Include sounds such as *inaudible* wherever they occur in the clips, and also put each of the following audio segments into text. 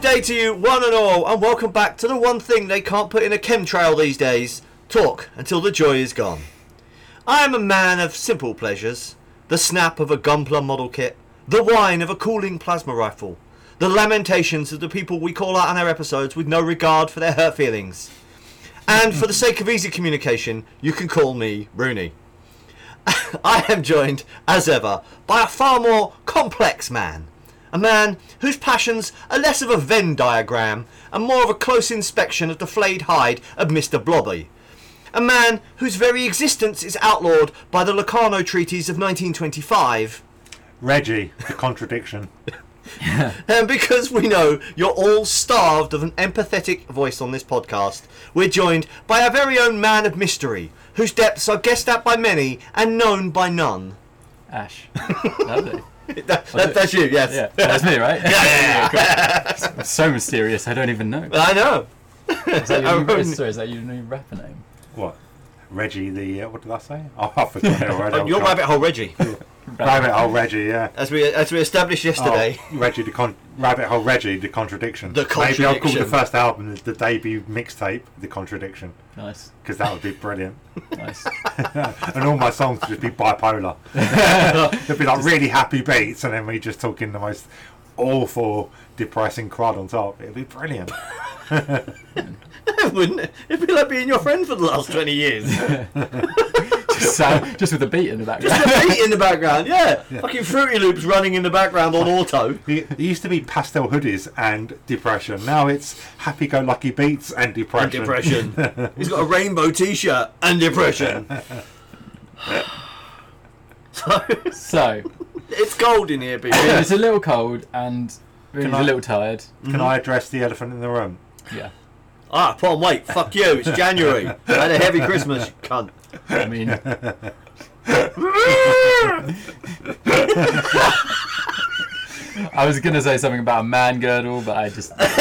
day to you, one and all, and welcome back to the one thing they can't put in a chemtrail these days talk until the joy is gone. I am a man of simple pleasures the snap of a Gunpla model kit, the whine of a cooling plasma rifle, the lamentations of the people we call out on our episodes with no regard for their hurt feelings. And for the sake of easy communication, you can call me Rooney. I am joined, as ever, by a far more complex man. A man whose passions are less of a Venn diagram and more of a close inspection of the flayed hide of Mr. Blobby. A man whose very existence is outlawed by the Locarno Treaties of 1925. Reggie, *laughs* the contradiction. And because we know you're all starved of an empathetic voice on this podcast, we're joined by our very own man of mystery, whose depths are guessed at by many and known by none. Ash. Lovely. That- that- that's you, yes. Yeah, that's me, right? Yeah, yeah, cool. I'm so mysterious, I don't even know. *laughs* I know. Is that your I new, wrote- sorry, is that your new rapper name? what? Reggie, the uh, what did I say? Oh, *laughs* I forgot it already. You're rabbit hole Reggie, Rabbit hole *laughs* Reggie, yeah. as we as we established Oh, yesterday. Reggie the con- rabbit hole Reggie, the contradiction. The Maybe I'll call the contradiction. first album the debut mixtape, the contradiction, Nice, because that would be brilliant. *laughs* nice. and all my songs would just be *laughs* bipolar. They'd be like really happy beats, and then we just talking the most awful, depressing crud on top. It'd be brilliant. wouldn't *laughs* it? It'd be like being your friend for the last twenty years. just, sound, just with the beat in the background. Just a beat in the background, yeah. Fucking Fruity Loops running in the background on auto. There there used to be pastel hoodies and depression. Now it's happy-go-lucky beats and And depression. depression. He's got a rainbow T-shirt and depression. so *laughs* *laughs* so, it's cold in here, people. it's a little cold and Rooney's I- a little tired. Mm-hmm. Can I address the elephant in the room? Yeah, Ah, put on weight. Fuck you. It's January. I had a heavy Christmas, you cunt. *laughs* I mean, I was gonna say something about a man girdle, but I just *laughs* I've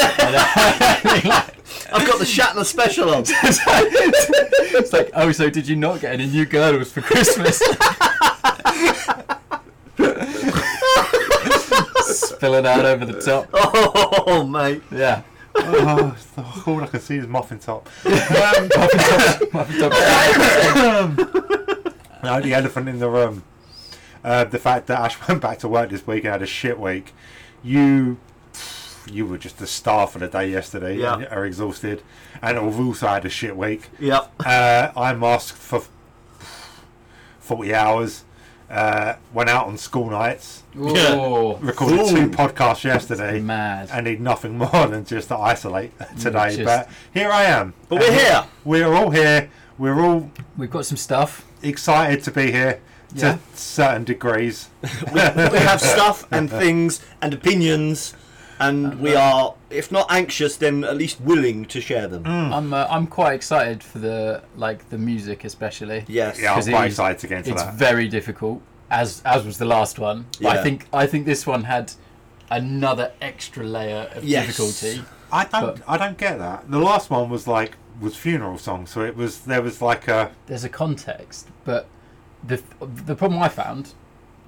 got the Shatner special on. it's like, oh, so did you not get any new girdles for Christmas? Spilling out over the top. Oh, mate. *laughs* Yeah. oh, it's- all I can see is muffin top. Muffin top. No, the elephant in the room. Uh, the fact that Ash *laughs* went back to work this week and had a shit week. You, you were just the star for the day yesterday. Yeah. And are exhausted, and I've also had a shit week. Yep. Uh, I'm masked for forty hours. Uh, went out on school nights. Ooh, Recorded Ooh. two podcasts yesterday. Mad. Mm, I need nothing more than just to isolate *laughs* today. just- But here I am. But we're And here. We're all here. We're all We've got some stuff. excited to be here Yeah. to certain *laughs* degrees. we have stuff and things and opinions, and we Uh-huh. are, if not anxious, then at least willing to share them. I'm uh, I'm quite excited for the like the music especially. Yes. Yeah, I'm 'Cause it quite is- excited to get into It's that. very difficult, as as was the last one. But Yeah. I think I think this one had another extra layer of Yes. difficulty. I don't. I don't get that. The last one was like was funeral song, so it was there was like a there's a context, but the the problem I found,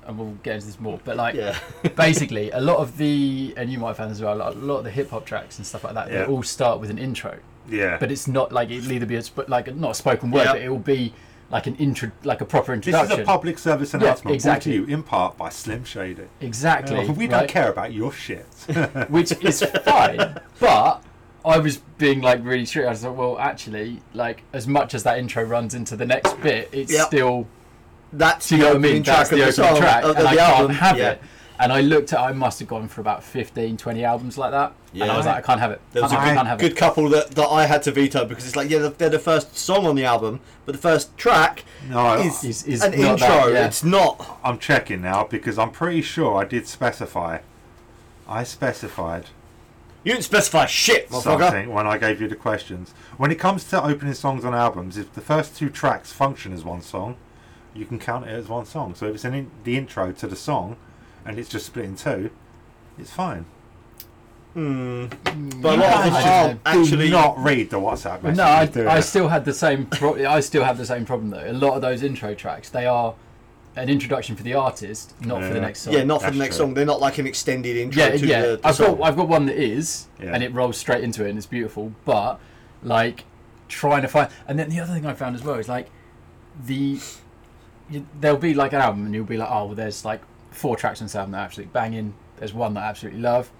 and we'll get into this more, but like Yeah. basically a lot of the and you might have found this as well, a lot- a lot of the hip hop tracks and stuff like that, Yeah. they all start with an intro, yeah. but it's not like it'll either be a sp- like not a spoken word, Yeah. but it will be like an intro, like a proper this introduction. is a public service Yeah, announcement. exactly. Brought to you in part by Slim Shady. exactly. we right? don't care about your shit. *laughs* which is fine. But I was being like really strict. I was like, well, actually, like as much as that intro runs into the next bit, it's Yep. still That's do you the know what I opening mean? track of That's the the opening song, track, of, and of I the can't album. have yeah. it. And I looked at, I must have gone for about 15, 20 albums like that, and I was Yeah. like, I can't have it. There was I a can't have Good it. couple that, that I had to veto because it's like, yeah, they're- they're the first song on the album, but the first track No, is, Is- is an intro. not that, yeah. It's not. I'm checking now because I'm pretty sure I did specify. I specified You didn't specify shit, motherfucker. something when I gave you the questions. When it comes to opening songs on albums, if the first two tracks function as one song, you can count it as one song. So if it's an in- the intro to the song, and it's just split in two, it's fine. But a lot of I them don't are know. actually. do not read the WhatsApp message. No, I, I still had the same. Pro- I still have the same problem though. A lot of those intro tracks, they are an introduction for the artist, not for the Yeah. next song. yeah, not for That's the next true. song. They're not like an extended intro yeah, to yeah. the, the I've song. got I've got one that is, Yeah. and it rolls straight into it, and it's beautiful. But like trying to find, and then the other thing I found as well is like the you, there'll be like an album, and you'll be like, oh, well, there's like four tracks on this album that are absolutely banging. There's one that I absolutely love.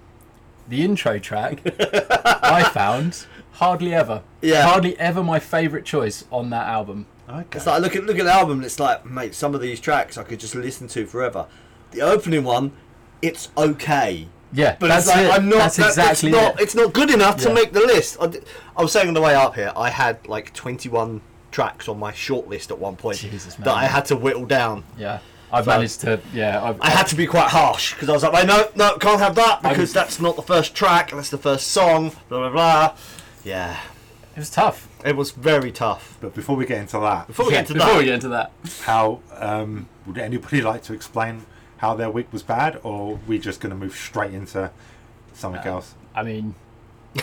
The *laughs* intro track I found hardly ever, Yeah. hardly ever my favourite choice on that album. Okay. It's like I look at look at the album and it's like, mate, some of these tracks I could just listen to forever. The opening one, it's okay. Yeah, But that's it's like, it. I'm not. that's that- exactly it's not, it. It's not good enough to Yeah. make the list. I, d- I was saying on the way up here, I had like 21 tracks on my short list at one point Jesus, that man. I had to whittle down. Yeah, I've So- managed to. Yeah, I've, I had to be quite harsh because I was like, wait, no, no, can't have that because I'm- that's not the first track. That's the first song. Blah blah blah. Yeah, It was tough. it was very tough. But before we get into that, Before we Yeah, get to before that, we get into that. how um, would anybody *laughs* like to explain how their week was bad, or are we just going to move straight into something Uh, else? I mean,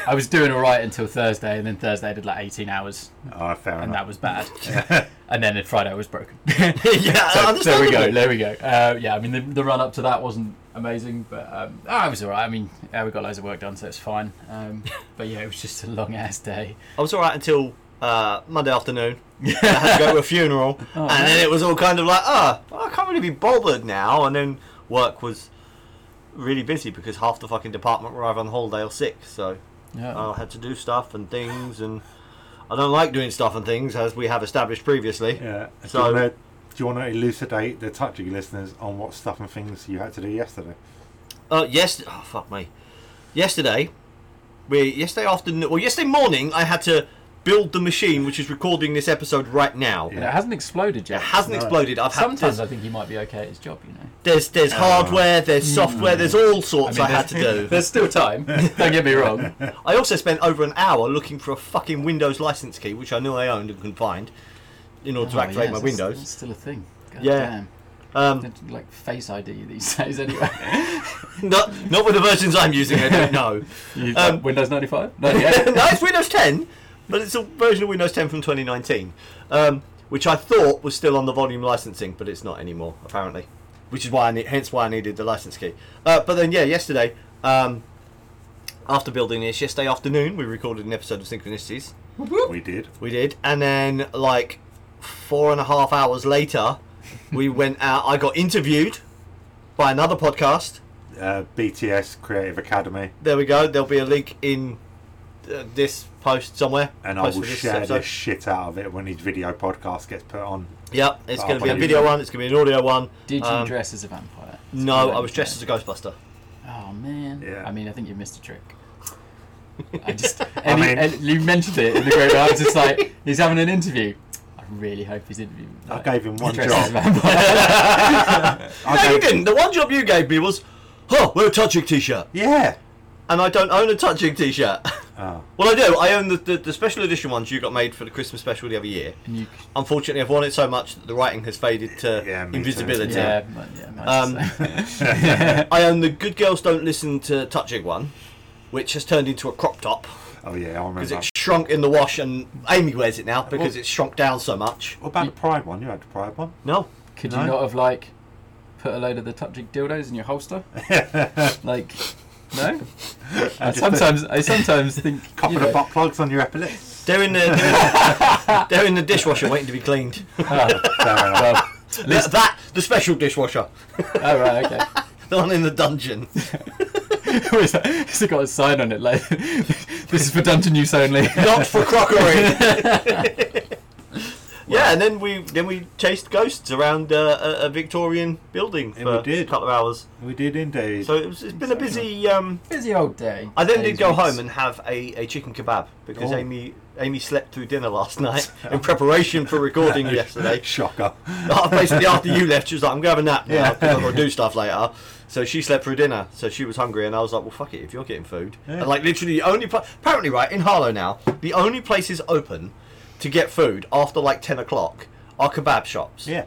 I was doing all right until Thursday, and then Thursday I did like 18 hours, Oh, fair Uh-huh. and that enough. *laughs* was bad. and then Friday I was broken. *laughs* yeah, So there we go. understandable. There we go. Uh, yeah, I mean the, the run up to that wasn't amazing, but um, I was all right. I mean, yeah, we got loads of work done, so it's fine. *laughs* Um, but yeah, it was just a long ass day. I was alright until uh, Monday afternoon. I had to go to a funeral, and then it was all kind of like, oh, well, I can't really be bothered now. And then work was really busy because half the fucking department were either on holiday or sick, so Yeah. I had to do stuff and things, and I don't like doing stuff and things as we have established previously. Yeah. So- do, you wanna, do you want to elucidate the touchy listeners on what stuff and things you had to do yesterday? Uh, yes. Oh, fuck me. Yesterday, we yesterday afternoon, or yesterday morning, I had to build the machine which is recording this episode right now. And it hasn't exploded yet. It hasn't No. exploded. I've had to Sometimes I think he might be okay at his job, you know. *laughs* There's there's Oh. hardware, there's software, there's all sorts I, had to *laughs* do. Hmm. There's still time. Don't get me wrong. *laughs* I also spent over an hour looking for a fucking Windows license key, which I knew I owned and couldn't find, in order to Oh, activate yes, my it's- Windows. It's still a thing. God Yeah. Damn. Um, Don't, Like face ID these *laughs* days, anyway. not not with the versions I'm using, I don't *laughs* know. You- Um, Windows *laughs* 95? no, it's Windows 10, but it's a version of Windows 10 from 2019, um, which I thought was still on the volume licensing, but it's not anymore apparently, which is why I need, hence why I needed the license key. Uh, but then yeah, yesterday, um, after building this, yesterday afternoon we recorded an episode of Synchronicities. We did. We did, and then like four and a half hours later, *laughs* we went out. I got interviewed by another podcast. Uh, BTS Creative Academy, There we go. There'll be a link in uh, this post somewhere. and post I will for this share the episode. shit out of it when his video podcast gets put on. Yep, it's Oh, going to be a thank video you. one. It's going to be an audio one. Did you Um, dress as a vampire? That's No, what I was dressed as a *laughs* meant. Ghostbuster. *laughs* Oh man. Yeah. I mean, I think you missed a trick. I just. And mean- he, and you mentioned it in the great. I was just like, he's having an interview. I really hope he's interviewing. I like, gave him one dressed as a job. vampire. *laughs* I no, you gave- didn't. The one job you gave me was, oh, wear a touching t-shirt, Yeah. and I don't own a touching t-shirt. *laughs* Oh. well, I do. I own the, the, the special edition ones you got made for the Christmas special the other year. And you- Unfortunately, I've worn it so much that the writing has faded to Yeah, me too. invisibility. yeah, but- yeah, mine's *laughs* the same. I own the Good Girls Don't Listen to Touching one, which has turned into a crop top Oh yeah, I remember. because it's that. shrunk in the wash, and Amy wears it now because Well- it's shrunk down so much. What about the Pride one? You had the Pride *laughs* one. No, *laughs* Could No. you not have like put a load of the touching dildos in your holster? like, no. I just sometimes I sometimes *laughs* think Couple you know, of butt plugs on your epaulets. they're in the they're in the, *laughs* they're in the dishwasher waiting to be cleaned. Fair enough. oh, *laughs* well, That, that the special dishwasher, oh right, okay. the one in the dungeon. It's like- it's got a sign on it like, "This is for dungeon use only." not for crockery. *laughs* *laughs* yeah, and then we then we chased ghosts around uh, a, a Victorian building Yeah, for we did. a couple of hours. we did indeed. So it was, it's been a busy. Um, Busy old day. I then did Days, go weeks. home and have a, a chicken kebab because Oh. Amy Amy slept through dinner *laughs* last night in preparation for recording yesterday. Shocker. Oh, Basically, after you left, she was like, "I'm gonna have a nap now because I've got to do stuff later." So she slept through dinner. So she was hungry, and I was like, "Well, fuck it. If you're getting food, Yeah. and like literally, the only pla- apparently right in Harlow now, the only places open to get food after like ten o'clock are kebab shops. Yeah.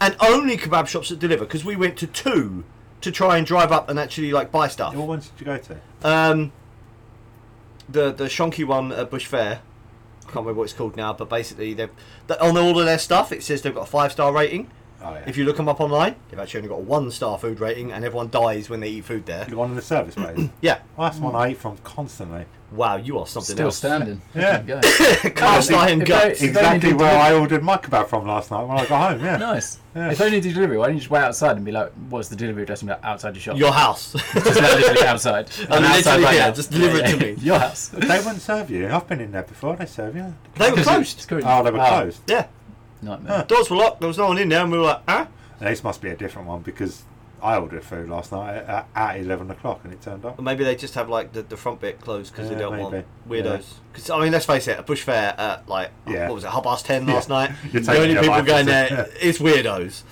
and only kebab shops that deliver because we went to two to try and drive up and actually like buy stuff. What ones did you go to? Um, the the shonky one at Bush Fair. I can't remember what it's called now, but basically they've th- on all of their stuff it says they've got a five star rating. Oh, yeah. If you look them up online, they've actually only got a one star food rating, and everyone dies when they eat food there. The one in the *clears throat* service place. Yeah. Well, that's one I eat from constantly. Wow, you are something Still else. *laughs* standing. Yeah. Go. Cast If- iron if guts. they- if they Exactly did where deliver- I ordered my kebab from last night when I got home. Yeah. *laughs* Nice. Yeah. If only do delivery, why don't you just wait outside and be like, "What's the delivery address?" And be like, outside your shop. Your house. *laughs* *laughs* just like literally outside. I'm outside literally right here, now. just deliver it to me. *laughs* Your house. They wouldn't serve you. I've been in there before. They serve you. they were *laughs* It's closed. good. Oh, they were closed. Yeah. *laughs* Nightmare. Doors were locked, there was no one in there, and we were like, huh? This must be a different one because I ordered food last night at, at 11 o'clock and it turned up. Or maybe they just have like the, the front bit closed because they Yeah, don't want maybe. weirdos. Because I mean, let's face it, a bush fair at like Yeah. what was it, half past ten last Yeah. night. You're the taking only your people life going as a- there is weirdos,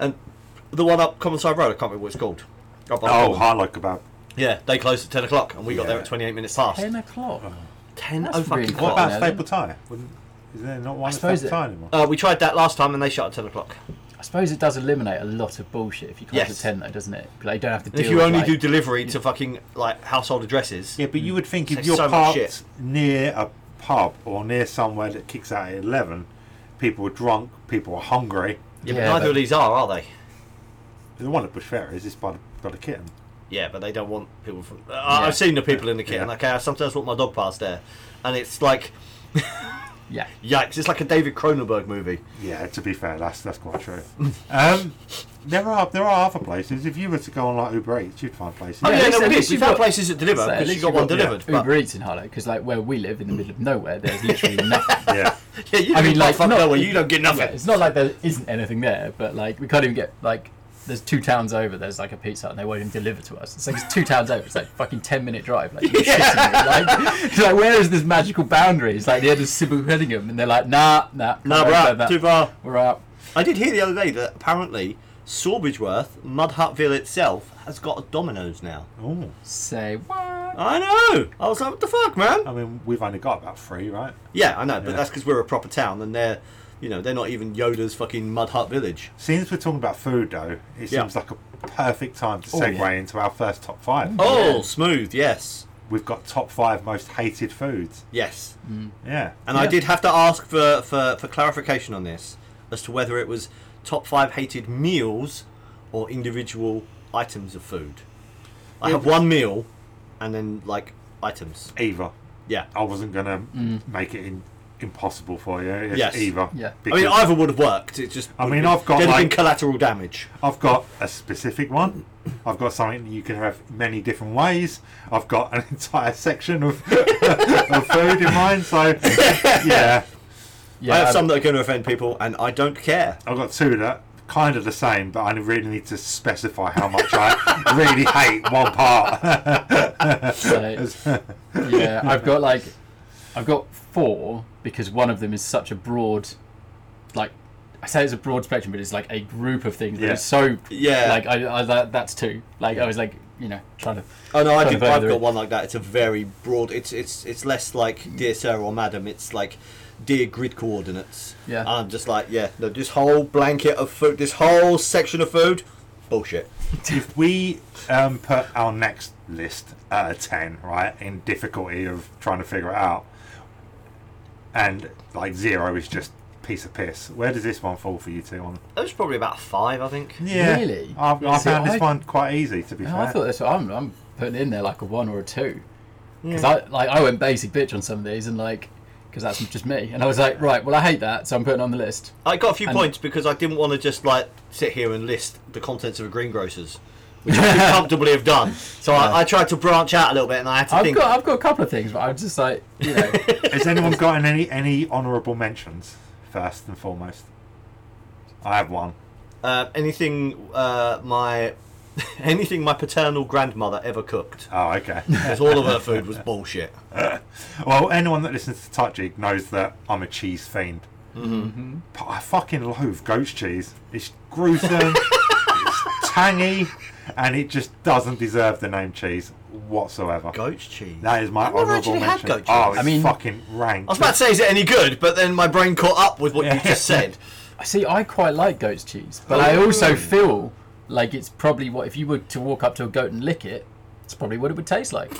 and the one up Common Side Road, I can't remember what it's called. Up on the Oh, corner. Harlow kebab. yeah, they closed at ten o'clock, and we got there Yeah. at twenty-eight minutes past. Ten o'clock. Ten That's oh fucking really What Well, o'clock. about no, Staple Tie? Wouldn't- Is there not one at suppose Staple it- Tie anymore? Uh, we tried that last time, and they shut at ten o'clock. I suppose it does eliminate a lot of bullshit if you close Yes. at ten, though, doesn't it? Like, you don't have to And deal. if you with, only like, do delivery to fucking like household addresses, Yeah, but you would think if There's you're so much shit. parked near a pub or near somewhere that kicks out at 11, people are drunk, people are hungry. Yeah, but Yeah, neither but- of these are, are they? The one at Bush Fair is it's by the, by the kitten. Yeah, but they don't want people from. Uh, Yeah. I've seen the people in the kitchen. Yeah. Okay, I sometimes walk my dog past there, and it's like yeah, Yikes, it's like a David Cronenberg movie. Yeah, to be fair, that's that's quite true. um, there are there are other places. If you were to go on like Uber Eats, you'd find places. Oh, Yeah, yeah, at least- no, at it least is. We you've found got- places that deliver so at because least you got you've one got, yeah, delivered. but- Uber Eats in Harlow because like where we live in the middle of nowhere, there's literally nothing. yeah. *laughs* yeah, you I mean, like fuck not- nowhere, you don't get Yeah, nothing. it's not like there isn't anything there, but like we can't even get like. There's two towns over. There's like a pizza, Hut and they won't even deliver to us. It's like it's two towns over. It's like fucking ten minute drive. Like, *laughs* you're shitting me. like, it's like where is this magical boundary? It's like the end of Sybil Hurlingham, and they're like, nah, nah, No, can't we're open out, that. too far. We're out. I did hear the other day that apparently Sawbridgeworth, Mud Hutville itself, has got a Domino's now. Oh, Say what? I know. I was like, what the fuck, man? Oh. I mean, we've only got about three, right? Yeah, I know, but Yeah. that's because we're a proper town and they're, you know, they're not even Yoda's fucking Mud Hut village. Since we're talking about food, though, it Yeah. seems like a perfect time to Oh, segue yeah. into our first top five. Oh, smooth, yes. We've got top five most hated foods. Yes. Yeah. And I Yeah. did have to ask for, for, for clarification on this as to whether it was top five hated meals or individual items of food. I have one meal and then like items. Either. Yeah. I wasn't going to make it in, impossible for you. It's Mm. Yes. Either. Yeah. I mean, Because either would have worked. It just. I would mean, have I've got, there'd have been like- collateral damage. I've got a specific one. I've got something that you can have many different ways. I've got an *laughs* entire section of, *laughs* of food in mind. So, yeah. um, Yeah, I have I- some that are going to offend people, and I don't care. I've got two that kind of the same, but I really need to specify how much I really hate one part. *laughs* *laughs* So, yeah, Uh, I've got like, I've got four because one of them is such a broad, like, I say it's a broad spectrum, but it's like a group of things that Yeah. is so Yeah. Like, I, I that, that's two. Like, I was like, you know, trying to. Oh no, I Kind do, of I've over got it. one like that. It's a very broad. It's it's it's less like dear sir or madam. It's like dear grid coordinates. Yeah. I'm just like yeah. No, this whole blanket of food. This whole section of food. Bullshit. if we um, put our next list at a 10, right, in difficulty of trying to figure it out, and like zero is just piece of piss, where does this one fall for you two on? That was probably about five, I think. Yeah. Really? I, I See, found I- this one quite easy, to be Oh, No, fair. Oh, I thought this. I'm, I'm putting in there like a one or a two, because I like I went basic bitch on some of these and like, because that's just me. And I was like, right, well I hate that, so I'm putting it on the list. I got a few And- points because I didn't want to just like sit here and list the contents of a greengrocer's, which *laughs* I could comfortably have done. So I, I tried to branch out a little bit, and I had to I've think. got I've got a couple of things, but I'm just like, *laughs* you know, Has anyone got any, any honourable mentions, first and foremost? I have one. Uh, anything uh, my *laughs* anything my paternal grandmother ever cooked. Oh, *laughs* okay. Because all of her food was bullshit. Well, anyone that listens to Tajik knows that I'm a cheese fiend. Mm-hmm. But I fucking loathe goat's cheese. It's *laughs* gruesome, it's tangy, and it just doesn't deserve the name cheese whatsoever. Goat's cheese. That is my I've never honourable actually had mention. goat cheese. Oh, it's I mean- fucking rank. I was about to say, is it any good? But then my brain caught up with what you Yeah. just said. I see. I quite like goat's cheese, but I also Ooh. feel like it's probably what if you were to walk up to a goat and lick it, it's probably what it would taste like.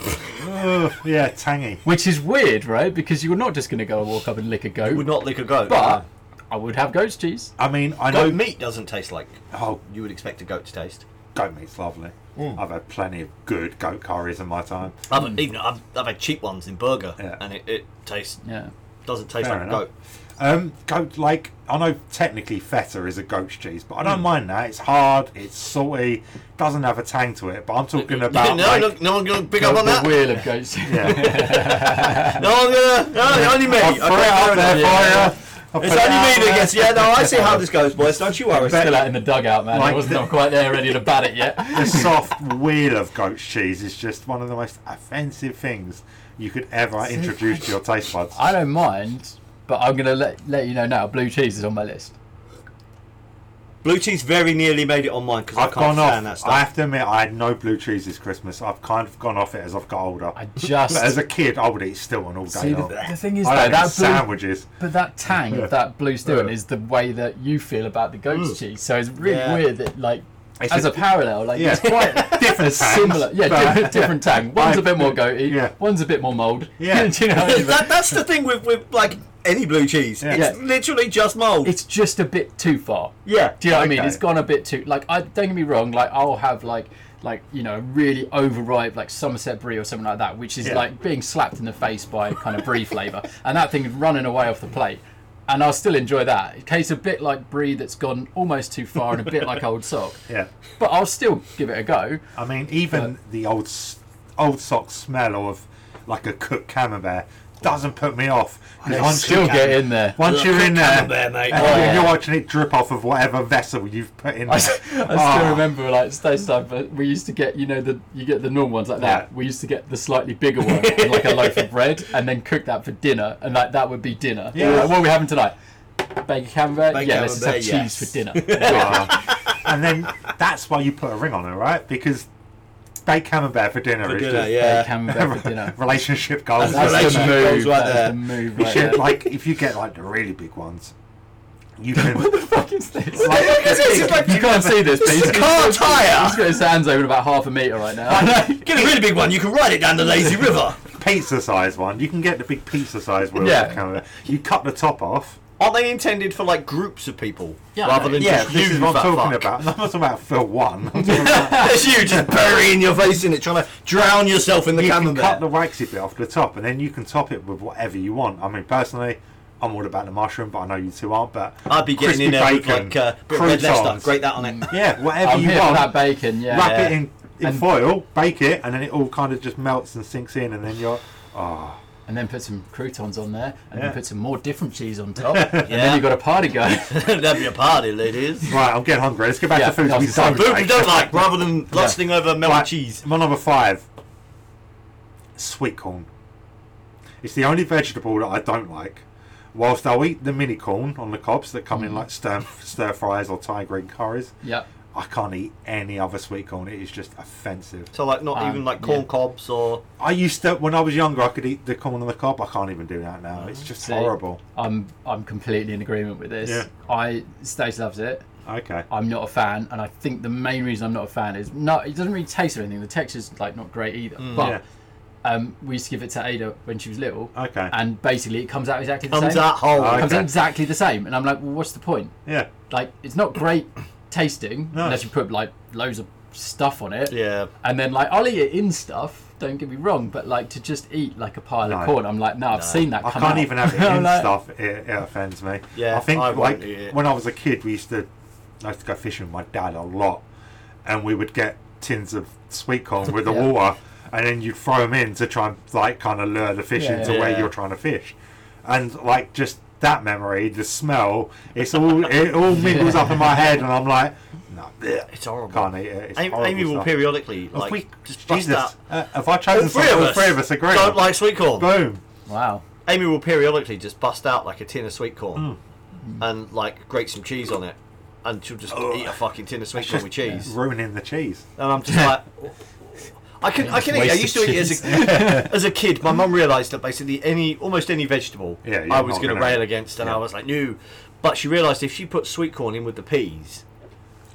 Ugh, yeah, tangy. Which is weird, right? Because you're not just going to go and walk up and lick a goat. Would not lick a goat. but I would have goat's cheese. I mean, I know. Goat meat doesn't taste like Oh, you would expect a goat to taste. goat meat's lovely. Mm. I've had plenty of good goat curries in my time. I've, even, I've, I've had cheap ones in burger, Hmm. Yeah. and it, it tastes Yeah. doesn't taste Fair like enough. goat. *laughs* Um, goat, like I know technically feta is a goat's cheese, but I Mm. don't mind that. It's hard, it's salty, doesn't have a tang to it. But I'm talking *laughs* about no, like, no, no one's gonna pick up on the that. wheel of goat's *laughs* cheese. yeah, No, I'm gonna, no, only me. I'll throw it out there for Yeah. you. I'll It's put only it out me that there. gets. Yeah, no, I see how this goes, boys. Don't you worry. Still out in the dugout, man. Like I wasn't the- not quite there ready to bat it yet. The soft wheel of goat's cheese is just one of the most offensive things you could ever introduce to your taste buds. I don't mind, but I'm gonna let let you know now. Blue cheese is on my list. Blue cheese very nearly made it on mine because I I've can't gone stand off. that I stuff. have to admit, I had no blue cheese this Christmas. I've kind of gone off it as I've got older. *laughs* I just But as a kid, I would eat still on all day see the, long. the thing is I though, had that blue, sandwiches. But that tang Yeah. of that blue stewing Yeah. Mm. is the way that you feel about the goat's cheese. So it's really Yeah. weird that like It's as a- a, parallel, like Yeah. *laughs* it's quite different, similar, yeah, but- different, different tang. One's a bit more goaty, Yeah. one's a bit more mould. Yeah. *laughs* Do you know what I *laughs* mean? that, that's the thing with, with like any blue cheese. Yeah. It's Yeah. literally just mold. It's just a bit too far. yeah. Do you know what I mean? Okay. It's gone a bit too like I don't get me wrong, like I'll have like like you know really overripe like Somerset Brie or something like that, which is Yeah. like being slapped in the face by kind of Brie flavour, and that thing is running away off the plate. And I'll still enjoy that. It tastes a bit like Brie that's gone almost too far and a bit like old sock. Yeah. But I'll still give it a go. I mean, even the old s- old sock smell of like a cooked camembert doesn't put me off. 'cause They once still you- get in there. Once you're in there, Camembert, mate. and Oh, you're- yeah. you're watching it drip off of whatever vessel you've put in there. I, s- I Ah. *laughs* still remember like stage time, but we used to get you know the you get the normal ones like that. Yeah. We used to get the slightly bigger one, with, like a loaf of bread, and then cook that for dinner, and like that would be dinner. Yeah. Like, what are we having tonight? Bacon camembert. Bacon yeah, let's just have camembert, cheese yes. for dinner. Ah. and then that's why you put a ring on it, right? Because baked camembert for dinner For is dinner, uh, just yeah. Bacon camembert *laughs* for dinner. relationship goals. That's That's the Relationship goals move. right that's there. the move. You right should there. like if you get like the really big ones, you can *laughs* Fuck is this? like, Because this is like- you can't see this, but This is he's a car he's tire. got his hands open about half a meter right now. Get a really big one. You can ride it down the lazy river. pizza size one. You can get the big pizza size one. Yeah. Yeah. You cut the top off. *laughs* Aren't they intended for like groups of people Yeah, rather I than know. Yeah, just this you? is what I'm fat talking fuck? about. I'm not talking about for one. *laughs* I'm talking about- That's you just burying your face in it, trying to drown yourself in the you can camembert. cut the waxy bit off the top, and then you can top it with whatever you want. I mean, personally, I'm all about the mushroom, but I know you two aren't. But I'd be getting crispy in there with bacon, like uh, bit of red Leicester. croutons. Grate that on it. Yeah, whatever I'm you here for that want. bacon. Yeah. Wrap Yeah. it in, in And- foil, bake it, and then it all kind of just melts and sinks in, and then you're oh. and then put some croutons on there, and Yeah. then put some more different cheese *laughs* on top, and Yeah. then you've got a party going. *laughs* Mm. That'd be a party, *laughs* ladies. Right, I'm getting hungry. Let's get back Yeah, to food no, we sorry. don't Food we like. don't like, rather than lusting over melted Right, cheese. My number five, sweet corn. It's the only vegetable that I don't like. Whilst I'll eat the mini corn on the cobs that Mm. come in like stir, stir fries or Thai green curries, *laughs* yeah, I can't eat any other sweet corn. It is just offensive. So like not Um, even like yeah. corn cobs or I used to, when I was younger, I could eat the corn on the cob. I can't even do that now. It's just Mm, See? horrible. I'm I'm completely in agreement with this. Yeah. I Stace loves it. Okay. I'm not a fan, and I think the main reason I'm not a fan is not it doesn't really taste or anything. The texture's like not great either. but Mm. yeah. um, we used to give it to Ada when she was little, Okay. and basically it comes out exactly the comes same. out whole. Uh, It comes out Okay. exactly the same, and I'm like, well, what's the point? yeah. Like, it's not *coughs* great tasting No. unless you put like loads of stuff on it. yeah. And then like I'll eat it in stuff. Don't get me wrong, but like to just eat like a pile No. of corn, I'm like, no, I've seen that. I come can't out. even *laughs* have it I'm in like, stuff. It, it offends me. Yeah, I think I won't like eat it. when I was a kid, we used to I used to go fishing with my dad a lot, and we would get tins of sweet corn with the *laughs* Yeah. water, and then you'd throw them in to try and like kind of lure the fish Yeah, into yeah. where Yeah. you're trying to fish, and like just that memory, the smell, it's all it *laughs* all mingles up in my head, and I'm like, no, bleh, It's horrible. can't eat it. It's Amy, horrible Amy will stuff. periodically If like we- just bust Jesus, out. uh, have I All chosen something all three of us agree? don't on? like sweet corn. Boom. Wow. Amy will periodically just bust out like a tin of sweet corn Mm. and like grate some cheese on it, and she'll just Oh. eat a fucking tin of sweet corn *laughs* with cheese. ruining the cheese. And I'm just like, *laughs* I can, I can eat. I Waste used of to eat it as a, *laughs* as a kid. My mum realised that basically any, almost any vegetable, Yeah, you're I was not going to gonna- rail against, and yeah. I was like, no. But she realised if she put sweet corn in with the peas,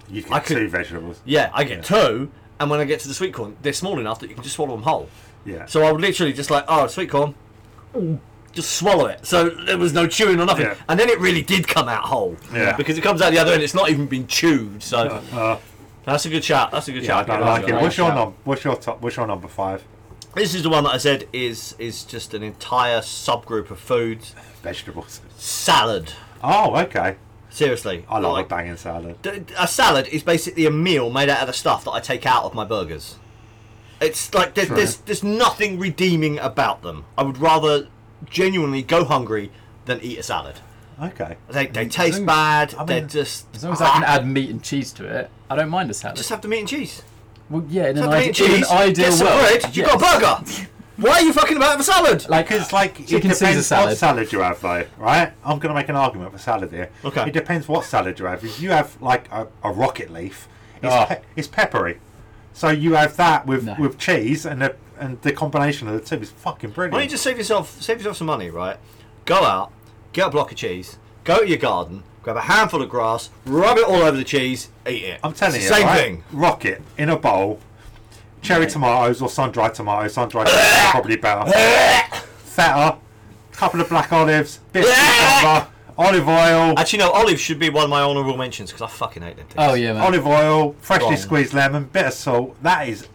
You can I could- could, two vegetables. yeah, I get two. And when I get to the sweet corn, they're small enough that you can just swallow them whole. Yeah. So I would literally just like, oh, sweet corn, just swallow it. So there was no chewing or nothing. Yeah. And then it really did come out whole. Yeah. Because it comes out the other end, it's not even been chewed. So Uh, that's a good shout. That's a good yeah, I shout. don't That's a like good it. shout. What's your shout. num? What's your top? What's your number five? This is the one that I said is is just an entire subgroup of foods. Vegetables. Salad. Oh, okay. Seriously. I love like, a banging salad. D- A salad is basically a meal made out of the stuff that I take out of my burgers. It's like there, True. there's there's nothing redeeming about them. I would rather genuinely go hungry than eat a salad. Okay. They, they As taste long- bad. I mean, they're just ah, As long as I can add meat and cheese to it, I don't mind a salad. just have the meat and cheese. well, yeah, in an, Have the meat and ide- in cheese. an ideal get some world, bread. You yes. got a burger. Why are you fucking about with a salad? Like, Because like it Chicken depends Caesar what salad. salad you have though, right? I'm gonna make an argument for salad here. Okay. It depends what salad you have. If you have like a, a rocket leaf, it's, Ah. pe- it's peppery. So you have that with, No. with cheese and the and the combination of the two is fucking Why don't brilliant. you just save yourself save yourself some money, right? Go out, get a block of cheese, go to your garden, grab a handful of grass, rub it all over the cheese, eat it. I'm telling It's you, the same right? thing. Rocket in a bowl, cherry tomatoes or sun dried tomatoes. Sun dried tomatoes are probably better. Feta, couple of black olives, bit of cucumber, olive oil. Actually, no. Olives should be one of my honourable mentions because I fucking hate them. Things. oh yeah, man. olive oil, freshly Wrong. squeezed lemon, bit of salt. That is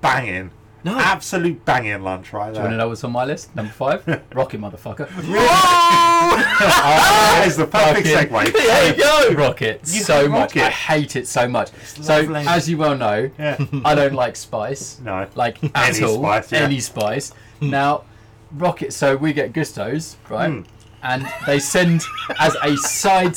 banging. No. Absolute banging lunch right Do you want to there. know what's on my list? Number five, *laughs* Rocket Motherfucker. Whoa! that is the perfect Fucking- *laughs* segue. there you go. Rocket You so hate much. Rocket. I hate it so much. So lovely. as you well know, Yeah. I don't like spice. *laughs* No. *laughs* *laughs* Like at Any all. spice, yeah. Any spice. Hmm. Now, Rocket. So we get Gusto's right, and they send as a side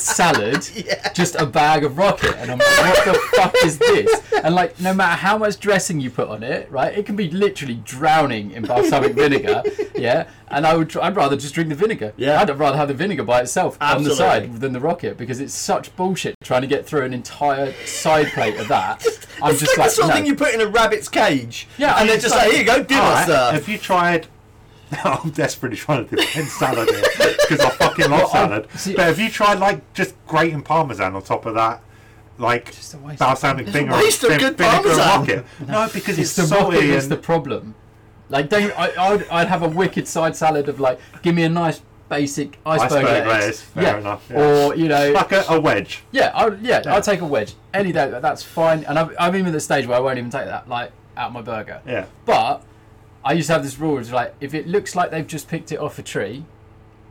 *laughs* salad just a bag of Rocket, and I'm like, what the fuck is this? And like, no matter how much dressing you put on it, right, it can be literally drowning in *laughs* balsamic vinegar. Yeah, and I would. tr- I'd rather just drink the vinegar. Yeah. I'd rather have the vinegar by itself on the Absolutely. side than the rocket because it's such bullshit trying to get through an entire side plate of *laughs* that. I'm It's just like like, the sort no. of thing you put in a rabbit's cage. Yeah, and they're it's just like- like, here you go, dinner, All right, sir. Have you tried? *laughs* Oh, I'm desperately trying to defend salad here because I fucking love Well, I- salad. see- but have you tried like just grating parmesan on top of that? Like Just a waste of- balsamic It's a vinegar, waste of vin- good vinegar and parmesan. rocket. No, because it's, it's the salty rocket is and the problem. Like, don't I? I'd, I'd have a wicked side salad of like, give me a nice basic iceberg, Iceberg lettuce. lettuce, fair yeah. enough, yeah. Or you know, *laughs* like a, a wedge. Yeah, I'll, yeah, I'll take a wedge any day. that- That's fine. And I've, I'm even at the stage where I won't even take that like out my burger. Yeah. But I used to have this rule: it's like if it looks like they've just picked it off a tree,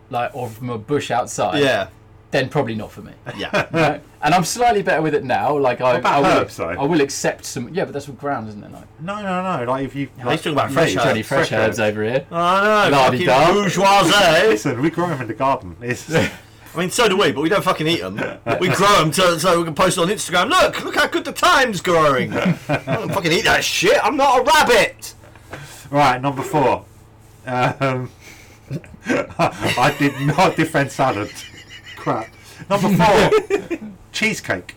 like or from a bush outside, yeah, then probably *laughs* not for me. yeah. you know? And I'm slightly better with it now. Like I, about I, will, herbs, though? I will accept some. Yeah, but that's all ground, isn't it? Like No, no, no. Like if you. like, he's talking about you fresh need herbs. eh? Johnny fresh, herbs over here. Uh, I know, fucking La-di-da. bourgeoisie. Listen, we grow them in the garden. *laughs* It's, I mean, so do we, but we don't fucking eat them. We grow them so, so we can post it on Instagram. Look, look how good the time's growing. I don't fucking eat that shit. I'm not a rabbit. Right, number four. Um, *laughs* I did not defend salad. Crap. Number *laughs* four, cheesecake.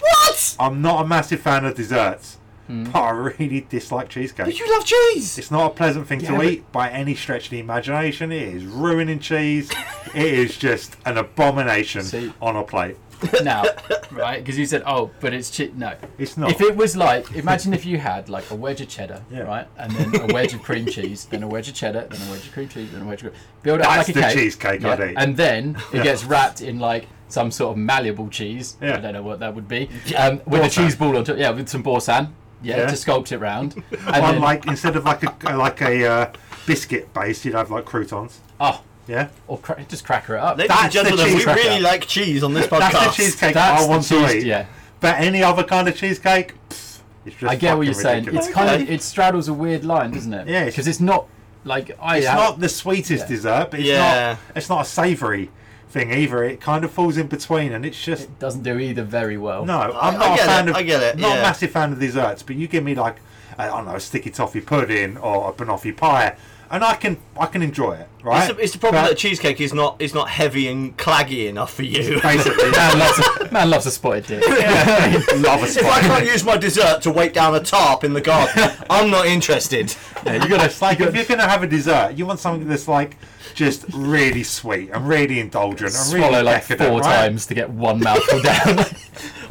What? I'm not a massive fan of desserts, Hmm. but I really dislike cheesecake. But you love cheese. It's not a pleasant thing Yeah, to but- eat by any stretch of the imagination. It is ruining cheese. it is just an abomination See- on a plate. *laughs* now, right? Because you said, "Oh, but it's cheap." No, It's not. If it was like, imagine if you had like a wedge of cheddar, *laughs* Yeah. right, and then a wedge of cream cheese, then a wedge of cheddar, then a wedge of cream cheese, then a wedge of cream. build it up That's like a the cake, cheesecake I'd eat. and then it gets wrapped in like some sort of malleable cheese. Yeah. I don't know what that would be. Um, with a Borsan. cheese ball on top, yeah, with some borsan, yeah, Yeah. to sculpt *laughs* it round. And On then, like instead of like a like a uh, biscuit base, you'd have like croutons. oh, Yeah. or cra- just cracker it up. Ladies and That's the gentlemen, we cheese really cracker. like cheese on this podcast. That's the cheesecake That's I the want to cheese- eat. yeah. But any other kind of cheesecake, pff, it's just I get fucking what you're saying. ridiculous. It's kind of Okay. it straddles a weird line, doesn't it? Yeah, it's- because it's not like I. It's have- not the sweetest Yeah. dessert, but it's Yeah. not it's not a savoury thing either. It kind of falls in between, and it's just doesn't do either very well. no. I- I'm I not a get fan it, of. I get it, Not yeah. a massive fan of desserts, but you give me like I don't know, a sticky toffee pudding or a banoffee pie, and I can I can enjoy it. Right? It's, the, it's the problem But- that cheesecake is not is not heavy and claggy enough for you. basically. *laughs* Man loves a, man loves a spotted *laughs* dick. love a If I spice. can't use my dessert to weight down a tarp in the *laughs* garden, I'm not interested. Yeah, you gotta It's like if you're gonna have a dessert, you want something that's like just really sweet and really indulgent and swallow really like decadent, four right? times to get one mouthful *laughs* down. *laughs*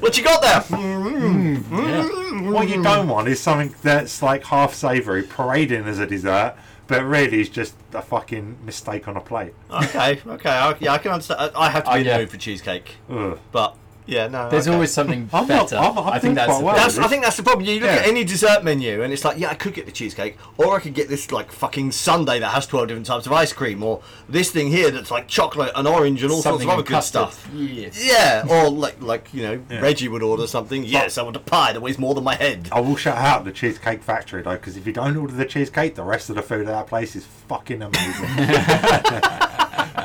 What you got there? Mm, Hmm. What you don't want is something that's like half savoury, parading as a dessert, but really it's just a fucking mistake on a plate. Okay, okay, I, yeah, I can understand. I, I have to be Oh, in yeah. Mm. the mood for cheesecake, Ugh. but yeah, no. There's okay. always something I'm not- better. I'm- I'm I doing think that's quite the well. thing. That's, I think that's the problem. You look at Yeah. any dessert menu, and it's like, yeah, I could get the cheesecake, or I could get this like fucking sundae that has twelve different types of ice cream, or this thing here that's like chocolate and orange and all sorts something of other in good custard. stuff. Yes. Yeah, or like like you know, Yeah. Oh. Reggie would order something. Yes, I want a pie that weighs more than my head. I will shout out the Cheesecake Factory though, because if you don't order the cheesecake, the rest of the food at that place is fucking amazing. *laughs*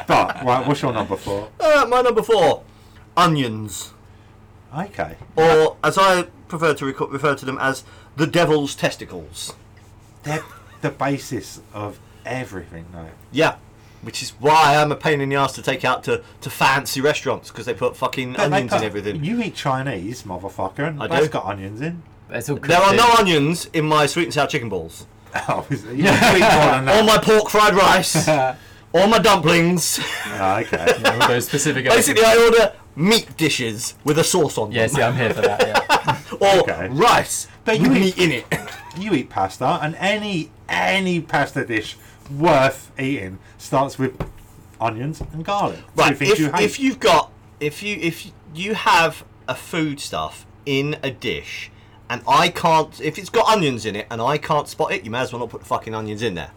but right, what's your number four? Uh, my number four, onions, Okay, or as I prefer to reco- refer to them as the devil's testicles. they're the basis of everything though. Yeah. Which is why I'm a pain in the ass to take out to, to fancy restaurants because they put fucking They- they onions put- in everything. You eat Chinese, motherfucker, and I that's do. got onions in. *laughs* That's all cooked There are in. no onions in my sweet and sour chicken *laughs* balls, Oh, is *laughs* it? You can speak more than or that. my pork fried rice, *laughs* or my dumplings. Ah, okay. Yeah, all those specific. *laughs* Basically, I order meat dishes with a sauce on them, Yeah, see, I'm here for that. Yeah. or okay. rice But with you meat in it. You eat pasta, and any any pasta dish worth eating starts with onions and garlic. Two right, things if, you hate. if you've got if you if you have a foodstuff in a dish, and I can't if it's got onions in it and I can't spot it, you may as well not put the fucking onions in there.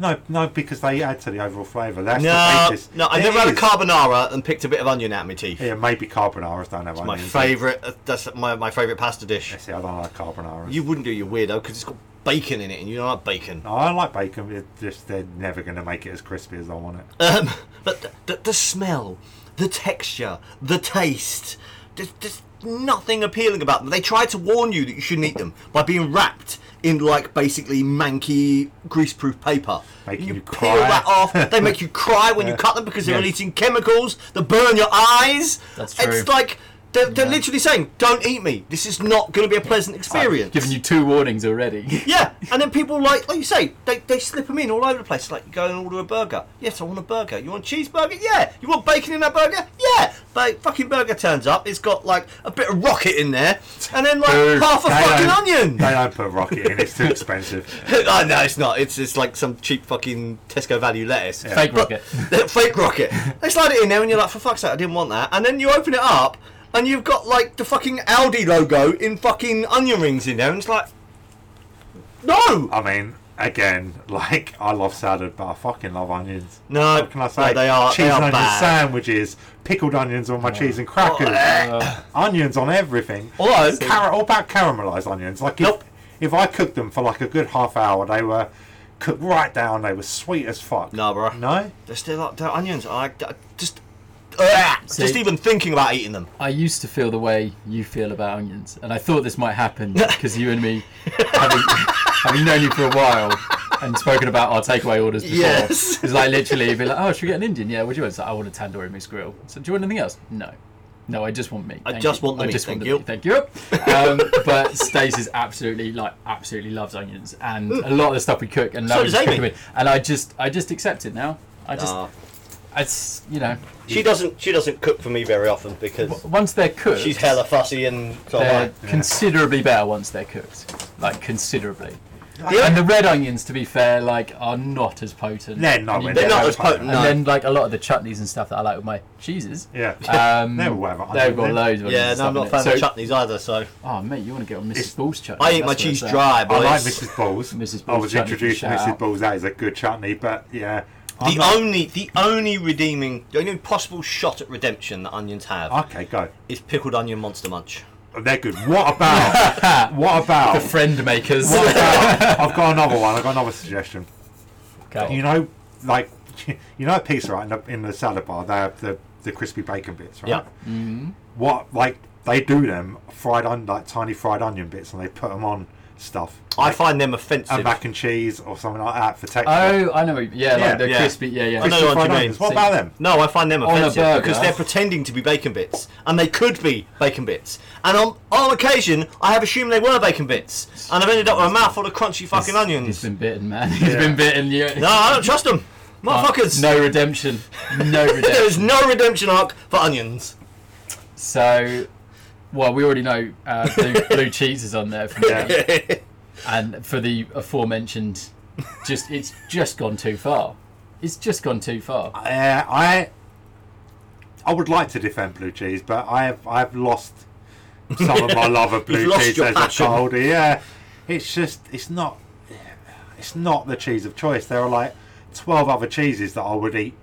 No, no, because they add to the overall flavour. That's No, the basis. no, I It never had a is. carbonara and picked a bit of onion out of my teeth. Yeah, maybe carbonara's don't have my onions. favourite, uh, that's my, my favourite pasta dish. Yeah, see, I don't like carbonara. You wouldn't do your weirdo because it's got bacon in it, and you don't like bacon. I like bacon. It's just they're never going to make it as crispy as I want it. Um, but the, the, the smell, the texture, the taste, there's, there's nothing appealing about them. They try to warn you that you shouldn't eat them by being wrapped in like basically manky greaseproof paper. Making you you peel cry. that off. *laughs* They make you cry when you cut them because they're Yeah. releasing chemicals that burn your eyes. That's true. It's like they're, they're literally saying, "Don't eat me. This is not going to be a pleasant experience." Giving you two warnings already. *laughs* Yeah, and then people like, like you say, they, they slip them in all over the place. Like you go and order a burger. Yes, I want a burger. You want a cheeseburger? Yeah. You want bacon in that burger? Yeah. But fucking burger turns up. It's got like a bit of rocket in there, and then like Dude, half a they fucking don't- onion. *laughs* They don't put rocket in. It's too expensive. oh, no, it's not. It's it's like some cheap fucking Tesco value lettuce. Fake But- *laughs* rocket. fake rocket. They slide it in there, and you're like, for fuck's sake, I didn't want that. And then you open it up, and you've got like the fucking Aldi logo in fucking onion rings in there, and it's like, no. I mean, again, *laughs* like I love salad, but I fucking love onions. No, What can I say? no, they are- they cheese are and onion bad. sandwiches, pickled onions on my cheese and crackers, *coughs* onions on everything. uh, Although- Cara- all about caramelized onions. Like if, Nope. if I cooked them for like a good half hour, they were cooked right down. They were sweet as fuck. No, bro. No. They're still like they're onions. I, I just, Ugh, See- just even thinking about eating them. I used to feel the way you feel about onions, and I thought this *laughs* might happen because you and me, having, having known you for a while and spoken about our takeaway orders before, *laughs* Yes. is like literally you'd be like, "Oh, should we get an Indian? Yeah, what do you want?" It's like, "I want a tandoori mixed grill." So, do you want anything else? No, no, I just want meat. I Thank just you. want the meat, thank you." Thank you. Um, but Stacey's absolutely like absolutely loves onions, and a lot of the stuff we cook and So loves does cooking Amy. Ah. with. And I just I just accept it now. I just Nah. it's you know she doesn't. She doesn't cook for me very often because once they're cooked, she's hella fussy and. So they're am considerably better once they're cooked, like considerably. I. The And the only- red onions, to be fair, like are not as potent. They're not. And, really They're you- that not as potent, and no. then like a lot of the chutneys and stuff that I like with my cheeses. Yeah. *laughs* Um, They're whatever They've onion, got they- loads of onions yeah, and no, I'm stuff not in a fan it. of So- chutneys either. So Oh mate, you want to get on Mrs. Ball's chutney? I eat my that's where cheese it's at. dry, I boys. like Mrs. Balls. Mrs. I Balls was chutney, introduced to shout Mrs. out. Balls. That is a good chutney, but yeah. I'm The not- only, the only redeeming, the only possible shot at redemption that onions have okay, go. is pickled onion monster munch. They're good. What *laughs* about? what about? The friend makers. What about- I've got another one. I've got another suggestion. okay. You know, like *laughs* you know, a pizza right in the, in the salad bar. They have the the crispy bacon bits, right? Yeah. Mm-hmm. What like they do them fried on like tiny fried onion bits, and they put them on stuff. I find them and offensive. mac and cheese or something like that for texture. oh, I know. what you- Yeah, Yeah, like the yeah. crispy. Yeah, yeah. I know Crispy what you fried mean. onions. What See- about them? No, I find them a offensive burger. because they're pretending to be bacon bits, and they could be bacon bits. And on, on occasion, I have assumed they were bacon bits, and I've ended up with a mouthful of crunchy fucking He's onions. been bitten, man. *laughs* He's Yeah. been bitten. Yeah. No, I don't trust them, motherfuckers. No redemption. *laughs* No redemption. there is no redemption arc for onions. So, well, we already know *laughs* uh, blue, blue cheese is on there, from Yeah. and for the aforementioned just it's just gone too far. It's just gone too far. Uh, I I would like to defend blue cheese, but I have I've lost *laughs* some of my love of blue You've lost cheese your as passion. I've got older. Yeah, it's just it's not it's not the cheese of choice. There are like twelve other cheeses that I would eat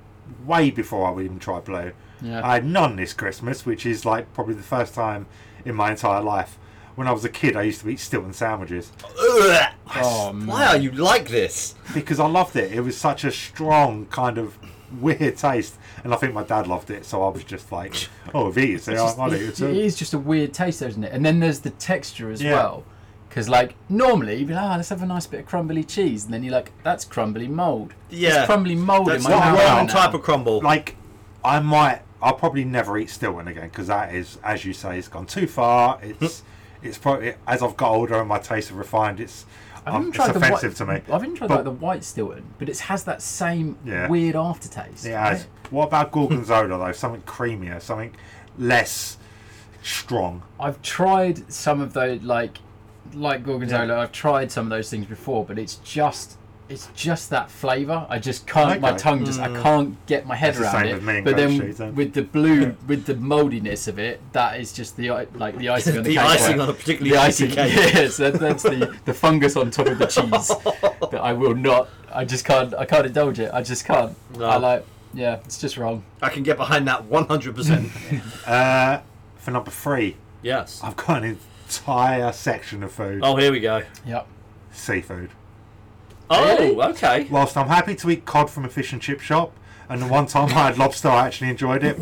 way before I would even try blue. Yeah. I had none this Christmas, which is like probably the first time in my entire life. When I was a kid, I used to eat Stilton sandwiches *laughs* Ugh. Oh, man. Why are you like this? because I loved it. It was such a strong kind of weird taste, and I think my dad loved it. So I was just like, "Oh, if he eats it, Just- I'll eat it it, it too." is just a weird taste, though, isn't it? And then there's the texture as Yeah. well. Because, like, normally you'd be like, oh, let's have a nice bit of crumbly cheese. And then you're like, that's crumbly mould. Yeah. It's crumbly mould in That's my not mouth. well one now. type of crumble. Like, I might, I'll probably never eat Stillman again because that is, as you say, it's gone too far. It's, it's probably as I've got older and my tastes have refined. It's, I've even um, it's tried the offensive white, to me. I've even tried But- like the white Stilton, but it has that same Yeah. weird aftertaste. It has. What about Gorgonzola though? Something creamier, something less strong. I've tried some of those, like like gorgonzola. I've tried some of those things before, but it's just it's just that flavour. I just can't. My Okay. tongue just Mm. I can't get my head That's the around same it. with me and but goat then cheese, eh? with the blue, with the mouldiness of it, that is just the i- like the icing on *laughs* the, the cake. icing where- on a particularly the icy icing, cake. *laughs* yes, that, that's the, the fungus on top of the *laughs* cheese that I will not. I just can't. I can't indulge it. I just can't. No. I like. Yeah, it's just wrong. I can get behind that *laughs* 100%. Uh, for number three, yes. I've got an entire section of food Oh, here we go. Yep. seafood. Oh, Really? okay. Whilst I'm happy to eat cod from a fish and chip shop, and the one time *laughs* I had lobster, I actually enjoyed it,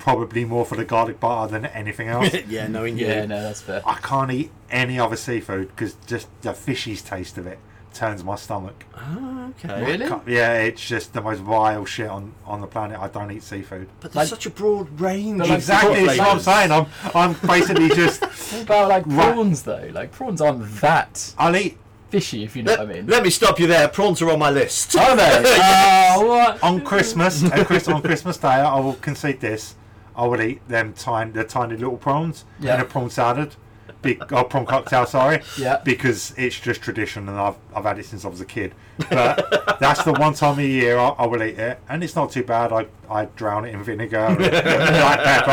probably more for the garlic butter than anything else. *laughs* yeah, knowing you. Yeah, no, that's fair. I can't eat any other seafood because just the fishy's taste of it turns my stomach. Oh, okay. Really? Can't- Yeah, it's just the most vile shit on, on the planet. I don't eat seafood. But Like- there's such a broad range. But of like- Exactly, different that's what I'm flavours. saying. I'm, I'm basically just. *laughs* What about like Right. prawns though? Like prawns aren't that I'll eat. fishy, if you know Let, what I mean. let me stop you there. Prawns are on my list. *laughs* Are they? *laughs* Yes. Oh, what? On Christmas, at Christ- on Christmas Day, I will concede this. I will eat them tiny, the tiny little prawns Yeah. and a prawn salad, be, or prawn cocktail. Sorry, Yeah. because it's just tradition, and I've, I've had it since I was a kid. But that's the one time of the year I, I will eat it, and it's not too bad. I, I drown it in vinegar and black pepper,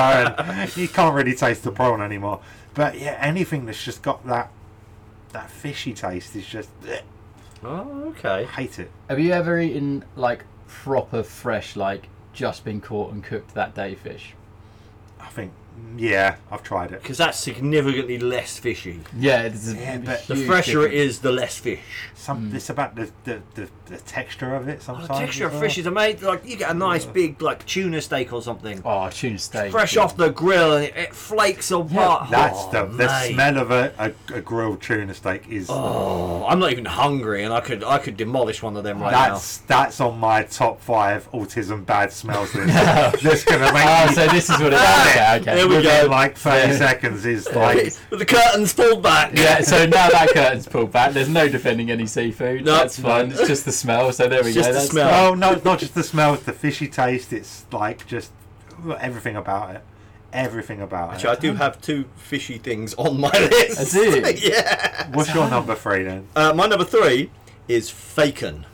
and you can't really taste the prawn anymore. But yeah, anything that's just got that that fishy taste is just *laughs* Oh, okay. hate it. Have you ever eaten like proper fresh, like just been caught and cooked that day fish? I think yeah, I've tried it. Because that's significantly less fishy. Yeah, it's a Yeah, but The huge fresher it difference. is, the less fish. Some it's about the the, the the texture of Mm. it. Oh, Sometimes the texture as of well. fish is amazing. Like you get a nice big like tuna steak or something, Oh, tuna steak. fresh yeah. off the grill, and it, it flakes apart. That's Oh, the the mate. smell of a, a, a grilled tuna steak is Oh, I'm not even hungry, and I could I could demolish one of them right that's that's on my top five autism *laughs* bad smells list. That's gonna make Oh, me so this is what it is. Okay, okay. There we within go. like thirty Yeah. seconds is now. *laughs* like With the curtains pulled back. Yeah, so now that curtain's pulled back, there's no defending any seafood. No, that's fine. no. It's just the smell. So there we It's go. just the that's smell. fine. oh no, it's not just the smell, it's the fishy taste. It's like just everything about it, everything about Actually, I it. do have two fishy things on my *laughs* list. I do. *laughs* yeah. *laughs* What's your number three then? Uh, my number three is bacon,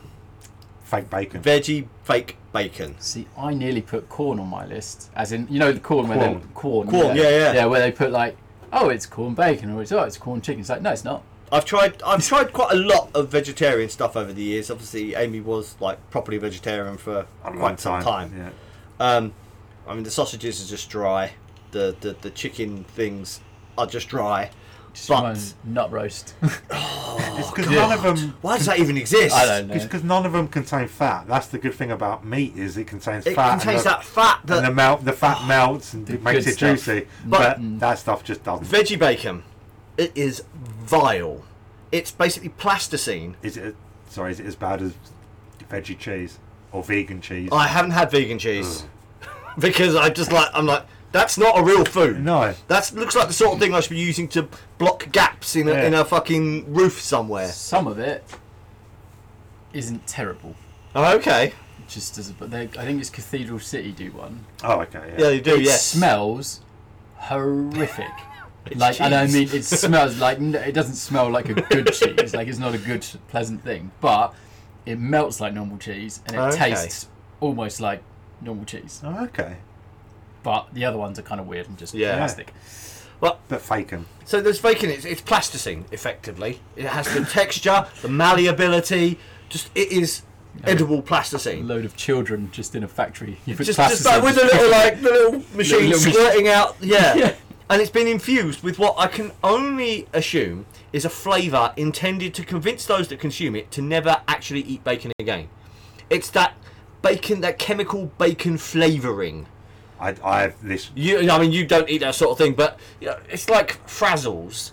Fake bacon. veggie fake bacon. See, I nearly put corn on my list, as in you know the corn, where they Corn. corn, Corn, yeah, yeah. yeah, where they put like, oh, it's corn bacon, or it's oh, it's corn chicken. It's like, no, it's not. I've tried I've tried quite a lot of vegetarian stuff over the years. Obviously, Amy was like properly vegetarian for A long quite some time. Yeah. Um, I mean, the sausages are just dry. The, the the chicken things are just dry. Just But- reminds- *laughs* nut roast. Oh, It's because none of them Why does that even exist? I don't know. It's because none of them contain fat. That's the good thing about meat is it contains It fat. contains and the, that fat that Oh, and the melt, the fat melts and it makes good it stuff. juicy. But- mm. But, that stuff just doesn't. veggie bacon. It is vile. It's basically plasticine. is it? Sorry, is it as bad as veggie cheese or vegan cheese? I haven't had vegan cheese *laughs* Mm. because I just like I'm like that's not a real food. no, That looks like the sort of thing I should be using to block gaps in a, Yeah. in a fucking roof somewhere. Some of it isn't terrible. Oh, okay. It Just as, but they- I think it's Cathedral City do one. oh okay, yeah. Yeah, you do. it yes. smells *laughs* horrific. like, and I cheese. *laughs* mean, it smells like n- it doesn't smell like a good cheese. Like, it's not a good, pleasant thing. But it melts like normal cheese and it Okay. tastes almost like normal cheese. Oh, okay. But the other ones are kind of weird and just Yeah. plastic. But faking. So there's bacon. It's, it's plasticine, effectively. It has the texture, the malleability. Just it is edible A plasticine. load of children just in a factory. You put Just, just plastic like in, with the just- little *laughs* like the little *laughs* machine little mach- squirting out. Yeah. *laughs* Yeah. And it's been infused with what I can only assume is a flavour intended to convince those that consume it to never actually eat bacon again. It's that bacon, that chemical bacon flavouring. I, I have this. You, I mean, you don't eat that sort of thing, but you know, it's like frazzles.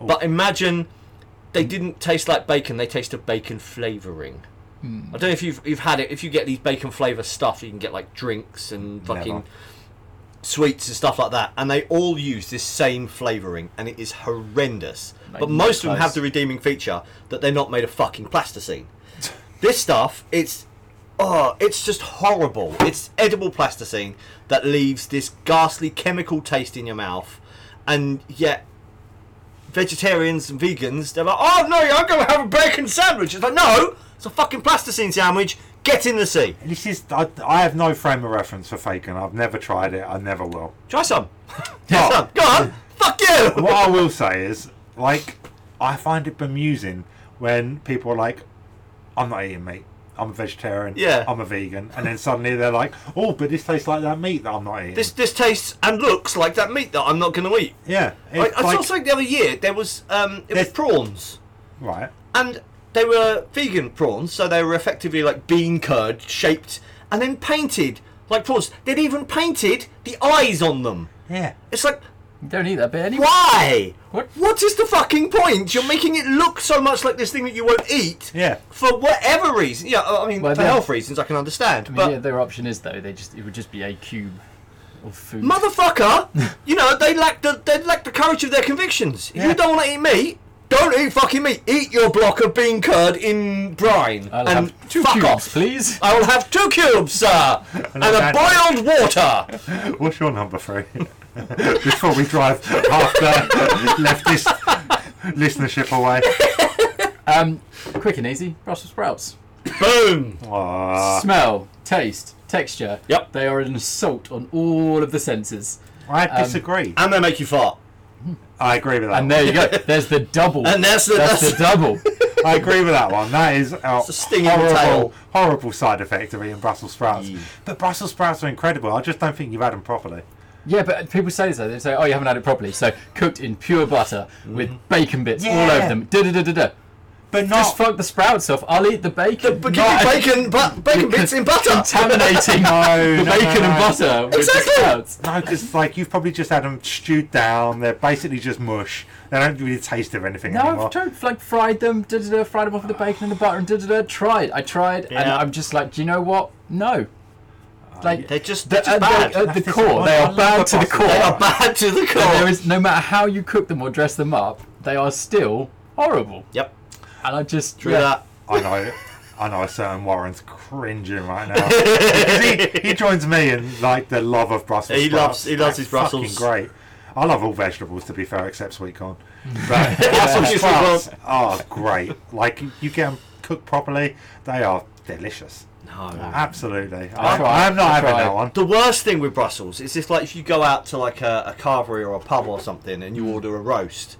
But imagine they didn't taste like bacon; they taste of bacon flavouring. I don't know if you've you've had it. If you get these bacon flavour stuff, you can get like drinks and fucking Never. sweets and stuff like that, and they all use this same flavouring, and it is horrendous. Like but most of them nutcase. have the redeeming feature that they're not made of fucking plasticine. this stuff, it's oh, it's just horrible. It's edible plasticine that leaves this ghastly chemical taste in your mouth, and yet. Vegetarians and vegans, they're like, oh no, I'm going to have a bacon sandwich. It's like, no, it's a fucking plasticine sandwich. Get in the sea. This is. I, I have no frame of reference for faking. I've never tried it. I never will. Try some. *laughs* Try some. Go on. Fuck you. what I will say is, like, I find it bemusing when people are like, I'm not eating meat. I'm a vegetarian. Yeah. I'm a vegan. And then suddenly they're like, oh, but this tastes like that meat that I'm not eating. This this tastes and looks like that meat that I'm not going to eat. yeah. I, It's I saw like, something the other year. There was um, it was There's- prawns, right. and they were vegan prawns, so they were effectively like bean curd shaped, and then painted like prawns. They'd even painted the eyes on them. Yeah. It's like Don't eat that bit anyway. why? What? What is the fucking point? You're making it look so much like this thing that you won't eat. Yeah. For whatever reason, yeah, I mean, Well, for yeah. health reasons, I can understand. I mean, but yeah, their option is though they just it would just be a cube of *laughs* food. motherfucker, you know they lack the they lack the courage of their convictions. If Yeah. you don't want to eat meat, don't eat fucking meat. Eat your block of bean curd in brine I'll and have two fuck cubes, off. please. I will have two cubes, *laughs* sir, and a that- boiled *laughs* water. What's your number three? *laughs* Before we drive after leftist *laughs* listenership away. Um, quick and easy. Brussels sprouts. Boom. Aw, Smell, taste, texture. Uh. Yep. They are an assault on all of the senses. I disagree. And they make you fart. I agree with that. one. And *laughs* there you go. There's the double. And that's the- that's, *laughs* that's- the double. I agree with that one. That is a a sting in the horrible, tail. Mm. horrible side effect of eating Brussels sprouts. But Brussels sprouts are incredible. I just don't think you've had them properly. yeah, but people say this. though. They say, "Oh, you haven't had it properly." So cooked in pure butter with Mm-hmm. bacon bits all Yeah. over them. Da da da da da. But Just not fuck the sprouts off. I'll eat the bacon. Oh. But give me *laughs* *laughs* bacon, but bacon bits in butter. *laughs* Contaminating No, no, the no, bacon no. and butter with Exactly. the sprouts. no, because like you've probably just had them stewed down. They're basically just mush. They don't really taste of anything No, anymore. I've tried, like fried them, da da da, fried them off with the bacon and the butter, and da da da. Tried, I tried, and Yeah. I'm just like, do you know what? No, like They're just the, they're at just the, bad. at the That's core, they are disappointing. bad to the core. They are bad to the And there core. is no matter how you cook them or dress them up, they are still horrible. Yep. And I just True yeah. that. I know. I know a certain Warren's cringing *laughs* right now. 'Cause he, he joins me in like the love of Brussels. He sprouts. loves- he loves They're his Brussels. Fucking great. I love all vegetables to be fair, except sweet corn. But *laughs* Brussels Mm. Sweet sprouts corn. are great. Like you- you get them cooked properly, they are delicious. No, no. Absolutely. I, tried. I am not I having tried. that one. The worst thing with Brussels is if, like, if you go out to like a, a carvery or a pub or something, and you order a roast,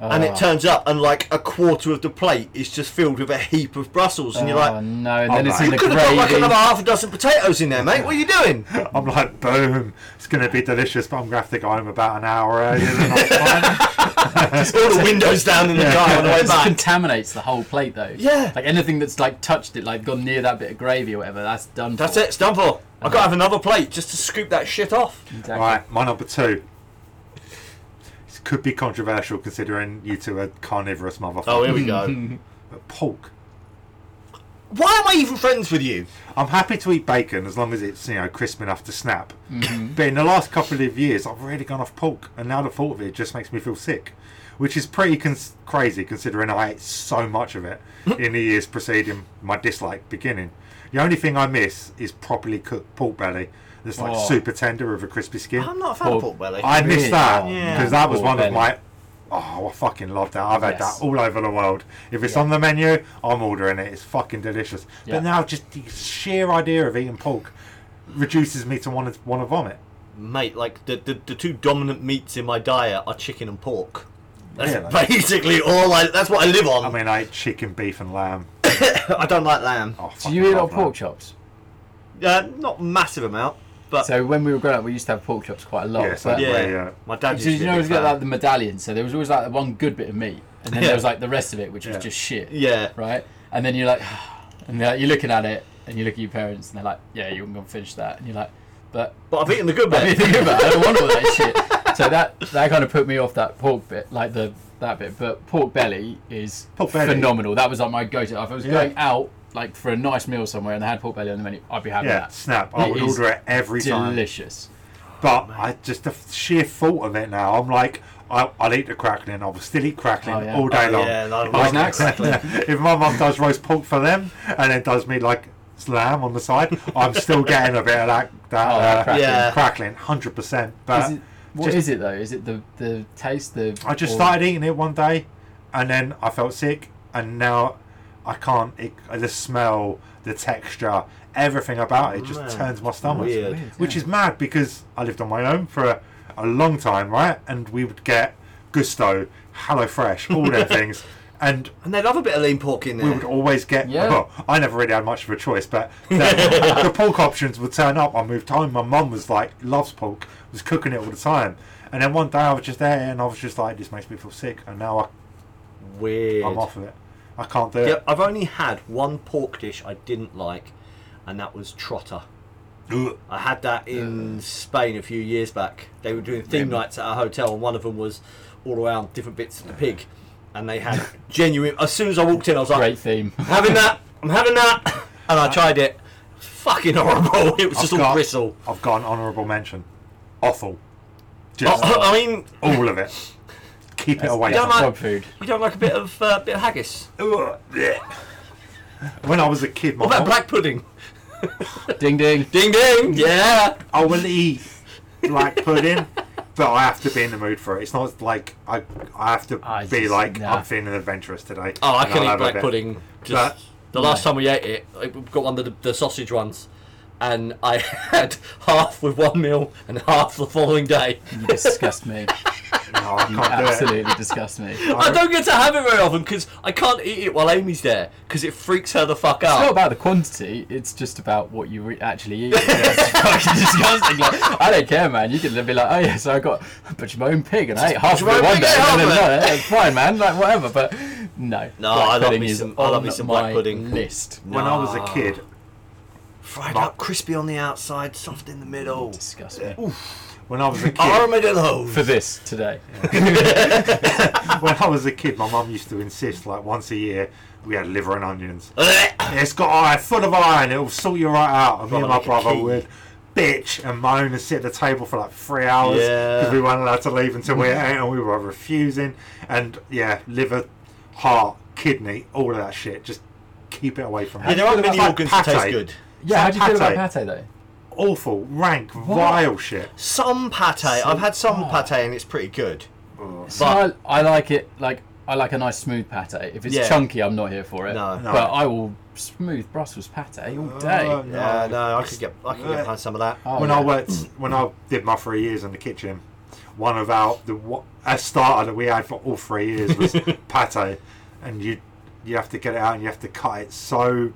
and it Mm. Ah. turns up, and like a quarter of the plate is just filled with a heap of Brussels, and you're oh like, no, and then Oh, it's no. in you the could have got like another gravy. half a dozen potatoes in there, mate. What are you *laughs* doing? I'm like, boom, it's going to be delicious, but I'm going to have to go home about an hour earlier *laughs* than I planned. All the windows down in the car on the way *laughs* It just back. contaminates the whole plate though. Yeah. Like anything that's like touched it, like gone near that bit of gravy or whatever, that's done. That's for. it. It's done for. I've got to have another plate just to scoop that shit off. Exactly. All right, my number two. This could be controversial considering you two are carnivorous motherfuckers. Oh, we go. But pork. *laughs* Why am I even friends with you? I'm happy to eat bacon as long as it's you know crisp enough to snap. But in the last couple of years, I've really gone off pork, and now the thought of it just makes me feel sick, which is pretty cons- crazy considering I ate so much of it in the years preceding my dislike beginning. The only thing I miss is properly cooked pork belly that's like Oh. super tender with a crispy skin. I'm not a fan Well, of pork belly. I miss Really? that Oh, because Yeah. that was Pork one of belly. my. Oh, I fucking love that. I've had Yes. that all over the world. If it's Yeah. on the menu, I'm ordering it. It's fucking delicious. Yeah. But now, just the sheer idea of eating pork reduces me to want to want to vomit. mate, like the, the the two dominant meats in my diet are chicken and pork. That's Yeah, like- basically all I. That's what I live on. I I, *laughs* mean, I eat chicken, beef, and lamb. don't like lamb. Oh, Do you eat a lot love of lamb. pork chops? Uh, not massive amount, but So when we were growing up, we used to have pork chops quite a lot. Yes, but I yeah, Well, yeah. my dad. So used to you be a know, big it's got fan. like the medallion. So there was always like the one good bit of meat, and then there was like the rest of it, which Yeah. was just shit. Yeah. Right. And then you're like, *sighs* and they're like, you're looking at it, and you look at your parents, and they're like, "Yeah, you're gonna finish that," and you're like, "But But I've eaten the *laughs* good what do you bit. think about? it? I don't want all that shit." So that that kind of put me off that pork bit, like the that bit. But pork belly is Pork belly. phenomenal. That was like my go-to. If I was Yeah. going out like for a nice meal somewhere and they had pork belly on the menu, I'd be having Yeah, snap. I It would is order it every that. time. Delicious. Oh, But I just the f- sheer thought of it now, I'm like, I, I'll eat the crackling. I will still eat crackling Oh, yeah. all day Oh, long. yeah, and I If love my- *laughs* snacks. if my mum does roast pork for them and then does me like lamb on the side, I'm still getting a bit of that, that Oh, uh, crackling. Yeah. crackling, hundred percent. But Is it, what Uh, just- is it though? Is it the the taste? The I just or- started eating it one day, and then I felt sick, and now I can't. It, the smell, the texture, everything about it just Man. turns my stomach. Weird. which is mad because I lived on my own for a, a long time, right? And we would get Gusto, HelloFresh, *laughs* all their things, and And they love a bit of lean pork in there. we would always get. Yeah. Well, I never really had much of a choice, but *laughs* the, the pork options would turn up. I moved home. My mum was like, loves pork, was cooking it all the time. And then one day I was just there, and I was just like, this makes me feel sick, and now I, Weird. I'm off of it. I can't do Yeah, I've only had one pork dish I didn't like, and that was trotter. it. Ugh. I had that in Spain a few years back. They were doing theme nights at a hotel, and one of them was all around different bits of the pig. And they had *laughs* genuine. As soon as I walked in, I was like, great *laughs* theme. I'm having that, I'm having that. *laughs* And I tried it. Fucking horrible. *laughs* It was just I've all got- bristle. I've got an honourable mention. Offal. Just I, I mean, all of it. Keep it away. Oh. Don't from like- Dog food. you don't like a bit of uh, bit of haggis? when I was a kid, my What about mum- black pudding? Ding ding. Ding ding. Yeah. I will eat black pudding, but I have to be in the mood for it. It's not like I I have to I be just- like nah. I'm feeling adventurous today. Oh, I and can I'll eat have a black bit. pudding. Just That- the last time we ate it, I we got one of the, the sausage ones, and I *laughs* had half with one meal and half the following day. You disgust *laughs* me. No, I You can't do it. absolutely disgust me. It's I don't get to have it very often because I can't eat it while Amy's there because it freaks her the fuck not out. about the quantity. It's just about what you re- actually eat. *laughs* It's fucking disgusting. Like, I don't care, man. You could be like, oh yeah, so I got I butchered my own pig and I ate half of butchered it my one own day. pig, And then half of another. It's *laughs* fine, man. Like whatever. But no. No, black I love pudding me is some- I love on me some black my pudding. List. When I was a kid, Fried up, crispy on the outside, soft in the middle. Disgust me. when I was *laughs* a kid, Armadillo. *laughs* For this *laughs* today. Oh. when I was a kid, my mum used to insist like once a year we had liver and onions. Blech. It's got iron, full of iron. It'll sort you right out. And me and my Brother, like a brother key. would bitch and moan and sit at the table for like three hours Yeah. because we weren't allowed to leave until *laughs* we ate, and we were refusing. And yeah, liver, heart, kidney, all of that shit. Just keep it away from Yeah, me. there aren't many Like organs that taste pate. good. Yeah. How do you feel pate? about pate though? Awful, rank, vile shit. Some pate. I've had some Oh. pate and it's pretty good. So I, I like it like I like a nice smooth pate. If it's Yeah. chunky, I'm not here for it. No. No. But I will smooth Brussels pate all day. Oh, no. Yeah, no, I could get I could get behind some of that. Oh, when yeah. I worked, Mm. when I did my three years in the kitchen, one of our the wa- a starter that we had for all three *laughs* years was pate, and you you have to get it out and you have to cut it so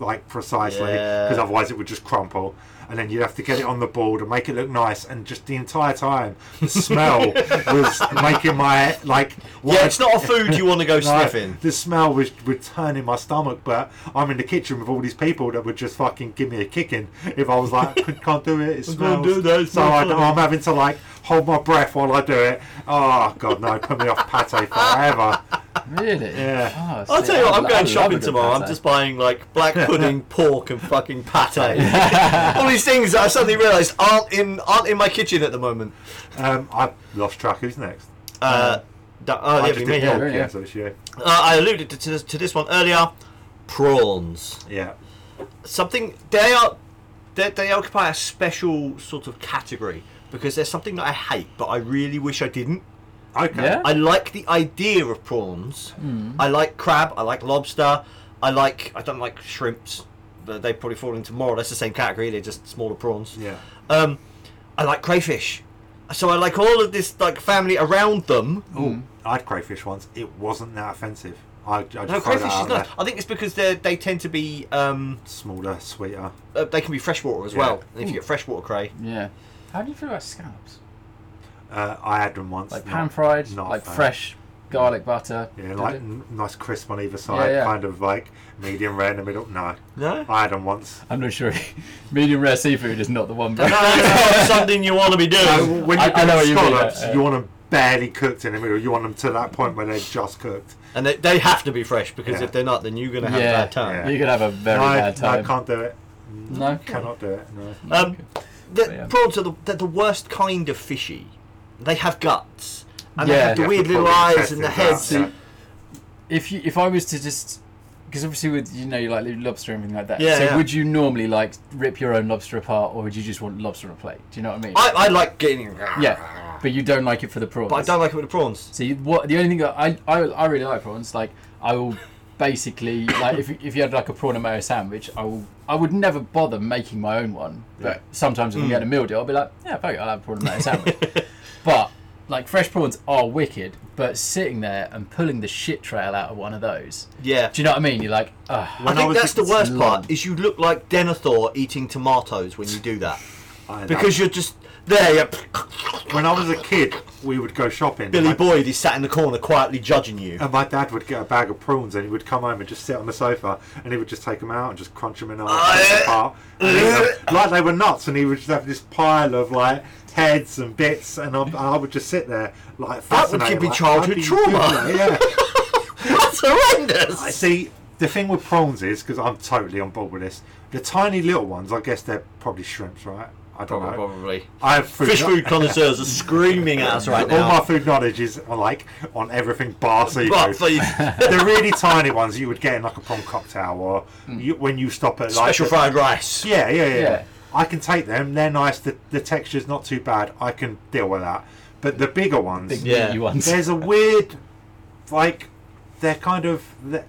like precisely Yeah. because otherwise it would just crumple. And then you have to get it on the board and make it look nice. And just the entire time, *laughs* the smell was making my like. what Yeah, a- it's not a food you want *laughs* to go no, sniffing. The smell was would turn in my stomach, but I'm in the kitchen with all these people that would just fucking give me a kicking if I was like, "I can't do it. *laughs* It can't smells. do that, it's So not I, funny. I'm having to like hold my breath while I do it. Oh god, no, put me off *laughs* pate forever. Really? Yeah. Oh, I'll see, tell you what, I I'm lo- I going love a shopping good tomorrow. I'm pate. just buying like *laughs* black pudding, pork, and fucking pate. *laughs* All these things that I suddenly realised aren't in aren't in my kitchen at the moment. Um, I lost track. Who's next? Uh, da- oh, I yeah, just we did mean, yeah. pork, yeah. yeah, so it's you. Uh, I alluded to, to, this, to this one earlier. Prawns, Yeah. something they are they, they occupy a special sort of category because there's something that I hate, but I really wish I didn't. Okay. Yeah? I like the idea of prawns. I like crab. I like lobster. I like. I don't like shrimps. but They probably fall into more or less the same category. They're just smaller prawns. Yeah. Um, I like crayfish. So I like all of this like family around them. Hmm. Oh, I had crayfish once. It wasn't that offensive. I, I just No, throw that crayfish out is not. there. I think it's because they they tend to be um, Smaller, sweeter. uh, they can be freshwater as Yeah. well. And if you get freshwater cray, Yeah. How do you feel about scallops? Uh, I had them once. Like not- pan fried, not a like fan. fresh garlic butter. Yeah, like Did it- n- nice crisp on either side, yeah. kind of like medium rare in the middle. No, no, I had them once. I'm not sure. *laughs* Medium rare seafood is not the one. *laughs* *laughs* Bro. that's not something you want to be doing. No, when you I- I get know what you mean, scallops, yeah, yeah. you want them barely cooked in the middle. You want them to that point where they're just cooked. And they, they have to be fresh because Yeah. if they're not, then you're going to have Yeah. a bad time. You could have a very no, bad no, I time. can't do it. No? cannot do it. No. Um, the Yeah. prawns are the, they're the worst kind of fishy. They have guts. And they Yeah. have the Yeah, weird the little probably eyes and the tested heads. that, and- If you, if I was to just, because obviously with you know you like lobster and everything like that. Yeah, so yeah. would you normally like rip your own lobster apart, or would you just want lobster on a plate? Do you know what I mean? I, I like getting. yeah, but you don't like it for the prawns. But I don't like it with the prawns. See what the only thing that I, I I really like prawns. Like I *laughs* will basically like if if you had like a prawn and mayo sandwich, I will I would never bother making my own one. But Yeah. sometimes if I'm Mm. getting a meal deal, I'll be like, yeah, fuck it, I'll have a prawn *laughs* and mayo sandwich. but like fresh prawns are wicked, but sitting there and pulling the shit trail out of one of those, Yeah. do you know what I mean? You're like, ah, I When I think was that's the a- worst Lord. part is you look like Denethor eating tomatoes when you do *laughs* that I had because you're just there. You're, that. when I was a kid, we would go shopping. Billy and my, Boyd is sat in the corner quietly judging you. and my dad would get a bag of prawns, and he would come home and just sit on the sofa, and he would just take them out and just crunch them in half, Ah, pick yeah. apart, and eat them, like they were nuts. And he would just have this pile of like heads and bits, and I, I would just sit there like That would fascinated, give me like, how childhood do you do trauma. that? *laughs* Yeah. that's I horrendous. see. The thing with prawns is because I'm totally on board with this. The tiny little ones, I guess they're probably shrimps, right? I don't know. Probably. I have food Fish kno- food connoisseurs are screaming at us right All now. my food knowledge is like on everything bar seafood. But for you- the really tiny ones you would get in like a prawn cocktail or you, when you stop at like special the- fried rice. Yeah, yeah, yeah, Yeah. I can take them. They're nice. The, the texture's not too bad. I can deal with that. But the bigger ones, big Yeah. meaty ones. there's a weird like they're kind of they're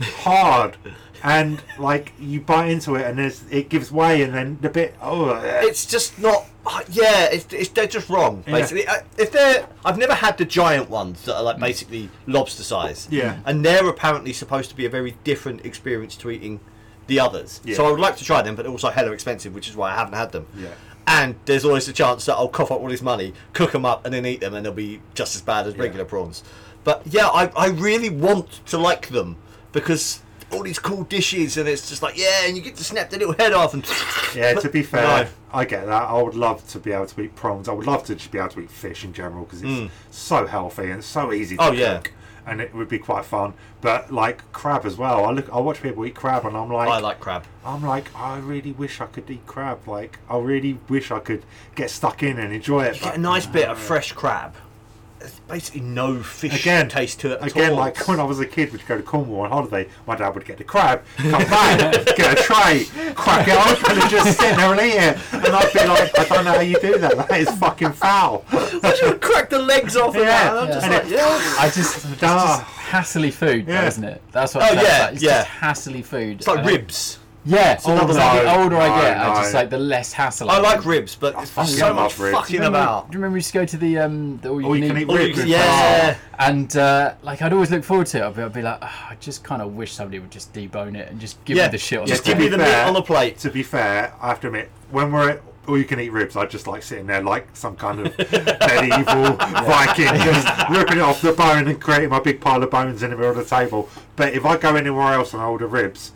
hard and like you bite into it and there's it gives way and then the bit oh eh. It's just not. Yeah, it's, it's, they're just wrong. Basically, I if they're, I've never had the giant ones that are like basically lobster size. Mm. Yeah. and they're apparently supposed to be a very different experience to eating the others. Yeah. So I would like to try them, but they're also hella expensive, which is why I haven't had them. Yeah. And there's always a chance that I'll cough up all this money, cook them up, and then eat them, and they'll be just as bad as regular prawns. But yeah, I, I really want to like them because all these cool dishes, and it's just like, yeah, and you get to snap the little head off. and *laughs* yeah to be fair No. i get that i would love to be able to eat prawns i would love to just be able to eat fish in general because it's so healthy and so easy to Mm. Oh, cook yeah. and it would be quite fun but like crab as well i look i watch people eat crab and i'm I like crab. I'm like, I really wish I could eat crab. Like, I really wish I could get stuck in and enjoy it. You get but- a nice bit of fresh crab. There's basically no fish Again- taste to it at Again, all. *laughs* like when I was a kid, we'd go to Cornwall on holiday. My dad would get the crab, come back, *laughs* get a tray, crack it open, and just sit there and eat it. And I'd be like, I don't know how you do that. That is fucking foul. I should crack the legs off. of Yeah, that, and I'm just and like, it- yeah. I just, *laughs* it's just Ah. hassily food, though, Yeah. isn't it? That's what. Oh, that's yeah, like, it's yeah. just hassily food. It's like And I- ribs. Yeah, Oh, so another like, the one. older I No, get, I no. just like the less hassle. I have. like ribs, but I it's fucking so much love ribs. Do you fucking remember, about. Do you remember we used to go to the um, the all you, Or you can, can eat? eat ribs. can- with yeah. crab. And uh, like I'd always look forward to it. I'd be, I'd be like, "Ah, I just kind of wish somebody would just debone it and just give Yeah, me the shit on just the give To me plate. be the meat on the plate. To be fair, I have to admit, when we're at all you can eat ribs, I just like sitting there like some *laughs* kind of medieval Viking, just ripping it off the bone and creating my big pile of bones in the middle of the table. But if I go anywhere else and I order ribs,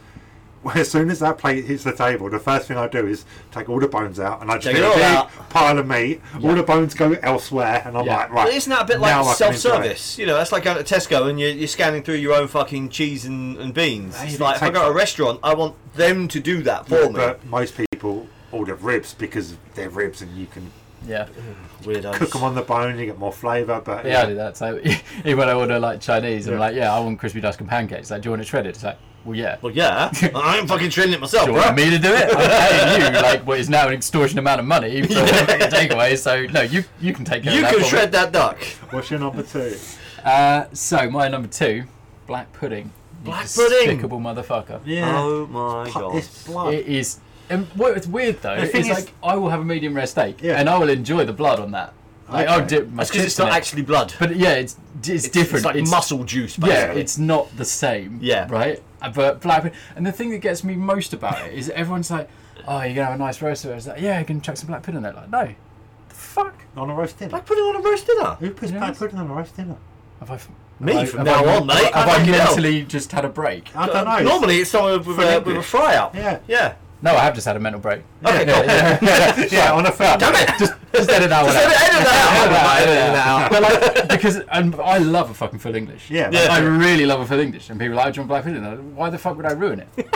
*laughs* well, as soon as that plate hits the table, the first thing I do is take all the bones out and I just Take get it a all big out. pile of meat. All the bones go elsewhere, and I'm Yeah. like, But right. isn't that a bit now I can like enjoy it. self-service? You know, that's like going to Tesco and you're, you're scanning through your own fucking cheese and, and beans. Hey, It's it like if I takes- go to a restaurant, I want them to do that for me. But most people order ribs because they're ribs and you can Yeah, Weirdos. cook them on the bone, you get more flavour. But yeah, I do that. So *laughs* even when I order like Chinese, I'm Yeah. like, yeah, I want crispy dust and pancakes. Like, do you want it shredded? It's like, Well, yeah. Well, *laughs* yeah. I ain't fucking training it myself, Do you bro. want me to do it? I'm paying you like what is now an extortionate amount of *laughs* money for fucking takeaway. So no, you you can take care You of that can for me. shred that duck. What's your number two? Uh, so my number two, black pudding. You Black pudding! despicable motherfucker. Oh my Pu- god. It's blood. It is. And what it's weird though The is, thing is- like I will have a medium rare steak Yeah. and I will enjoy the blood on that. Like I'll Okay. dip my That's because chips it's in not it. actually blood. But yeah, it's it's, different. It's like muscle juice, basically. Yeah, it's not the same. Yeah. Right? Uh, But black pepper. And the thing that gets me most about it is everyone's like, oh, you're going to have a nice roast of it. It's like, yeah, you can chuck some black pudding in there. Like, no. The fuck? on a roast dinner. Black pudding on a roast dinner. Who puts Yeah. black pudding on a roast dinner? Have I. f- Me have I- from have now I- on, mate. Have I Fucking hell. mentally just had a break? I don't know. Uh, Normally it's someone with, an a, with a English. fry up. Yeah. Yeah. No, I have just had a mental break. Okay, cool. yeah, on a film. Damn it! Just Just edit that one edit out. that out. Edit that out. But like, because and I love a fucking full English. Yeah. Yeah. I really love a full English, and people are like "Oh, John Black Pudding. I'm like, Why the fuck would I ruin it?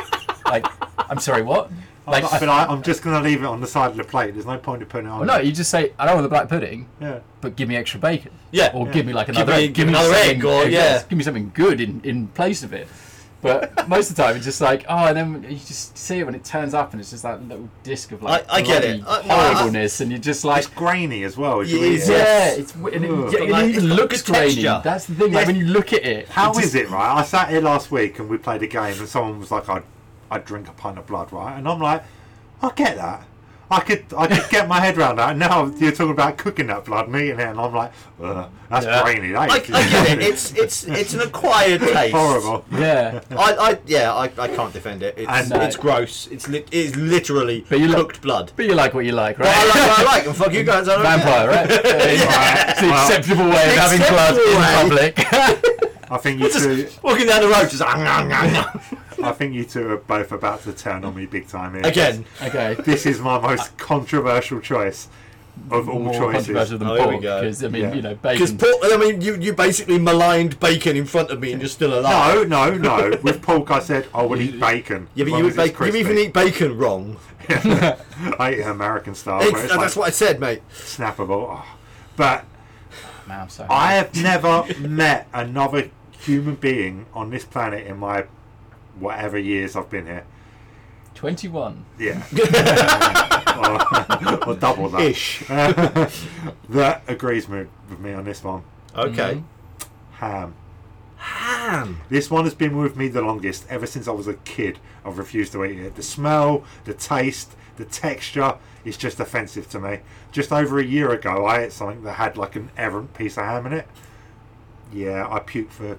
like, I'm sorry, what? Like, I'm, but I, I'm just going to leave it on the side of the plate. There's no point in putting it on. Oh, well, no, you just say I don't want the black pudding, Yeah. but give me extra bacon. Yeah. Or Yeah. give me like another me- egg. give me another something- egg or- uh, yeah. give me something good in, in place of it. But *laughs* most of the time, it's just like oh, and then you just see it when it turns up, and it's just that little disc of like I- I get it. I- bloody no, I- horribleness, and you're just like. It's grainy as well. As you It eat is, it. Yeah, it's w- and it, Ugh. yeah, it Like, even it's got looks good grainy. texture. That's the thing. Like Yeah. when you look at it, How it is just- it, right? I sat here last week and we played a game and someone was like, I'd, I'd drink a pint of blood, right? And I'm like, I get that. I could I could get my head around that. And now you're talking about cooking that blood and eating it, and I'm like, Ugh, that's Yeah. grainy. That I, I is get *laughs* it. It's it's it's an acquired taste. horrible. Yeah, I, I yeah I, I can't defend it. It's, And- No. it's gross. It's li- it's literally But you look- cooked blood. but you like what you like, But I right? like *laughs* what I like. And fuck you guys. I don't care. Vampire, *laughs* right? It's the Well, acceptable way of having blood acceptable in *laughs* public. *laughs* I think you two. Just walking down the road, just "Ah, nah, nah, nah." I think you two are both about to turn on me big time here. again. okay, This is my most controversial choice of all more choices. controversial than Oh, here we pork go. because I mean, Yeah. you know, Because bacon. pork. I mean, you you basically maligned bacon in front of me, and you're still alive. No, no, no. With pork, I said I would eat bacon. Yeah, as but long you, as would it's bake, you even crispy. eat bacon wrong. I eat American style. It's- where it's that's like what I said, mate. snappable. Oh. But Man, I'm so I *laughs* have never met another human being on this planet in my whatever years I've been here. twenty-one. *laughs* Yeah. or, or double that. Ish. *laughs* that agrees with with me on this one. Okay. Ham. Ham. This one has been with me the longest. Ever since I was a kid, I've refused to eat it. The smell, the taste, the texture is just offensive to me. Just over a year ago, I ate something that had like an errant piece of ham in it. Yeah, I puked for,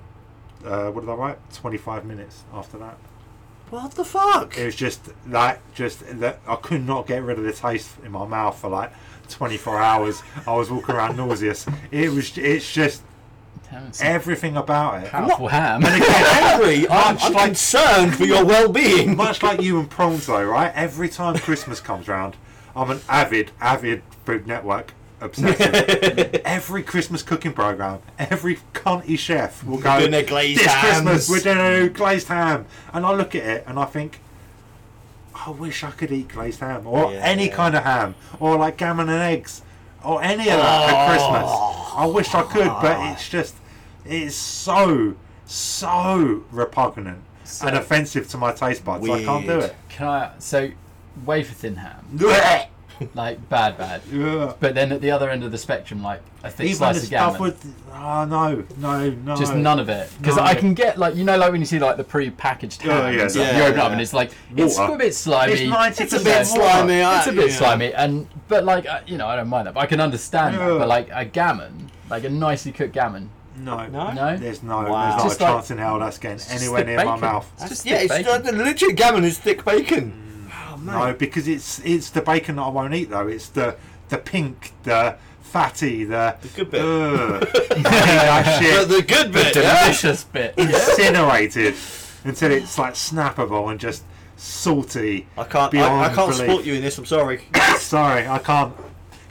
uh, what did I write? 25 minutes after that. What the fuck? It was just that, just that I could not get rid of the taste in my mouth for like 24 hours. I was walking around *laughs* nauseous. It was, it's just Damn, it's everything about it. powerful ham. Henry, I'm, I'm concerned for your *laughs* well-being. *laughs* much like you and prawns though, right? Every time Christmas comes round, I'm an avid, avid Food Network *laughs* obsessive. every Christmas cooking program, every cunty chef will go. doing their glazed this hams." Christmas, we're doing a new glazed ham, and I look at it and I think. I wish I could eat glazed ham or Yeah. any kind of ham or like gammon and eggs or any of that at Christmas. I wish I could, Oh. but it's just it's so so repugnant and offensive to my taste buds. I can't do Weird. it. *laughs* Can I? So wafer thin ham, like bad, bad. Yeah. But then at the other end of the spectrum, like a thick Even the slice of gammon. stuff with oh no no no just none of it because No. I can get like you know like when you see like the pre-packaged Oh, ham and yeah, stuff, yeah, you open it up yeah. and it's like it's Water. a bit slimy It's 90% It's a bit water. slimy. I- it's a bit yeah. slimy and but like I, you know I don't mind that but I can understand that Yeah. but like a gammon like a nicely cooked gammon No, No? No? There's no, Wow. there's not Just a like- chance in hell that's getting just anywhere thick near my bacon. mouth. It's just yeah, thick it's bacon. not, the legit gammon is thick bacon. Oh, No, mate. because it's it's the bacon that I won't eat though. It's the the pink, the fatty, the The good bit. Ugh. *laughs* *laughs* I hate that But shit the good bit, yeah? delicious bit incinerated until it's like snappable and just salty. I can't. I, I beyond can't belief. support you in this. I'm sorry. Sorry, I can't.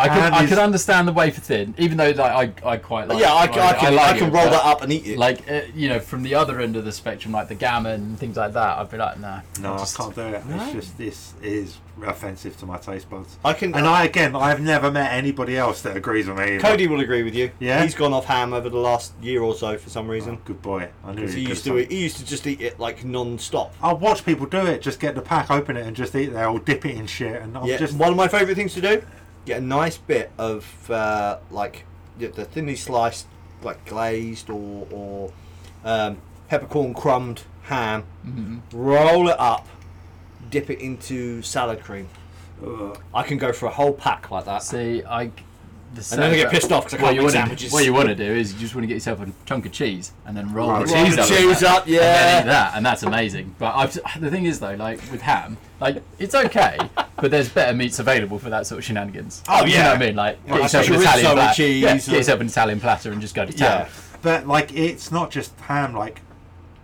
I could, And I is- could understand the wafer thin, even though like I, I quite like. yeah, I, I can, I, like can it, roll but, that up and eat it. Like uh, you know, from the other end of the spectrum, like the gamma and things like that, I'd be like, nah, No, I'll just- I can't do it. No? It's just this is offensive to my taste buds. I can. uh, And I again, I've never met anybody else that agrees with me. either. Cody will agree with you. Yeah? he's gone off ham over the last year or so for some Oh, reason. good boy. I knew 'Cause he could've used to done- eat, he used to just eat it like non-stop. I'll watch people do it. Just get the pack, open it, and just eat there, or dip it in shit, and I'm yeah, just one of my favourite things to do. Get a nice bit of uh, like the the thinly sliced, like glazed or or um, peppercorn crumbed ham. Mm-hmm. Mhm. Roll it up, dip it into salad cream. Ugh. I can go for a whole pack like that. See, I. The And then I get pissed off because I What can't you, make want to, sandwiches. what you want to do is you just want to get yourself a chunk of cheese and then roll Roll the the cheese, Roll up, the in cheese there, up, and then yeah. eat that, and that's amazing. But I've, the thing is, though, like with ham, like it's okay, but there's better meats available for that sort of shenanigans. Oh, you know yeah. what I mean? Like get Like yourself an chorizo Italian with platter, cheese yeah, get or- yourself an Italian platter, and just go to town. yeah, But like, it's not just ham, like,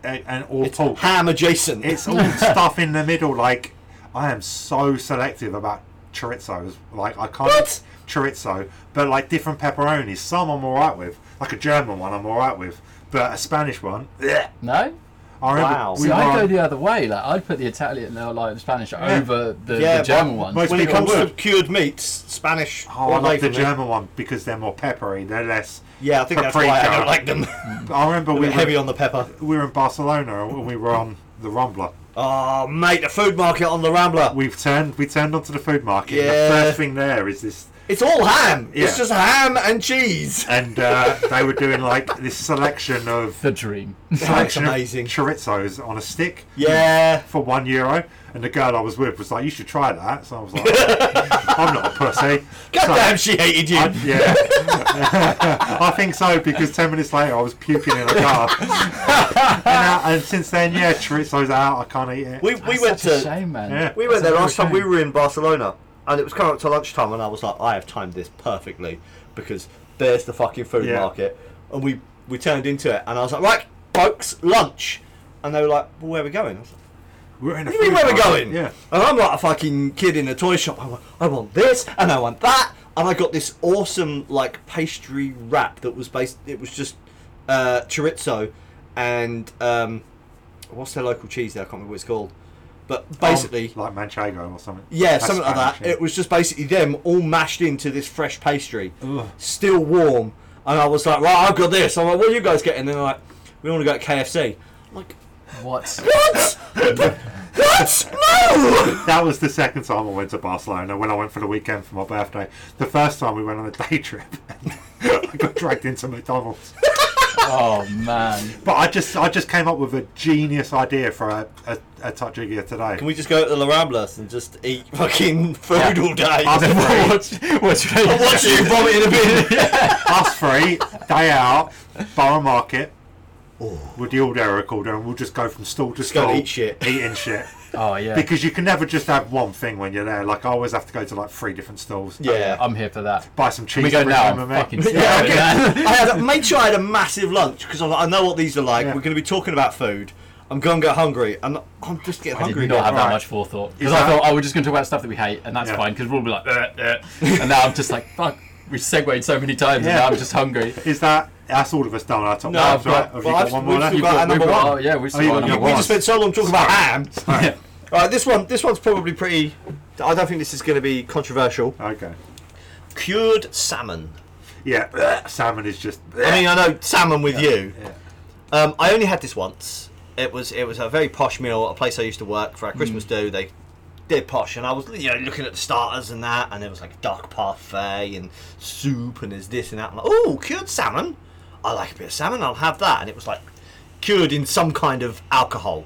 a- and all it's pork. ham adjacent. *laughs* It's all stuff in the middle. Like, I am so selective about chorizos. Like, I can't What? chorizo, but like different pepperonis. Some I'm all right with, like a German one, I'm all right with, but a Spanish one. bleh. No. I remember Wow. we See, were I go on- the other way. Like I'd put the Italian, or like the Spanish, over the, Yeah, the German but- one. but- when it people comes to would. cured meats, Spanish. Oh, I all day like the for me. German one because they're more peppery. They're less. Yeah, I think that's why I paprika. don't *laughs* like them. I remember we We're were, heavy on the pepper. we were in Barcelona and we were on the Rambler. Oh, mate, the food market on the Rambler. We've turned we turned onto the food market. Yeah. And the first thing there is this, It's all ham. It's Yeah. just ham and cheese. and uh, they were doing like this selection of *laughs* the dream. selection amazing. of chorizos on a stick Yeah. for one euro. And the girl I was with was like, "You should try that." So I was like, "I'm not a *laughs* pussy." God So- damn, she hated you. I- yeah, *laughs* I think so because ten minutes later I was puking in a *laughs* car, and, uh, and since then, yeah, chorizo's out. I can't eat it. we we That's went such to a shame, man. Yeah. we went That's there a last time. We hurricane. were in Barcelona, and it was coming up to lunchtime, and I was like, I have timed this perfectly because there's the fucking food Yeah. market, and we we turned into it, and I was like, right, folks, lunch, and they were like, well, where are we going? I was like, We're in a What do you mean where food we're market, going? Yeah. And I'm like a fucking kid in a toy shop. I want, I want this and I want that. And I got this awesome like pastry wrap that was based. It was just uh, chorizo and um, what's their local cheese there? I can't remember what it's called. But basically, Um, like manchego or something. yeah, That's something like that. Spanish, yeah. It was just basically them all mashed into this fresh pastry, Ugh. still warm. And I was like, right, I've got this. I'm like, what are you guys getting? And they're like, we want to go to KFC. I'm like, What? what? *laughs* what? No! That was the second time I went to Barcelona when I went for the weekend for my birthday. The first time we went on a day trip, *laughs* I got dragged into McDonald's. Oh man. But I just, I just came up with a genius idea for a, a, a tachigia today. Can we just go to the La Ramblas and just eat fucking food all day? Us *laughs* three, What's *laughs* what's I'm watching you vomit in a bin. us three, day out, Borough Market. We'll deal with Eric order and we'll just go from stall go to and stall, eat shit. *laughs* eating shit. Oh yeah. Because you can never just have one thing when you're there. Like I always have to go to like three different stalls. Yeah. I'm here for that. Buy some cheese. we go bring now. home I'm with me. *laughs* fucking Yeah, starving, okay. man. *laughs* I had a, made sure I had a massive lunch because I, was like, I know what these are like. Yeah. We're going to be talking about food. I'm going to get hungry. I'm, not, I'm just getting I did hungry. not now. have that Right. much forethought Is because I that- thought, oh, we're just going to talk about stuff that we hate, and that's Yeah. fine because we'll all be like, eh, eh. and now I'm just like, fuck, we segued so many times, Yeah. and now I'm just hungry. Is that that's all of us done our top No, halves, I've got- right? well, Have you got I've- one more we've left? still got- We've at number got- one. Oh yeah, we're still you got on number We number one. just *laughs* spent so long talking about ham. Alright, Right, this one, this one's probably pretty. I don't think this is going to be controversial. Okay. Cured salmon. Yeah, *clears throat* salmon is just. I mean, I know salmon with you. yeah. Um, I only had this once. It was it was a very posh meal at a place I used to work for our Christmas do. They did posh, and I was you know looking at the starters and that, and there was like duck parfait and soup, and there's this and that. I'm like, oh, cured salmon. I like a bit of salmon. I'll have that. And it was like cured in some kind of alcohol,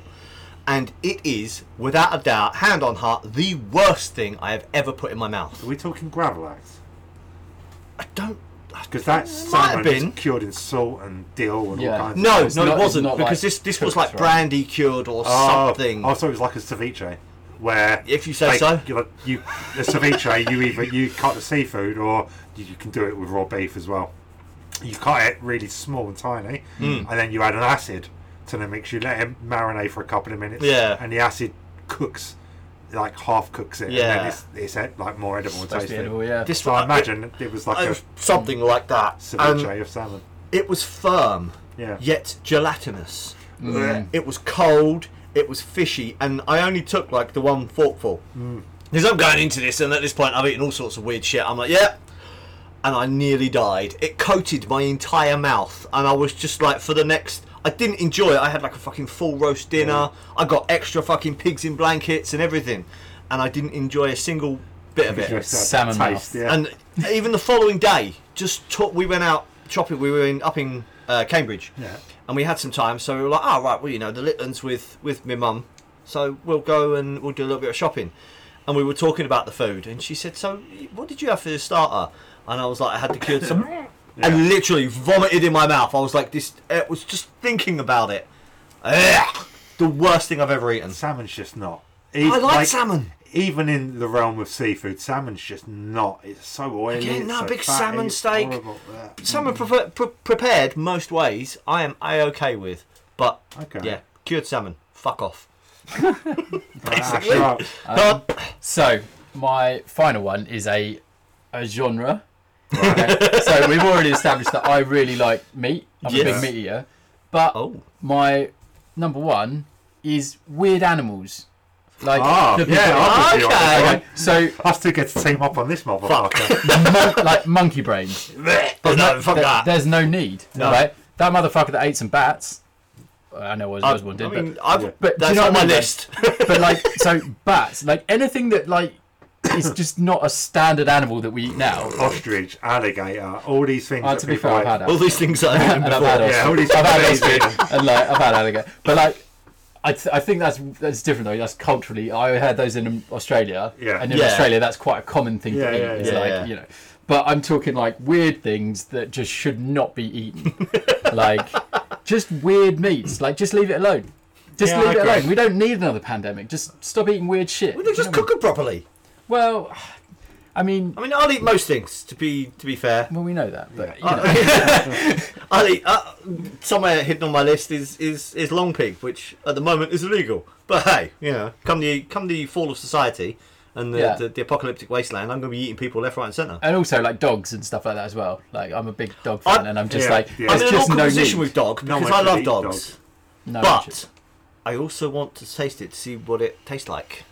and it is without a doubt, hand on heart, the worst thing I have ever put in my mouth. Are we talking gravlax? I don't. I Because that's Might have salmon been. is cured in salt and dill and Yeah. all kinds. of No, It's no, not- it it's wasn't not because like this this was cooked, like right? brandy cured or Oh, something. Oh, so it was like a ceviche, where If you say they- so. You, you the ceviche, you either you cut the seafood or you, you can do it with raw beef as well. You cut it really small and tiny, Hmm. and then you add an acid to the mix. You let it marinate for a couple of minutes, Yeah. and the acid cooks like half cooks it. And Yeah. then it's, it's eh, like more edible and Supposed to tasty. be edible, yeah. This So I imagine it, was like uh, a something like that. Um, ceviche And of salmon. it was firm, Yeah. yet gelatinous. Mm. It was cold. It was fishy, and I only took like the one forkful. Because I'm going into this, and at this point, I've eaten all sorts of weird shit. I'm like, yeah. And I nearly died. It coated my entire mouth, and I was just like, for the next. I didn't enjoy it. I had like a fucking full roast dinner. I got extra fucking pigs in blankets and everything, and I didn't enjoy a single bit of it. Just that Salmon taste, mouth. yeah. And even the following day, just took, we went out chopping. We were in up in uh, Cambridge, Yeah. and we had some time, so we were like, oh, right, well, you know, the Litlands with with my mum, so we'll go and we'll do a little bit of shopping." And we were talking about the food, and she said, "So, what did you have for the starter?" And I was like, "I had the cured some," and literally vomited in my mouth. I was like, "This," it was just thinking about it. Ugh, the worst thing I've ever eaten. Salmon's just not. I like, salmon. Even in the realm of seafood, salmon's just not. It's so oily. Again, it's no, so big fatty, salmon it's steak. horrible, *laughs* yeah. Salmon prefer- pre- prepared most ways, I am a okay with, but Okay. yeah, cured salmon, fuck off. Ah, Basically. *laughs* sharp. But- So my final one is a a genre. Okay, *laughs* so we've already established that I really like meat. I'm a Yes. big meat eater, but *laughs* oh, my number one is weird animals. Like Ah, the yeah, Ah. I'm people- with you on this Okay. one. Okay, so Us two get to team up on this motherfucker. mon- like monkey brains. no, fuck There- that. There's no need. No. Right? That motherfucker that ate some bats. I know what his husband I did, but mean, I've, Yeah. But do that's you know on what my I mean, list. *laughs* *laughs* but like so bats like anything that like is just not a standard animal that we eat now *laughs* Ostrich, alligator, all these things. oh, that to be people fair i've like- had All that these things that I've eaten and i've had before. uh, Yeah, all ostrich these i've had things ostrich that and like i've had alligator but like I, th- I think that's that's different though. That's culturally. I heard those in Australia, Yeah. and in Yeah. Australia, that's quite a common thing Yeah, to eat. yeah, it's yeah. like Yeah. you know, but I'm talking like weird things that just should not be *laughs* eaten, like just weird meats. Like just leave it alone. Just Yeah, I leave it agree. alone. We don't need another pandemic. Just stop eating weird shit. Well, they You just know cook them properly. Well, I mean, I mean, I'll eat most things, to be to be fair. well, we know that, but you know, *laughs* I'll eat, uh, somewhere hidden on my list is, is, is long pig, which at the moment is illegal. But hey, you know, come the come the fall of society and the, Yeah. the, the apocalyptic wasteland, I'm going to be eating people left, right, and centre. Uh, and also like dogs and stuff like that as well. Like, I'm a big dog fan, and I'm just yeah, like, yeah. I'm there's in an just awkward no position need. with dog No because one I should love eat dogs, dogs. no need. but I also want to taste it to see what it tastes like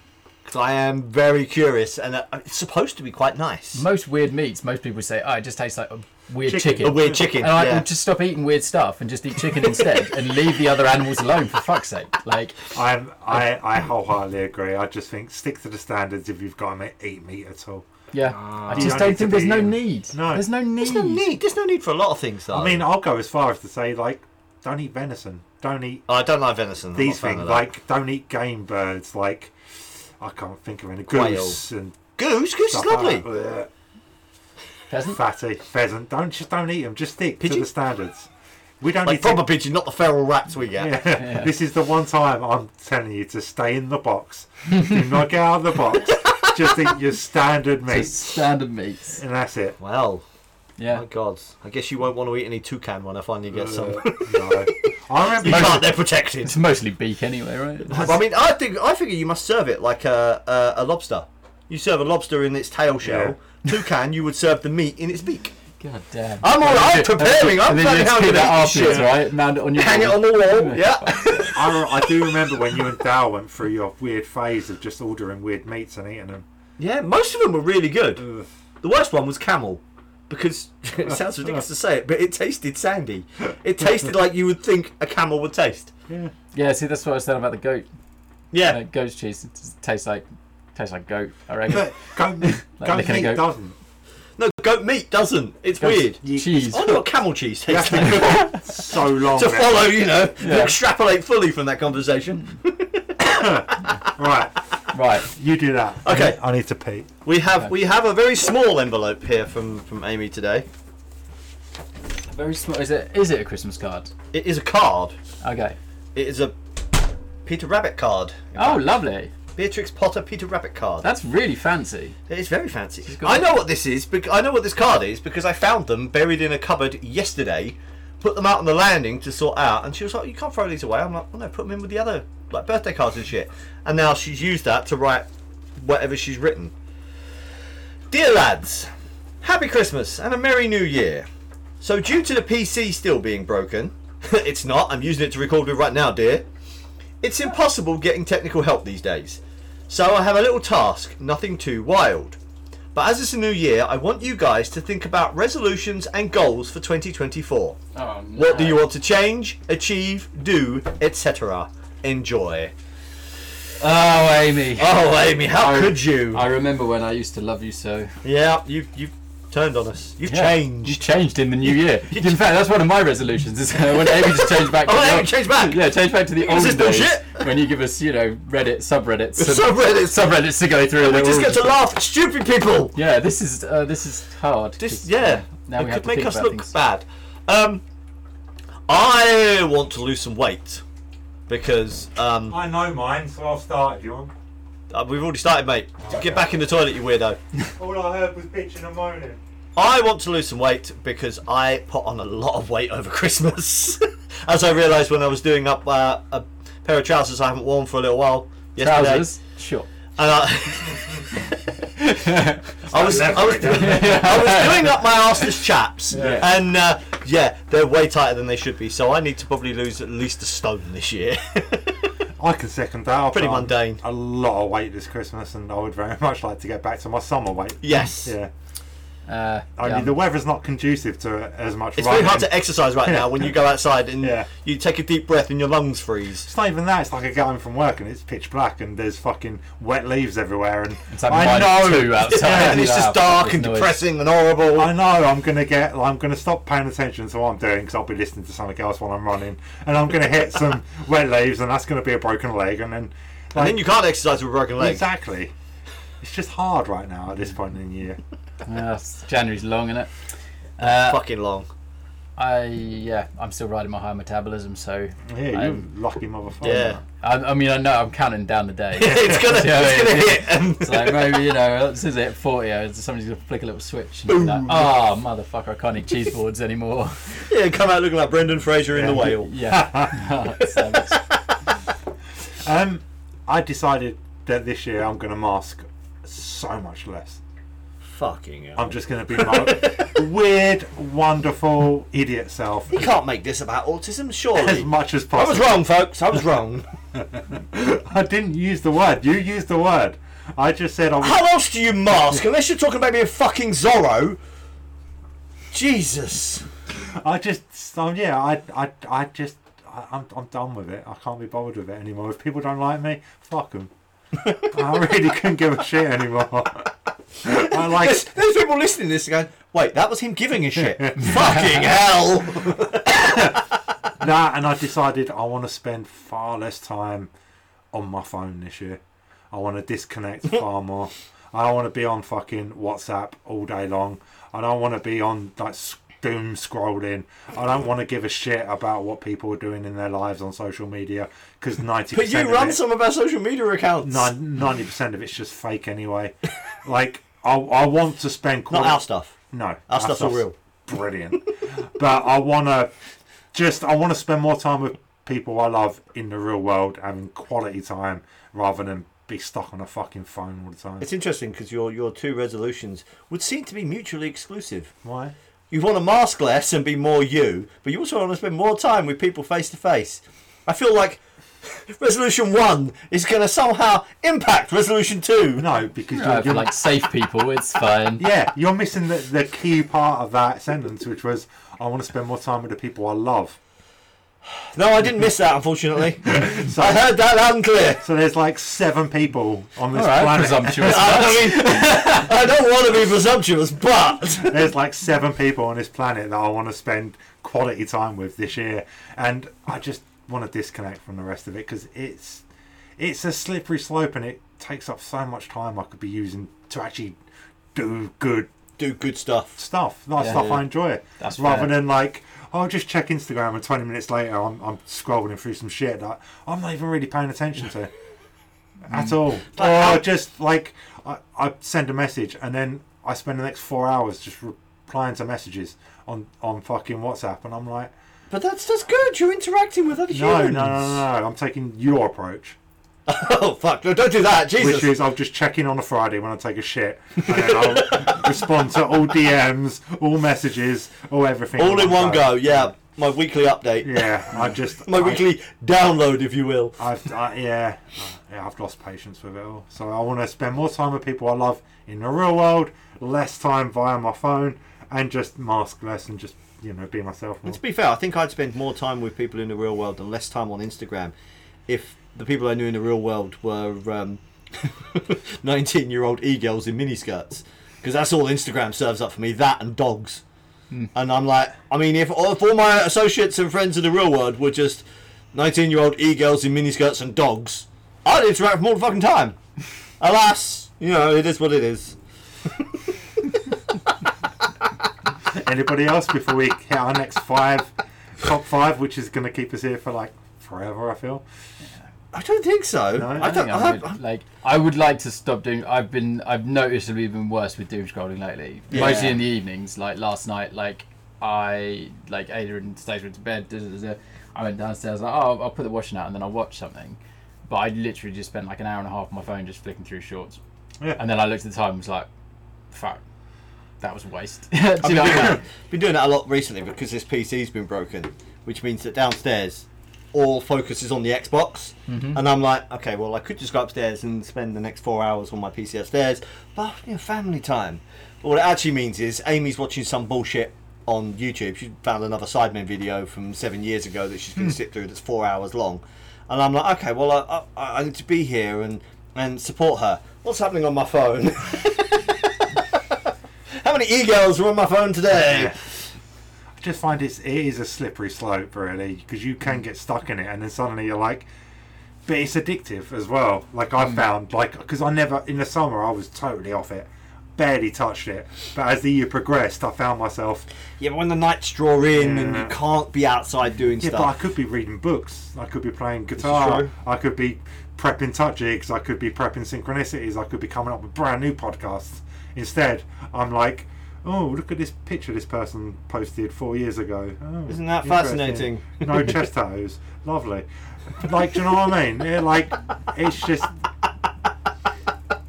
because I am very curious, and uh, it's supposed to be quite nice. most weird meats, most people say, oh, it just tastes like a weird chicken. A weird chicken. and I yeah. well, just stop eating weird stuff and just eat *laughs* chicken instead, and leave the other animals alone for fuck's sake. Like, I'm, I, I wholeheartedly agree. I just think stick to the standards if you've got to eat meat at all. yeah, I Ah, You just don't don't need to think there's be no in- need. No. there's no need. There's no need. There's no need for a lot of things, though. I mean, I'll go as far as to say, like, don't eat venison. Don't eat Oh, I don't like venison. I'm these not a fan things. of that. Like, don't eat game birds. Like, I can't think of any. Quail. Goose and goose, goose is stuff lovely. like that. Pheasant? Fatty, pheasant. Don't just don't eat them. Just stick to Pigeon? the standards. We don't Like need to proper pigeon, not the feral rats we get. *laughs* Yeah. This is the one time I'm telling you to stay in *laughs* the box. Do not get out of the box. Just eat your standard Just meats. standard meats. And that's it. Well, Yeah. my God, I guess you won't want to eat any toucan when I finally get some. Uh, no. *laughs* I You remember can't. They're protected. *laughs* It's mostly beak anyway, right? I mean, I think I figure you must serve it like a a, a lobster. You serve a lobster in its tail shell. Toucan, you would serve the meat in its beak. God damn. I'm all right. I'm And then- preparing. I'm and then you planning just how I'm gonna pick that eat shit. afterwards, right? Mount it on *laughs* your Hang it wall. on the wall. Yeah. I, re- I do remember when you and Dal went through your weird phase of just ordering weird meats and eating them. Yeah. Most of them were really good. Ugh. The worst one was camel. Because *laughs* it sounds ridiculous to say it, but it tasted sandy. It tasted like you would think a camel would taste. Yeah. Yeah, see, that's what I was saying about the goat. *laughs* Yeah. Like, goat's Uh, cheese it just tastes like tastes like goat. I reckon. But *laughs* goat meat, goat licking a meat goat. doesn't. No, goat meat doesn't. It's Goat's weird. Cheese. I wonder what camel cheese *laughs* You tastes have like. to cook it so long. To then. follow, you know, Yeah. extrapolate fully from that conversation. Right. Right. You do that. Okay. I need to pee. We have we have a very small envelope here from from Amy today. Very small. Is it? Is it a Christmas card? It is a card. Okay. It is a Peter Rabbit card. Oh, lovely. Beatrix Potter Peter Rabbit card. That's really fancy. It is very fancy. got- I know what this is. Bec- I know what this card is because I found them buried in a cupboard yesterday. Put them out on the landing to sort out, and she was like, "You can't throw these away." I'm like, "Well, no, put them in with the other like birthday cards and shit." And now she's used that to write whatever she's written. Dear lads, Happy Christmas and a Merry New Year. So, due to the PC still being broken, *laughs* it's not, I'm using it to record with right now, dear. It's impossible getting technical help these days. So, I have a little task, nothing too wild. But as it's a new year, I want you guys to think about resolutions and goals for 2024. Oh, no. What do you want to change, achieve, do, etc.? Enjoy. Oh, Amy. Oh, Amy, how I- could you? I remember when I used to love you so. yeah, you you've turned on us. You've You changed. changed in the new *laughs* year. In fact, that's one of my resolutions. Is uh, when Amy just changed back. Oh, to the Amy old- changed back. Yeah, change back to the Is old this days bullshit? when you give us, you know, *laughs* Reddit subreddits, sub- Subreddits. subreddits to go through. and We they're just all get to laugh at stupid people. Yeah, this is uh, this is hard. This, 'cause, uh, yeah, now it we have could to make think us about look things. bad. Um, I want to lose some weight because um, I know mine, so I'll start if you want. uh, we've already started, mate. Get back in the toilet, you weirdo. All I heard was bitching and moaning. I want to lose some weight because I put on a lot of weight over *laughs* Christmas, as I realised when I was doing up uh, a pair of trousers I haven't worn for a little while yesterday. trousers. Sure. And I, I was, I was, *laughs* I was doing up my arse as chaps, Yeah. and uh, yeah, they're way tighter than they should be. So I need to probably lose at least a stone this year. *laughs* I can second that. I've Pretty put on mundane. A lot of weight this Christmas, and I would very *laughs* much like to get back to my summer weight. yes, Yeah. Uh, Only yeah. the weather's not conducive to it as much. it's very hard running. to e- exercise right now when you go outside and Yeah. you take a deep breath and your lungs freeze. It's not even that. It's like I get home from work and it's pitch black and there's fucking wet leaves everywhere and It's like I minus know. two outside. *laughs* Yeah, and it's loud, just dark and noise. depressing and horrible. I know I'm gonna get. I'm gonna stop paying attention to what I'm doing because I'll be listening to something else while I'm running, and I'm gonna *laughs* hit some wet leaves, and that's gonna be a broken leg, and then. and then you can't exercise with a broken leg. Exactly. It's just hard right now at this point in the year. Yeah, it's- uh, January's long, isn't it? Uh, Fucking long. I yeah, I'm still riding my high metabolism, so Yeah, you I'm- lucky motherfucker. Yeah. I, I mean I know I'm counting down the days. Oh, *laughs* it's *laughs* gonna, Yeah, it's yeah, gonna yeah. hit. and- It's like maybe you know this is it, forty. hours, Somebody's gonna flick a little switch and be like, "Ah, motherfucker, I can't *laughs* eat cheese boards anymore." yeah, come out looking like Brendan Fraser in Yeah. the whale. *laughs* yeah. *laughs* *laughs* So it's- Um, I decided that this year I'm gonna mask so much less. Fucking hell. I'm just gonna *laughs* be my weird, wonderful idiot self You can't make this about autism, as surely. much as I was possible. wrong, folks. I was *laughs* wrong. I didn't use the word. You used the word. I just said I was How else do you mask? Unless you're talking about being fucking Zorro. Jesus. I just, um, yeah, I, I, I just, I, I'm, I'm done with it. I can't be bothered with it anymore. If people don't like me, fuck them. *laughs* I really couldn't give a shit anymore. *laughs* I like, There's, there's people listening to this going, wait, that was him giving a *laughs* shit. fucking hell. nah, and I decided I want to spend far less time on my phone this year. I want to *laughs* disconnect far more. I want to be on fucking WhatsApp all day long. I don't want to be on like s- doom scrolling. I don't want to give a shit about what people are doing in their lives on social media because ninety. But you run some of our social media accounts. ninety percent of it's just fake anyway. *laughs* like I, I want to spend Not quality. our stuff. No, our, stuff's all real. Brilliant, but I want to just I want to spend more time with people I love in the real world, having quality time rather than be stuck on a fucking phone all the time. It's interesting because your, your two resolutions would seem to be mutually exclusive. Why? You want to mask less and be more you, but you also want to spend more time with people face to face. I feel like *laughs* resolution one is going to somehow impact resolution two. No, because No, you're, uh, for you're like safe people, it's fine. yeah, you're missing the, the key part of that sentence, which was I want to spend more time with the people I love. No, I didn't miss that, *laughs* unfortunately. So, I heard that loud and clear. so there's like seven people on this All right, planet. presumptuous. I mean, *laughs* I don't want to be presumptuous, but *laughs* There's like seven people on this planet that I want to spend quality time with this year, and I just want to disconnect from the rest of it because it's it's a slippery slope and it takes up so much time I could be using to actually do good do good stuff. stuff, nice Yeah. stuff I enjoy. That's rather fair. than like. oh, I'll just check Instagram, and 20 minutes later, I'm, I'm scrolling through some shit that I'm not even really paying attention *laughs* to at all. Mm. Or just like I, I send a message and then I spend the next four hours just replying to messages on, on fucking WhatsApp, and I'm like, But that's that's good. You're interacting with other no, no, humans. no, no, no, I'm taking your approach. *laughs* Oh fuck! No, don't do that, Jesus. Which is, I'll just check in on a Friday when I take a shit, and then I'll *laughs* respond to all DMs, all messages, all everything. All in one go. Yeah, my weekly update, Yeah, *laughs* I just my I, weekly download, if you will. I've I, yeah, I- yeah, I've lost patience with it all. So I want to spend more time with people I love in the real world, less time via my phone, and just mask less and just you know be myself more. And to be fair, I think I'd spend more time with people in the real world and less time on Instagram if the people I knew in the real world were um, *laughs* 19 year old e girls in miniskirts. Because that's all Instagram serves up for me that and dogs. And I'm like, I mean, if, if all my associates and friends in the real world were just 19 year old e girls in miniskirts and dogs, I'd interact more fucking *laughs* time. Alas, you know, it is what it is. Anybody else before we hit our next five top five, which is going to keep us here for like forever? I feel. I don't think so. No, I I I don't. um, think I- I'm good. like I would like to stop doing. I've been I've noticeably been worse with doom scrolling lately. Yeah. Mostly in the evenings. Like last night, like I like Ada and Stace went to bed. Da, da, da, da. I went downstairs. Like oh, I'll put the washing out and then I'll watch something. But I literally just spent like an hour and a half on my phone just flicking through shorts. Yeah. And then I looked at the time and was like, fuck, that was a waste. *laughs* Do you know what I been, doing mean? that, *laughs* been doing that a lot recently because this PC's been broken, which means that downstairs all focus is on the Xbox. And I'm like, okay, well, I could just go upstairs and spend the next four hours on my PC upstairs, but you know, family time. But what it actually means is Amy's watching some bullshit on YouTube. She found another Sidemen video from seven years ago that she's going to sit through that's four hours long. And I'm like, okay, well, I, I, I need to be here and, and support her. What's happening on my phone? *laughs* How many e-girls were on my phone today? I just find it's it is a slippery slope really because you can get stuck in it and then suddenly you're like, but it's addictive as well. Like I found like because I never in the summer I was totally off it, barely touched it. But as the year progressed, I found myself Yeah, but when the nights draw in and you Yeah. can't be outside doing yeah, but I stuff. could be reading books, I could be playing guitar, true. I could be prepping touchics, I could be prepping synchronicities, I could be coming up with brand new podcasts. Instead, I'm like. Oh, look at this picture this person posted four years ago. Oh, Isn't that interesting. fascinating? *laughs* no chest tattoos. Lovely. Like, do you know what I mean? Yeah, like, it's just.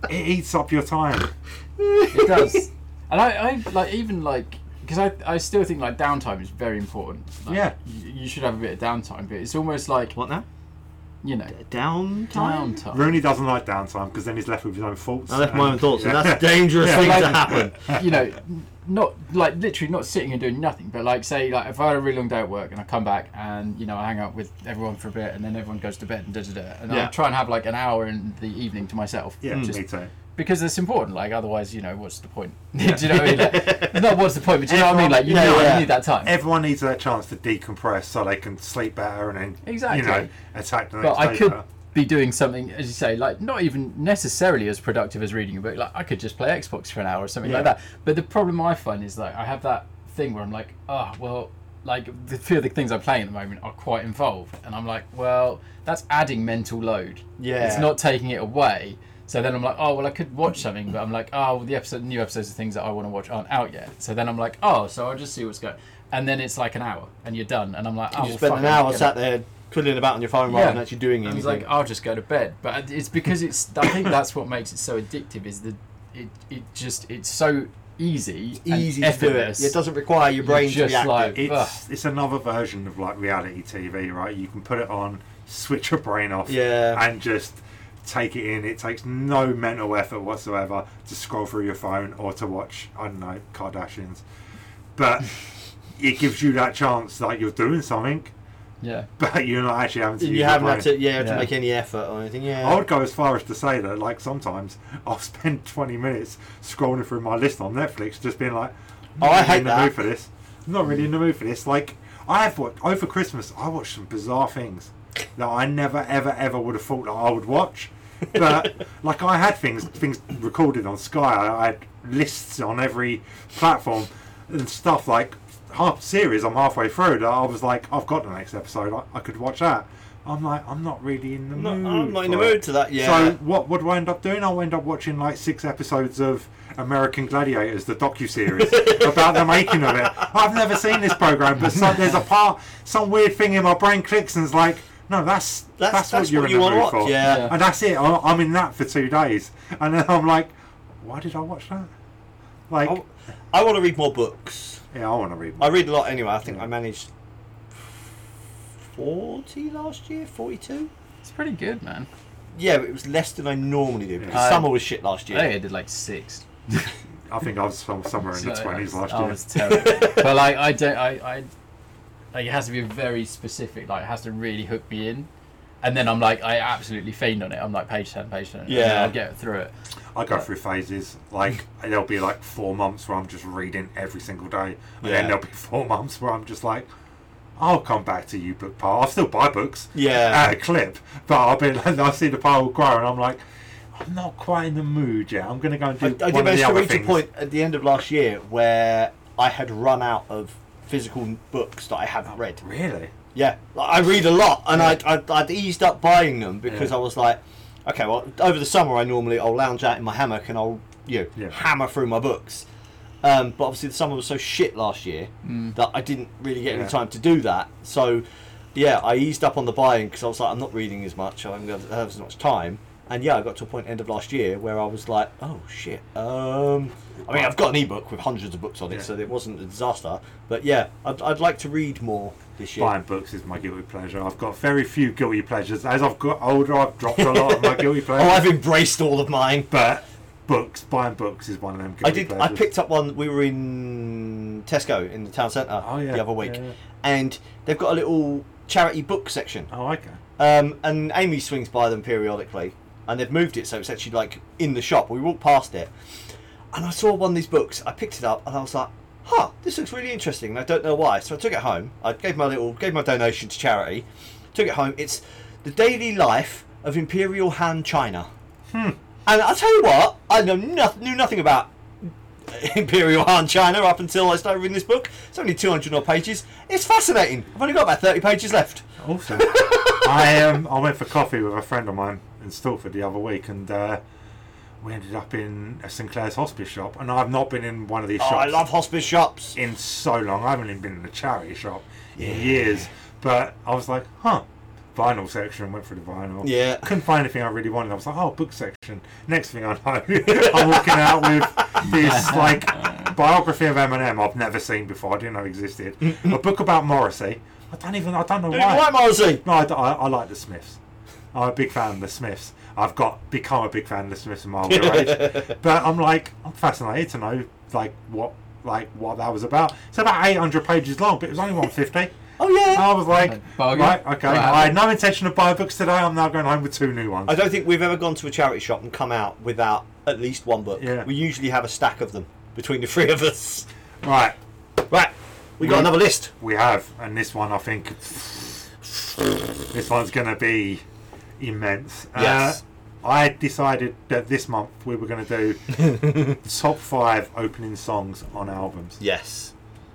It eats up your time. *laughs* it does. And I, I like even like because I, I still think like downtime is very important. Like, Yeah. You, you should have a bit of downtime, but it's almost like What now? you know Downtime. downtime. Rooney doesn't like downtime because then he's left with his own thoughts. I left my own and- thoughts, and *laughs* Yeah. that's a dangerous Yeah. thing to Like- happen. you know, n- not like literally not sitting and doing nothing, but like say like if I had a really long day at work and I come back and you know I hang out with everyone for a bit and then everyone goes to bed and da da da, and Yeah. I try and have like an hour in the evening to myself. Yeah, just- me Hmm. too. because it's important. Like otherwise, you know, what's the point? *laughs* do you know what I mean? *laughs* Like, not what's the point, but do you know what I mean? Like you Yeah, know, yeah. you need that time. Everyone needs that chance to decompress so they can sleep better and then, Exactly. you know, attack the next but I day could better. be doing something, as you say, like not even necessarily as productive as reading a book. Like I could just play Xbox for an hour or something like Yeah. that. But the problem I find is like I have that thing where I'm like, oh well, like the few of the things I'm playing at the moment are quite involved, and I'm like, well, that's adding mental load. Yeah. it's not taking it away. So then I'm like, oh well, I could watch something, but I'm like, oh, well, the episode, new episodes of things that I want to watch aren't out yet. So then I'm like, oh, so I'll just see what's going. And then it's like an hour, and you're done. And I'm like, oh, you well, spend fuck, an I'm hour gonna- sat there twiddling about on your phone rather than actually doing and anything. It's like I'll just go to bed, but it's because it's. I think that's what makes it so addictive. Is that it? It just it's so easy, and Easy to do it. effortless. It doesn't require your You're brain to be just active. like- It's, it's another version of like reality TV, right? You can put it on, switch your brain off, Yeah. and just take it in. It takes no mental effort whatsoever to scroll through your phone or to watch, I don't know, Kardashians. *laughs* But it gives you that chance that you're doing something, *laughs* Yeah, but you're not actually having to use you your haven't brain. had to, yeah, to Yeah. make any effort or anything. Yeah. I would go as far as to say that, like, sometimes I'll spend 20 minutes scrolling through my list on Netflix, just being like, I'm Oh, not I really hate in the that. mood for this. I'm not really in the mood for this. Like, I have watched, over Christmas, I watched some bizarre things that I never, ever, ever would have thought that I would watch. *laughs* But, like, I had things things recorded on Sky, I, I had lists on every platform and stuff like half series I'm halfway through that I was like, I've got the next episode, I, I could watch that. I'm like, I'm not really in the I'm mood. not, I'm not in the for it. mood to that. Yeah. So what would I end up doing? I'll end up watching like six episodes of American Gladiators, the docu *laughs* series about the making of it. I've never seen this program, but some, there's a part, some weird thing in my brain clicks and is like, No, that's That's that's, that's, what you're in the want mood to watch. for. Yeah. Yeah. And that's it. I- I'm in that for two days, and then I'm like, why did I watch that? Like, I, I want to read more books. yeah, I want to read. I More. read a lot anyway. I think Yeah. I managed forty last year, forty-two. It's pretty good, man. Yeah, but it was less than I normally do because Yeah. summer was shit last year. I think I did like six. I think I was some, somewhere in the *laughs* So, twenties I was- last I year. *laughs* was terrible. but like, I don't. I, I like it has to be very specific. Like, it has to really hook me in. And then I'm like, I absolutely fiend on it. I'm like page ten, page ten. and then Yeah. I'll get through it. I go through phases. *laughs* Like there'll be like four months where I'm just reading every single day, and then Yeah. there'll be *laughs* four months where I'm just like, I'll come back to you book pile. I'll still buy books Yeah. at a clip, but I'll be like, I see the pile grow, and I'm like, I'm not quite in the mood yet. I'm gonna go and do I, I one did of the manage to other reach things. a point at the end of last year where I had run out of physical books that I hadn't read. Really? Yeah, like, I read a lot, and I'd, I'd, I'd eased up buying them because Yeah. I was like, okay, well, over the summer I normally I'll lounge out in my hammock and I'll you know, Yeah. hammer through my books. Um, but obviously the summer was so shit last year that I didn't really get Mm. Yeah. any time to do that. So yeah, I eased up on the buying because I was like, I'm not reading as much. I haven't got I don't have as much time. And yeah, I got to a point end of last year where I was like, oh shit. Um, I mean, I've got an ebook with hundreds of books on it, Yeah. so it wasn't a disaster. But yeah, I'd, I'd like to read more this year. Buying books is my guilty pleasure. I've got very few guilty pleasures. As I've got older, I've dropped a lot *laughs* of my guilty Oh, pleasures. I've embraced all of mine. But books, buying books is one of them guilty I did. I pleasures. picked up one. We were in Tesco in the town centre Oh, yeah, the other week, yeah, yeah. and they've got a little charity book section. Oh, okay. Um, and Amy swings by them periodically, and they've moved it so it's actually like in the shop. We walked past it, and I saw one of these books. I picked it up, and I was like, "Huh, this looks really interesting." And I don't know why, so I took it home. I gave my little gave my donation to charity. Took it home. It's the daily life of Imperial Han China. And I tell you what, I know noth- knew nothing about *laughs* Imperial Han China up until I started reading this book. It's only 200 odd pages. It's fascinating. I've only got about 30 pages left. Awesome. I um, I went for coffee with a friend of mine in Stilford the other week, and uh, we ended up in a Sinclair's hospice shop. And I've not been in one of these Oh, I shops love hospice shops. in so long. I haven't even been in a charity shop in years. But I was like, huh, vinyl section. Went for the vinyl. Yeah. Couldn't find anything I really wanted. I was like, oh, book section. Next thing I know, *laughs* I'm walking out with this like biography of Eminem I've never seen before. I didn't know existed. a book about Morrissey. I don't even. I don't know Don't you like Morrissey? no, I, I, I like the Smiths. I'm a big fan of the Smiths. I've got become a big fan of the Smiths in my older age. But I'm like, I'm fascinated to know like what like what that was about. It's about 800 pages long, but it was only 150. *laughs* Oh, yeah. I was like, Bargain. right, okay. Right. I had no intention of buying books today. I'm now going home with two new ones. I don't think we've ever gone to a charity shop and come out without at least one book. Yeah. We usually have a stack of them between the three of us. Right, Right, we got We- another list. we have, and this one I think this one's going to be immense. Yes. Uh, I decided that this month we were going *laughs* to do top five opening songs on albums. Yes.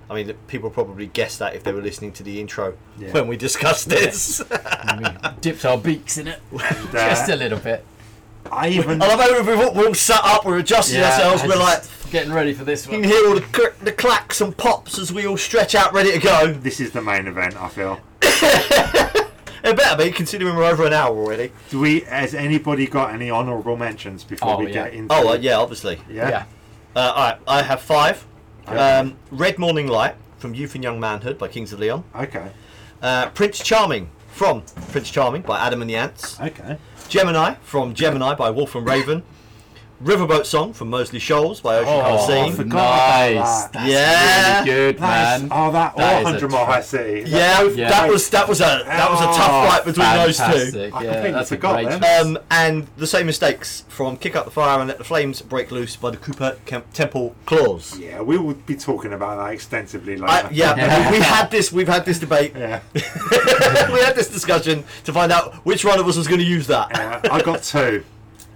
I mean, people probably guessed that if they were listening to the intro Yeah. when we discussed this. And we dipped our beaks in it *laughs* just a little bit. Uh, I *laughs* even I love how we've all- we're all sat up, we're adjusting ourselves, I we're like, just getting ready for this you *laughs* one. can hear all the, cr- the clacks and pops as we all stretch out ready to go. this is the main event. I feel. It better be, considering we're over an hour already. Do we? Has anybody got any honourable mentions before Oh, we yeah. get into? Oh, uh, yeah, obviously. yeah. yeah. Uh, alright, I have five. Okay. Um, Red Morning Light from Youth and Young Manhood by Kings of Leon. Okay. Uh, Prince Charming from Prince Charming by Adam and the Ants. Okay. Gemini from Gemini by Wolf and Raven. Riverboat Song from Mosley Shoals by Ocean Oh, Coliseum. I forgot about nice. that. That's Yeah. really good, That is, man. oh, that. That or is a hundred mile high track. sea. Yeah, Yeah. that was that was a that was a Oh, tough fight between those two. Fantastic. I Yeah, completely that's a forgot great them. choice. Um, and the same mistakes from "Kick Up the Fire" and "Let the Flames Break Loose" by the Cooper Kem- Temple Claws. Yeah, we will be talking about that extensively later. I, yeah, we, we had this. We've had this debate. Yeah. *laughs* we had this discussion to find out which one of us was going to use *laughs* that. Uh, I got two.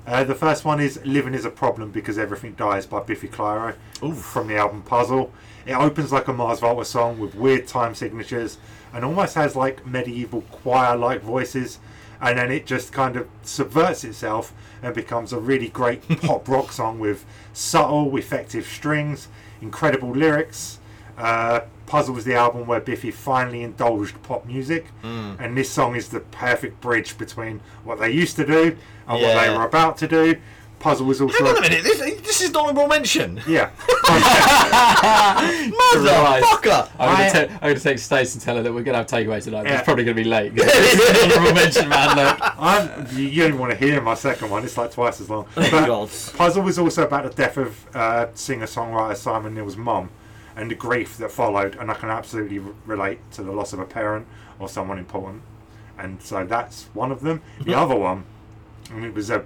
Uh, the first one is "Living is a Problem Because Everything Dies" by Biffy Clyro from the album Puzzle. It opens like a Mars Volta song with weird time signatures and almost has like medieval choir-like voices, and then it just kind of subverts itself and becomes a really great pop rock song with subtle, effective strings, incredible lyrics, Uh, Puzzle was the album where Biffy finally indulged pop music, Mm. and this song is the perfect bridge between what they used to do and what they Yeah. were about to do. Puzzle was also Hang on a minute, this, this is an honourable mention. yeah. *laughs* *laughs* Motherfucker! I'm I- going to take Stace and tell her that we're going to have takeaway tonight. but Yeah. It's probably going to be *laughs* late. Honorable mention, man. Look. I'm, you, you don't want to hear my second one. It's like twice *laughs* as long. But God. Puzzle was also about the death of uh, singer-songwriter Simon Neil's mum and the grief that followed, and I can absolutely r- relate to the loss of a parent or someone important. And so that's one of them. *laughs* The other one, and it was a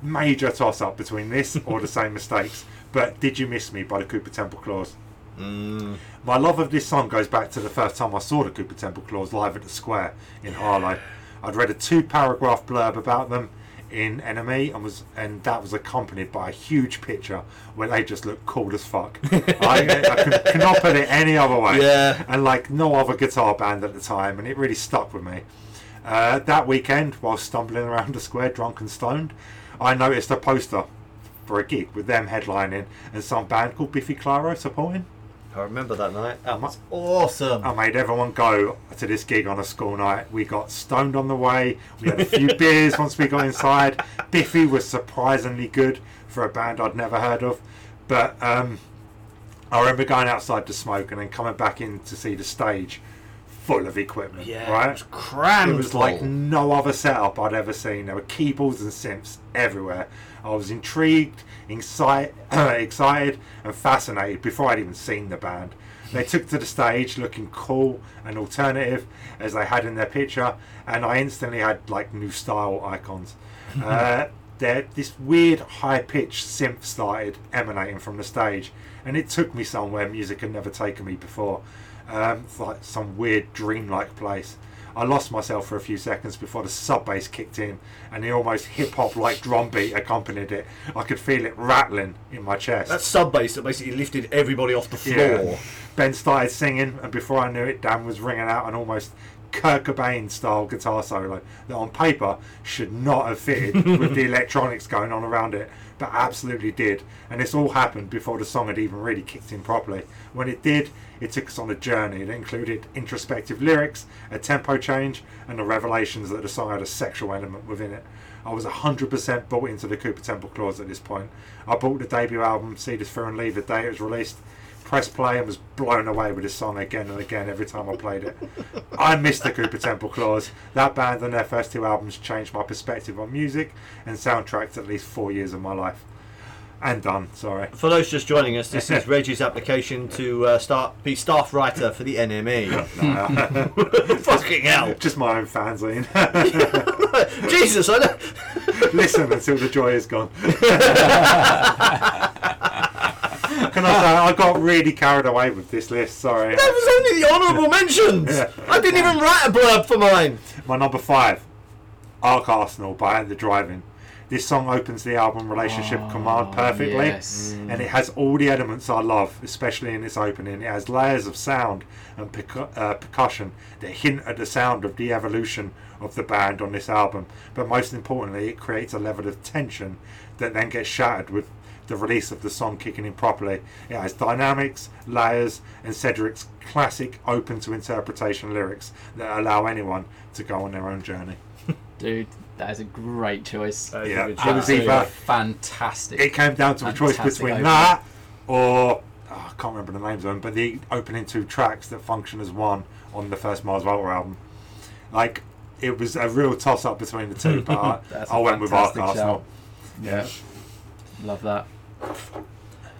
major toss-up between this or the same mistakes. But "Did You Miss Me" by the Cooper Temple Claws. My love of this song goes back to the first time I saw the Cooper Temple Claws live at the Square in Harlow. I'd read a two-paragraph blurb about them in Enemy, and was and that was accompanied by a huge picture where they just looked cool as fuck. I, I could, could not put it any other way. Yeah. And like no other guitar band at the time, and it really stuck with me. Uh, that weekend, while stumbling around the square drunk and stoned, I noticed a poster for a gig with them headlining and some band called Biffy Clyro supporting. I remember that night. That was awesome. I made everyone go to this gig on a school night. We got stoned on the way. We had a few *laughs* beers once we got inside. Biffy was surprisingly good for a band I'd never heard of. But um, I remember going outside to smoke and then coming back in to see the stage full of equipment. yeah, right? it was crammed. It was like full. no other setup I'd ever seen. There were keyboards and synths everywhere. I was intrigued, incite, *clears throat* excited, and fascinated before I'd even seen the band. They took to the stage looking cool and alternative as they had in their picture, and I instantly had like new style icons. uh, there, this weird high-pitched synth started emanating from the stage, and it took me somewhere music had never taken me before. Um, it's like some weird dreamlike place. I lost myself for a few seconds before the sub bass kicked in and the almost hip hop like drum beat accompanied it. I could feel it rattling in my chest. that sub bass that basically lifted everybody off the floor. Ben started singing, and before I knew it, Dan was ringing out an almost Kurt Cobain style guitar solo that on paper should not have fitted with the electronics going on around it, but absolutely did. And this all happened before the song had even really kicked in properly. When it did, it took us on a journey that included introspective lyrics, a tempo change, and the revelations that the song had a sexual element within it. I was 100% bought into the Cooper Temple Clause at this point. I bought the debut album, See This Through and Leave, the day it was released press play and was blown away with this song again and again every time I played it. I missed the Cooper Temple Claws. That band and their first two albums changed my perspective on music and soundtracks at least four years of my life. And done, sorry. For those just joining us, this *laughs* is Reggie's application to uh, start be staff writer for the *laughs* NME. Fucking *laughs* hell! Just my own fanzine. Jesus, I know. *laughs* Listen until the joy is gone. Can I say, I got really carried away with this list, sorry. That was only the honourable mentions. I didn't even write a blurb for mine. My number five, Ark Arsenal by At the Driving. This song opens the album Relationship Command perfectly, yes. and it has all the elements I love, especially in its opening. It has layers of sound and percu- uh, percussion that hint at the sound of the evolution of the band on this album, but most importantly, it creates a level of tension that then gets shattered with the release of the song kicking in properly. It has dynamics, layers, and Cedric's classic open to interpretation lyrics that allow anyone to go on their own journey. Dude, that is a great choice. That is Uh, Yeah, a good it was shout. Absolutely either fantastic. it came down to a choice Fantastic between opening. that or oh, I can't remember the names of them, but the opening two tracks that function as one on the first Mars Volta album. Like it was a real toss up between the *laughs* two, but I, That's a I went with Ark fantastic Arsenal. Yeah. Love Um, that. Oh,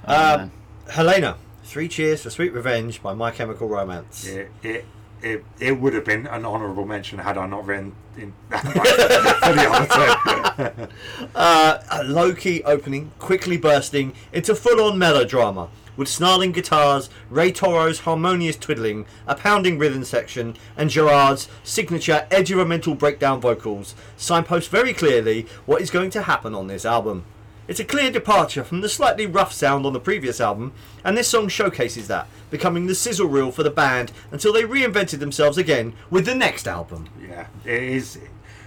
Uh, man. Helena, three cheers for sweet revenge by My Chemical Romance. It, it it it would have been an honourable mention had I not written in *laughs* that much for the other two. Uh, a low key opening, quickly bursting into full on melodrama, with snarling guitars, Ray Toro's harmonious twiddling, a pounding rhythm section, and Gerard's signature edgeimental breakdown vocals, signpost very clearly what is going to happen on this album. It's a clear departure from the slightly rough sound on the previous album, and this song showcases that, becoming the sizzle reel for the band until they reinvented themselves again with the next album. Yeah, it is.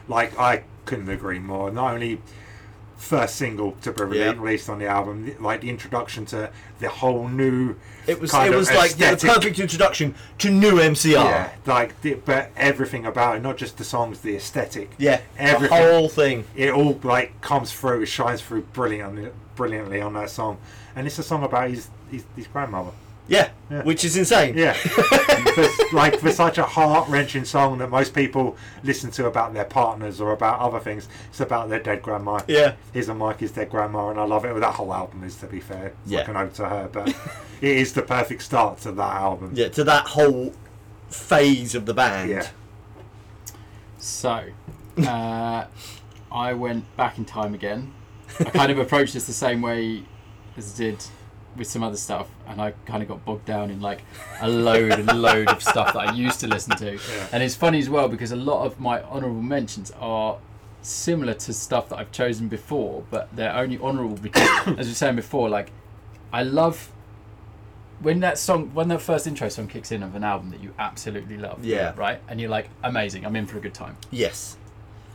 Like I couldn't agree more. Not only first single to be rele- Yeah. released on the album, th- like the introduction to the whole new. It was kind it of was like the aesthetic. perfect introduction to new MCR. Yeah, like the, but everything about it, not just the songs, the aesthetic. Yeah, the everything. whole thing. it all like comes through, it shines through brilliantly, brilliantly on that song, and it's a song about his his, his grandmother. Yeah, Yeah. which is insane. Yeah, for, like for such a heart wrenching song that most people listen to about their partners or about other things, it's about their dead grandma. Yeah. his and Mikey's dead grandma, and I love it. Well, that whole album is, to be fair, it's Yeah. like an ode to her, *laughs* but it is the perfect start to that album. Yeah, to that whole phase of the band. Yeah. So, uh, I went back in time again. I kind of approached this the same way as I did with some other stuff, and I kind of got bogged down in like a load and load of stuff that I used to listen to. And it's funny as well because a lot of my honourable mentions are similar to stuff that I've chosen before, but they're only honourable because, *coughs* as we were saying before, like I love when that song, when that first intro song kicks in of an album that you absolutely love. Yeah. Right, and you're like, amazing, I'm in for a good time Yes.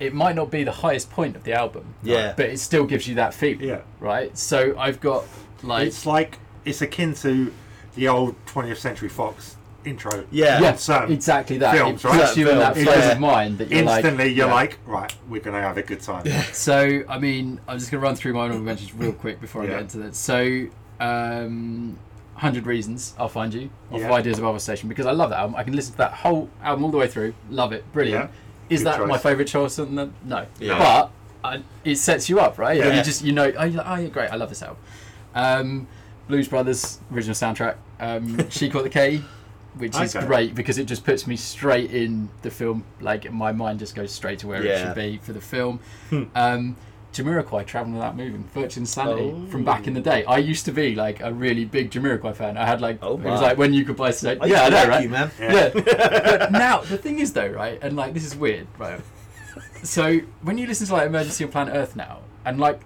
it might not be the highest point of the album, Yeah. but it still gives you that feeling, Yeah. right? So I've got like It's like it's akin to the old 20th Century Fox intro. Yeah. yeah, some exactly that. films, it right? puts you in that Certain frame uh, films. of mind that you're like Instantly, you're yeah. like, right, we're gonna have a good time. So I mean, I'm just gonna run through my honorable mentions real quick before I Yeah. get into that. So, um, Hundred Reasons, I'll find you. Off of Yeah. Ideas Above Our Station because I love that album. I can listen to that whole album all the way through. Love it, brilliant. Is Good that my choice. favourite choice? on the- No, Yeah. but I, it sets you up, right? Yeah. You just you know, oh, you're like, oh yeah, great. I love this album. Um, Blues Brothers original soundtrack. Um, *laughs* she caught the K. Which is Okay. great because it just puts me straight in the film. Like my mind just goes straight to where it Yeah. should be for the film. Hmm. Um, Jamiroquai traveling without moving, Virgin Sanity Oh. from back in the day. I used to be like a really big Jamiroquai fan. I had like Oh, it was my. like when you could buy steak. I yeah, I used to know, like right? you, man. *laughs* Yeah. but now the thing is though, right? And like this is weird, *laughs* right? So when you listen to like Emergency on Planet Earth now, and like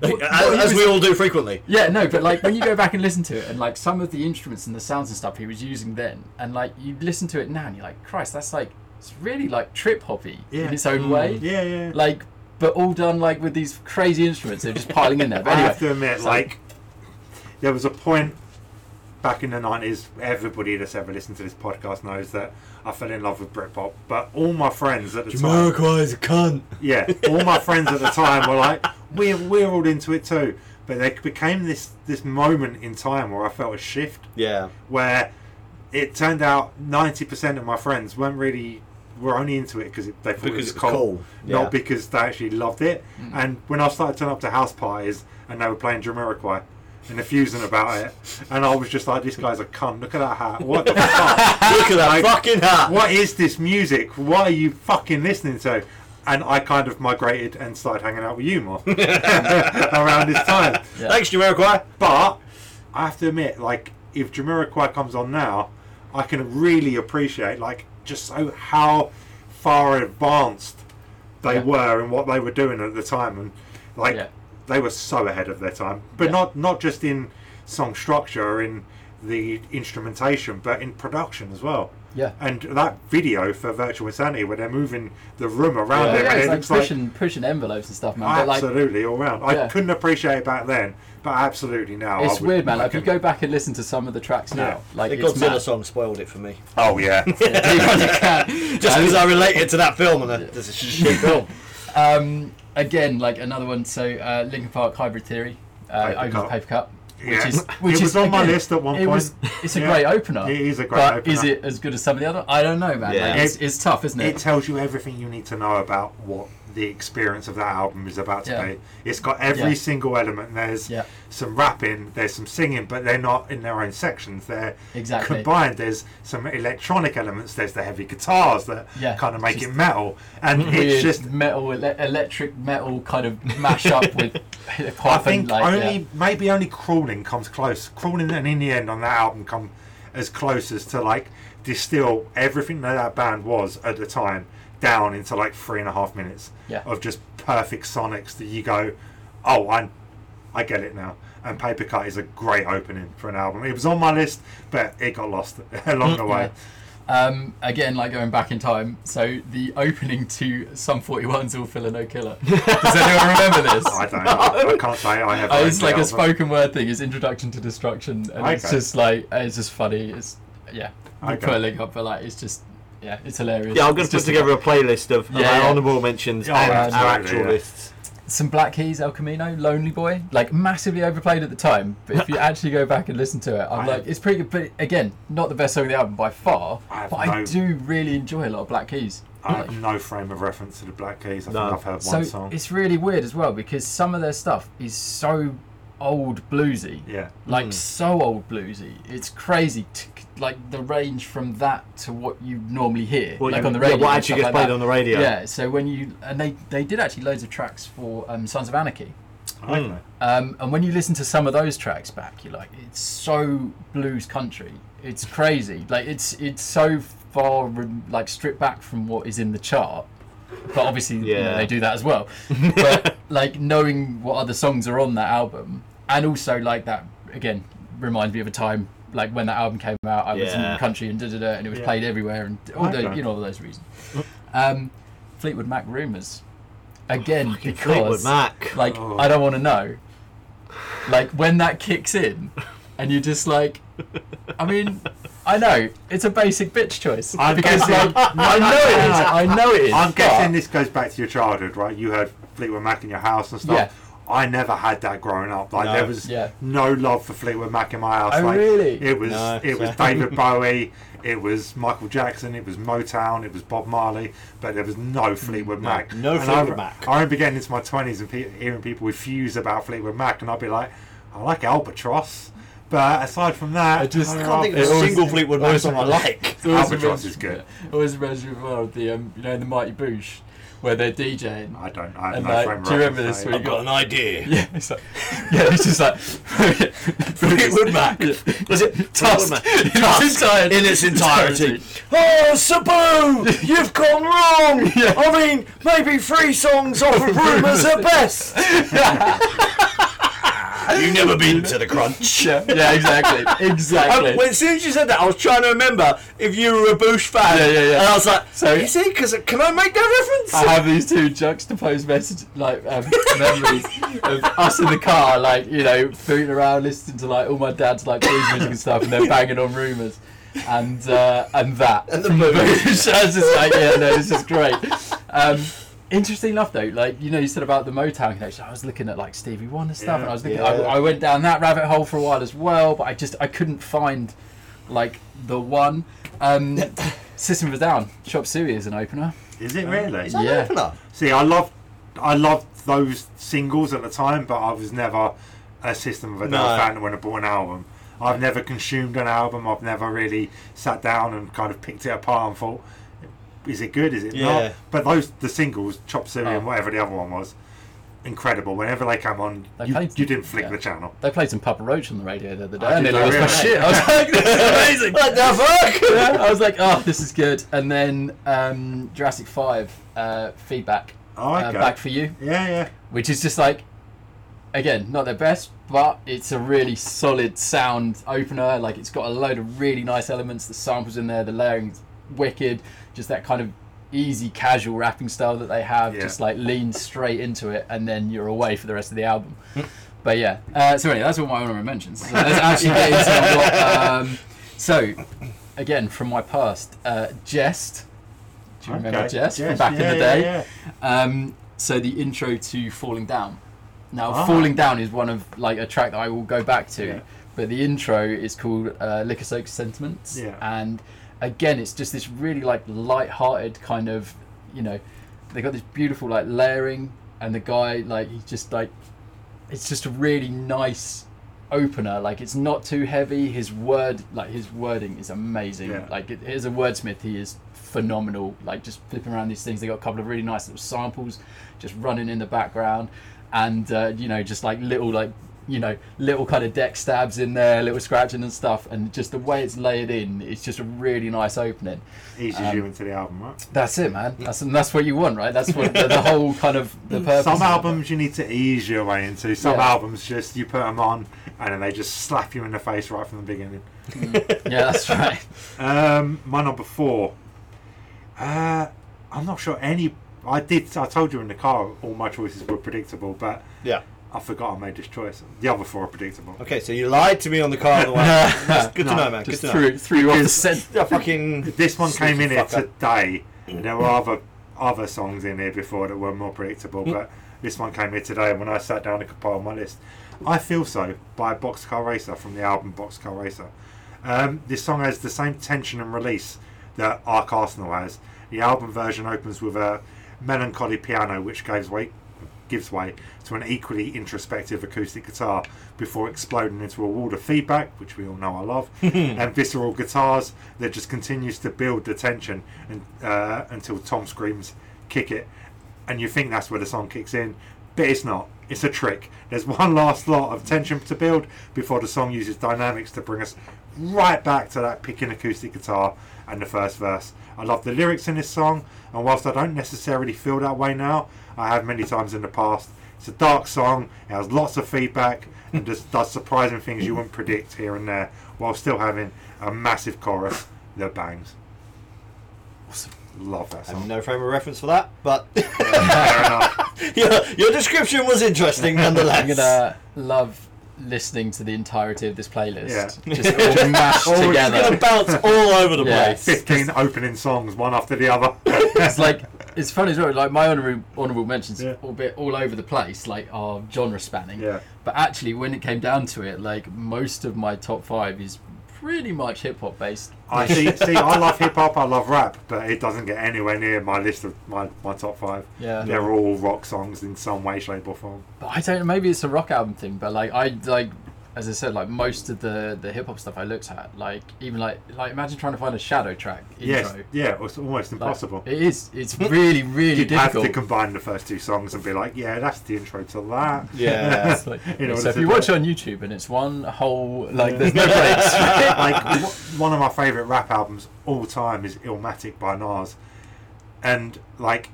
what- what he As, as was- we all do frequently. yeah, no, but like when you go back and listen to it, and like some of the instruments and the sounds and stuff he was using then, and like you listen to it now, and you're like, Christ, that's like it's really like trip hoppy in its Hmm. own way Yeah, yeah. like but all done like with these crazy instruments they're just piling in there *laughs* but I have anyway to admit, so- like, there was a point back in the nineties. Everybody that's ever listened to this podcast knows that I fell in love with Britpop. But all my friends at the time, is a cunt. yeah, all my friends at the time were like, we're we're all into it too. But there became this this moment in time where I felt a shift Yeah. where it turned out 90% of my friends weren't really were only into it because they thought Because it was it's cool, Mm. cool, yeah. not because they actually loved it and when I started turning up to house parties and they were playing Jamiroquai and effusing about it and I was just like this guy's a cunt look at that hat what the fuck *laughs* Look at that Like, fucking hat. what is this music what are you fucking listening to and I kind of migrated and started hanging out with you *laughs* more around this time Yeah. Thanks, Jamiroquai. but I have to admit, like, if Jamiroquai comes on now, I can really appreciate, like, just so how far advanced they Yeah. were and what they were doing at the time, and like, Yeah. they were so ahead of their time. But Yeah. not not just in song structure or in the instrumentation, but in production as well. yeah And that video for Virtual Insanity, where they're moving the room around, yeah, them, and it's it like looks like pushing pushing envelopes and stuff man but like absolutely all round. I Yeah. couldn't appreciate it back then, but absolutely now. I it's would- weird man I like, if you can- go back and listen to some of the tracks now Yeah. like The it's Godzilla *laughs* mad. song spoiled it for me. Oh *laughs* yeah. *laughs* Just because I relate it to that film and I- this is shit film. um again like another one so uh Linkin Park Hybrid Theory uh, Paper over Cup. Paper Cup which Yeah. *laughs* is It which was is on my again, list at one it was- point. it's a Yeah. great opener It is a great but is opener. it as good as some of the other I don't know man Yeah. like, it's, it's tough isn't It tells you everything you need to know about what the experience of that album is about to Yeah. be. It's got every Yeah. single element. There's Yeah. some rapping, there's some singing, but they're not in their own sections. They're Exactly. combined. There's some electronic elements. There's the heavy guitars that Yeah, kind of it's make just it metal, *laughs* and it's weird just. metal, ele- electric metal kind *laughs* of mash up with hip I hop think and like only maybe only crawling comes close. Crawling and in the end on that album come as close as to like distill everything that that band was at the time down into like three and a half minutes Yeah. of just perfect sonics that you go, oh, I, I get it now. And Paper Cut is a great opening for an album. It was on my list, but it got lost *laughs* along the way. Um, again, like going back in time. So the opening to Sum 41's All Filler *laughs* No Killer. Does anyone remember this? I don't know. I, I can't say *laughs* I have. Uh, it's like a owned it, spoken word thing. It's introduction to destruction, and it's Okay. just like it's just funny. It's yeah, we Okay. put a link up, but like it's just yeah, it's *laughs* hilarious. Yeah, I'm going It's to put just together a playlist of, of Yeah, our yeah. honourable mentions Yeah, and alright, our absolutely, actual yeah. lists. some Black Keys, El Camino, Lonely Boy, like massively overplayed at the time. *laughs* But if you actually go back and listen to it, I'm I- like, it's pretty good. But again, not the best song on the album by far. I have but I no- do really enjoy a lot of Black Keys. I have no frame of reference to the Black Keys. I No. think I've heard so one song. it's really weird as well because some of their stuff is so old bluesy. Yeah. like Mm. so old bluesy. It's crazy, t- like the range from that to what you normally hear, What like you- on the yeah, radio. what and actually stuff gets like played that. on the radio. Yeah, so when you and they they did actually loads of tracks for um, Sons of Anarchy, Hmm. Okay. um, and when you listen to some of those tracks back, you're like, it's so blues country. It's crazy. Like it's it's so far re- like stripped back from what is in the chart. But obviously, you know, Yeah. they do that as well. *laughs* But like knowing what other songs are on that album, and also like that again reminds me of a time like when that album came out. I was in Yeah. the country and da da da, and it was Yeah. played everywhere, and all Okay. those you know all those reasons. Um, Fleetwood Mac rumors again Fucking because Fleetwood Mac. like Oh. I don't want to know. Like when that kicks in, and you're just like, I mean, I know it's a basic bitch choice I'm because guessing- like, I know it is. I know it is. I'm guessing but- this goes back to your childhood, right? You had Fleetwood Mac in your house and stuff. I never had that growing up. Like No. there was Yeah. no love for Fleetwood Mac in my house. Oh, like, really? It was No, it *laughs* was same. David Bowie, it was Michael Jackson, it was Motown, it was Bob Marley, but there was no Fleetwood Mac. no And I, Fleetwood re- Mac. I remember getting into my twenties and pe- hearing people refuse about Fleetwood Mac, and I'd be like, I like Albatross, but aside from that, I just don't can't know. think of of It a always- single Fleetwood Mac always- song I like. It always Albatross reminds- is good. yeah, it Always reminds me well of the um, you know, the Mighty Boosh, where they're DJing. I don't. I have And, no like, frame do you remember reference, this mate. week? got an idea. *laughs* Yeah, it's like, yeah, it's just like *laughs* Fleetwood Fleetwood Mac. Was it Tusk. Fleetwood Mac? In its *laughs* entirety. in its entirety. Entirety. Oh, *laughs* Sabu, you've gone wrong. Yeah. I mean, maybe three songs off of Rumours at best. You've never been to the crunch. Yeah, *laughs* yeah, exactly, exactly. Um, well, as soon as you said that, I was trying to remember if you were a Bush fan. Yeah, yeah, yeah. And I was like, So- Uh-huh. you see, because uh, can I make that *laughs* reference? I have these two juxtaposed messages, like um, memories of us in the car, like you know, fooling around, listening to like all my dad's like blues music and stuff, and they're banging on rumours, and uh, and that. And the blues. *laughs* So I was just like, yeah, no, this is great. Um, interesting enough though, like you know, you said about the Motown connection. I was looking at like Stevie Wonder stuff, and I was looking. I, Yeah. I went down that rabbit hole for a while as well, but I just I couldn't find like the one. *laughs* Um, System of a Down, Chop Suey is an opener. Is it really? Is that yeah. an opener? See, I love, I loved those singles at the time, but I was never a System of a Down No. fan when I bought an album. I've never consumed an album. I've never really sat down and kind of picked it apart and thought, is it good? Is it Yeah. not? But those the singles, Chop Suey Oh. and whatever the other one was, incredible. Whenever they came on, They you, played- you didn't flick yeah. the channel. They played some Papa Roach on the radio the other day, I and did then I was that, like, yeah. "Shit!" I was like, *laughs* "This is *laughs* amazing." What the fuck? Yeah, I was like, "Oh, this is good." And then um, Jurassic Five uh, feedback Oh, uh, okay. back for you, Yeah, yeah. which is just like, again, not their best, but it's a really solid sound opener. Like, it's got a load of really nice elements. The samples in there, the layering's wicked. Just that kind of easy, casual rapping style that they have, Yeah. just like lean straight into it, and then you're away for the rest of the album. Hmm. But yeah, uh, so anyway, that's what my honorable mentions. *laughs* So let's actually get into what. Um, so, again, from my past, uh, Jest. Do you remember Okay. Jest? from Yes, back in yeah, the yeah, day. yeah. Um, so the intro to Falling Down. Now, Ah. Falling Down is one of like a track that I will go back to, Yeah. but the intro is called uh, Liquor Soaked Sentiments, Yeah. and again, it's just this really like light-hearted kind of, you know, they got this beautiful like layering, and the guy like he's just like, it's just a really nice opener like it's not too heavy his word like his wording is amazing Yeah. like it, as a wordsmith he is phenomenal like just flipping around these things they got a couple of really nice little samples just running in the background and uh, you know just like little like you know little kind of deck stabs in there, little scratching and stuff, and just the way it's layered in, it's just a really nice opening. Eases Um, you into the album, right? That's it, man. That's and that's what you want, right? That's what the, the whole kind of *laughs* the purpose. of Some it. albums you need to ease your way into. Some Yeah. albums just you put them on and then they just slap you in the face right from the beginning. Yeah, that's right. Um, my number four. Uh, I'm not sure any. I did. I told you in the car all my choices were predictable, but Yeah. I forgot I made this choice. The other four are predictable. Okay, so you lied to me on the car on the way. *laughs* That's good to No, know, man. *laughs* Good Just to know. threw threw you off the scent. Yeah, *laughs* fucking. This one came in here Fucker. today. There were other other songs in here before that were more predictable, but this one came here today. And when I sat down to compile my list, I feel so by Boxcar Racer from the album Boxcar Racer. Um, this song has the same tension and release that Ark Arsenal has. The album version opens with a melancholy piano, which gives way gives way to an equally introspective acoustic guitar before exploding into a wall of feedback, which we all know I love, and visceral guitars that just continues to build the tension and, uh, until Tom screams, kick it. And you think that's where the song kicks in, but it's not. It's a trick. There's one *laughs* last lot of tension to build before the song uses dynamics to bring us right back to that picking acoustic guitar and the first verse. I love the lyrics in this song, and whilst I don't necessarily feel that way now, I have many times in the past. It's a dark song, it has lots of feedback, and just does surprising things you wouldn't predict here and there, while still having a massive chorus that bangs. Awesome. Love that I have song. no frame of reference for that, but *laughs* Fair enough. your, your description was interesting nonetheless. I'm gonna love listening to the entirety of this playlist. Yeah. Just *laughs* all mashed All- It's gonna together. bounce all over the Yeah. *laughs* place. 15 opening songs, one after the other. It's like it's funny as well. Like my honorable honorable mentions, Yeah. all bit all over the place, like are genre spanning. Yeah. But actually, when it came down to it, like most of my top five is pretty much hip hop based. I see, *laughs* see, I love hip hop, I love rap, but it doesn't get anywhere near my list of my, my top five. Yeah. They're all rock songs in some way, shape, or form. But I don't. Maybe it's a rock album thing. But like I like, as I said, like most of the the hip hop stuff I looked at, like even like like imagine trying to find a shadow track intro. Yes, yeah, it's almost Like, impossible. It is. It's really really You'd have to difficult. combine the first two songs and be like, yeah, that's the intro to that. *laughs* Yeah. It's like- *laughs* In order so if to you do watch it. on YouTube and it's one whole like there's no breaks. *laughs* *laughs* like w- one of my favorite rap albums all time is Illmatic by Nas, and like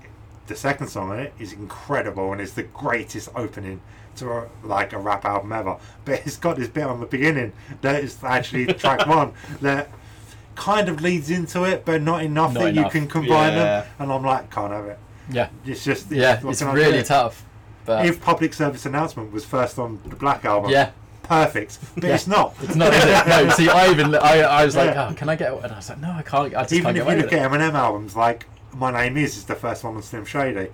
the second song on it is incredible and is the greatest opening to a, like a rap album ever. But it's got this bit on the beginning that is *laughs* actually track one that kind of leads into it, but not enough Not that enough. you can combine Yeah. them. And I'm like, can't have it. yeah, It's just yeah, what it's can I really do? tough. But If public service announcement was first on the Black album, yeah, perfect. But Yeah. it's not. it's not. Is it? No, see, I even I, I was like, Yeah. oh, can I get? And I was like, no, I can't. I just Even can't if get away you with look it. at Eminem albums, like My Name Is is the first one on Slim Shady.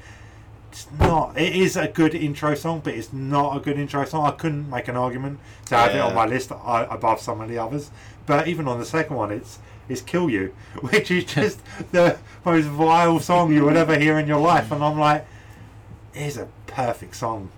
It's not. It is a good intro song, but it's not a good intro song. I couldn't make an argument to have it Yeah. on my list uh, above some of the others. But even on the second one, it's it's "Kill You," *laughs* which is just the most vile song you would ever hear in your life. And I'm like, it is a perfect song,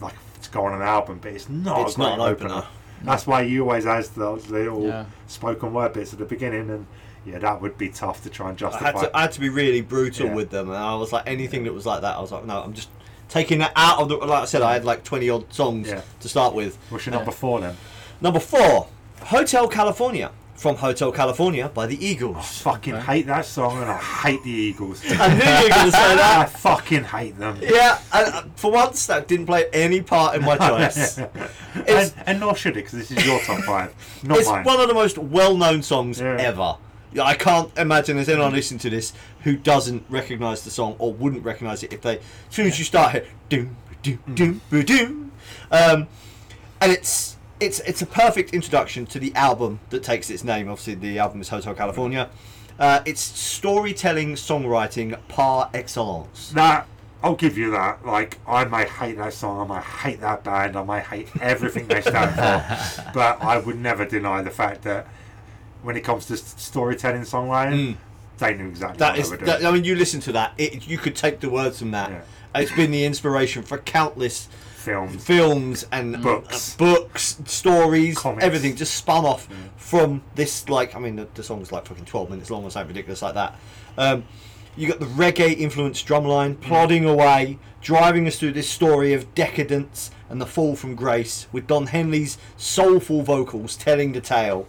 like to go on an album, but it's not. It's a great not an opener. That's why you always has the little Yeah. spoken word bits at the beginning, and yeah, that would be tough to try and I justify. had to I had to be really brutal Yeah. with them, and I was like anything that was like that. I was like, no, I'm just taking that out of the. Like I said, I had like 20 odd songs Yeah. to start with. What's your number four then? Number four, Hotel California from Hotel California by the Eagles. Fucking hate that song, and I hate the Eagles. *laughs* Oh. I knew you were going to say *laughs* that. *laughs* I fucking hate them. Yeah, and, uh, for once that didn't play any part in my *laughs* choice. *laughs* and, and nor should it, because this is your top five, not it's mine. one of the most well-known songs Yeah. ever. Yeah, I can't imagine there's anyone listening to this who doesn't recognise the song or wouldn't recognise it if they. As soon as you start here, doom, doom, doom, boo, doom, um, and it's it's it's a perfect introduction to the album that takes its name. Obviously, the album is Hotel California. Uh, it's storytelling, songwriting par excellence. That I'll give you that. Like I may hate that song, I may hate that band, I may hate everything they *laughs* stand for, but I would never deny the fact that when it comes to s- storytelling, songwriting, they knew exactly Hmm. That what is, they were doing. that, I mean, you listen to that. It, you could take the words from that. Yeah. It's been the inspiration for countless Films. films and Books. uh, books, stories, Comics. everything just spun off from this. Like, I mean, the, the song's like fucking twelve minutes long or something ridiculous like that. Um, you got the reggae influenced drumline plodding away, driving us through this story of decadence and the fall from grace, with Don Henley's soulful vocals telling the tale.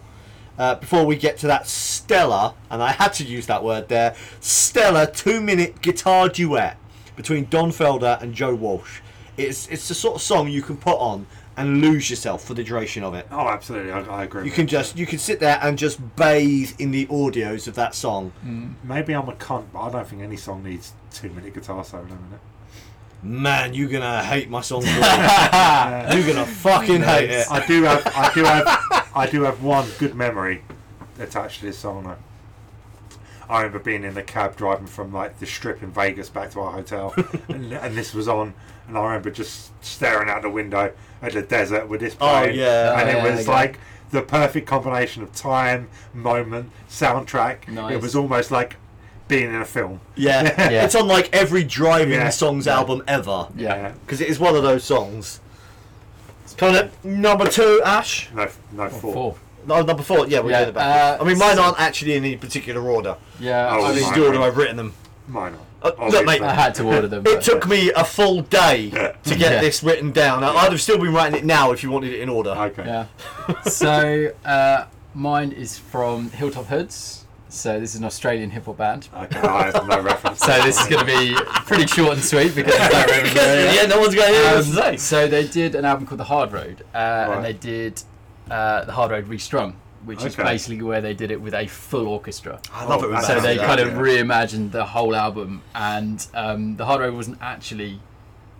Uh, before we get to that stellar, and I had to use that word there, stellar two minute guitar duet between Don Felder and Joe Walsh. It's, it's the sort of song you can put on and lose yourself for the duration of it. Oh, absolutely. I, I agree. You with can just you can sit there and just bathe in the audios of that song. Maybe I'm a cunt, but I don't think any song needs two minute guitar solo in it. Man, you're gonna hate my song. you're gonna fucking hate it. I do have, I do have, I do have one good memory attached to this song. Though. I remember being in the cab driving from like the strip in Vegas back to our *laughs* hotel, and, and this was on, and I remember just staring out the window at the desert with this Oh, playing, yeah. and Oh, yeah, it was yeah. like the perfect combination of time, moment, soundtrack. It Nice. was almost like being in a film. Yeah. Yeah. it's on like every driving Yeah. songs album ever. Yeah. because it is one of those songs. Coming up number two, Ash. No, no four. Oh, Four. No, number four. Yeah, we're Yeah, doing about. uh, I mean, mine aren't actually in any particular order. Yeah. Oh, I, This mean, is my the order God. I've written them. Mine are. Uh, look, Obviously. mate, I had to order them. It but- took me a full day to get Yeah. this written down. I, I'd have still been writing it now if you wanted it in order. Okay. Yeah. so uh, mine is from Hilltop Hoods. So this is an Australian hip hop band. Okay, I have no reference. So this is going to be pretty short and sweet because it's not very *laughs* yeah. no one's going to hear this Um, today. so they did an album called The Hard Road, uh, Right. and they did uh, The Hard Road Restrung, which is Okay. basically where they did it with a full orchestra. I love Oh, it. When so So bands they do that. kind of yeah. reimagined the whole album, and um, The Hard Road wasn't actually.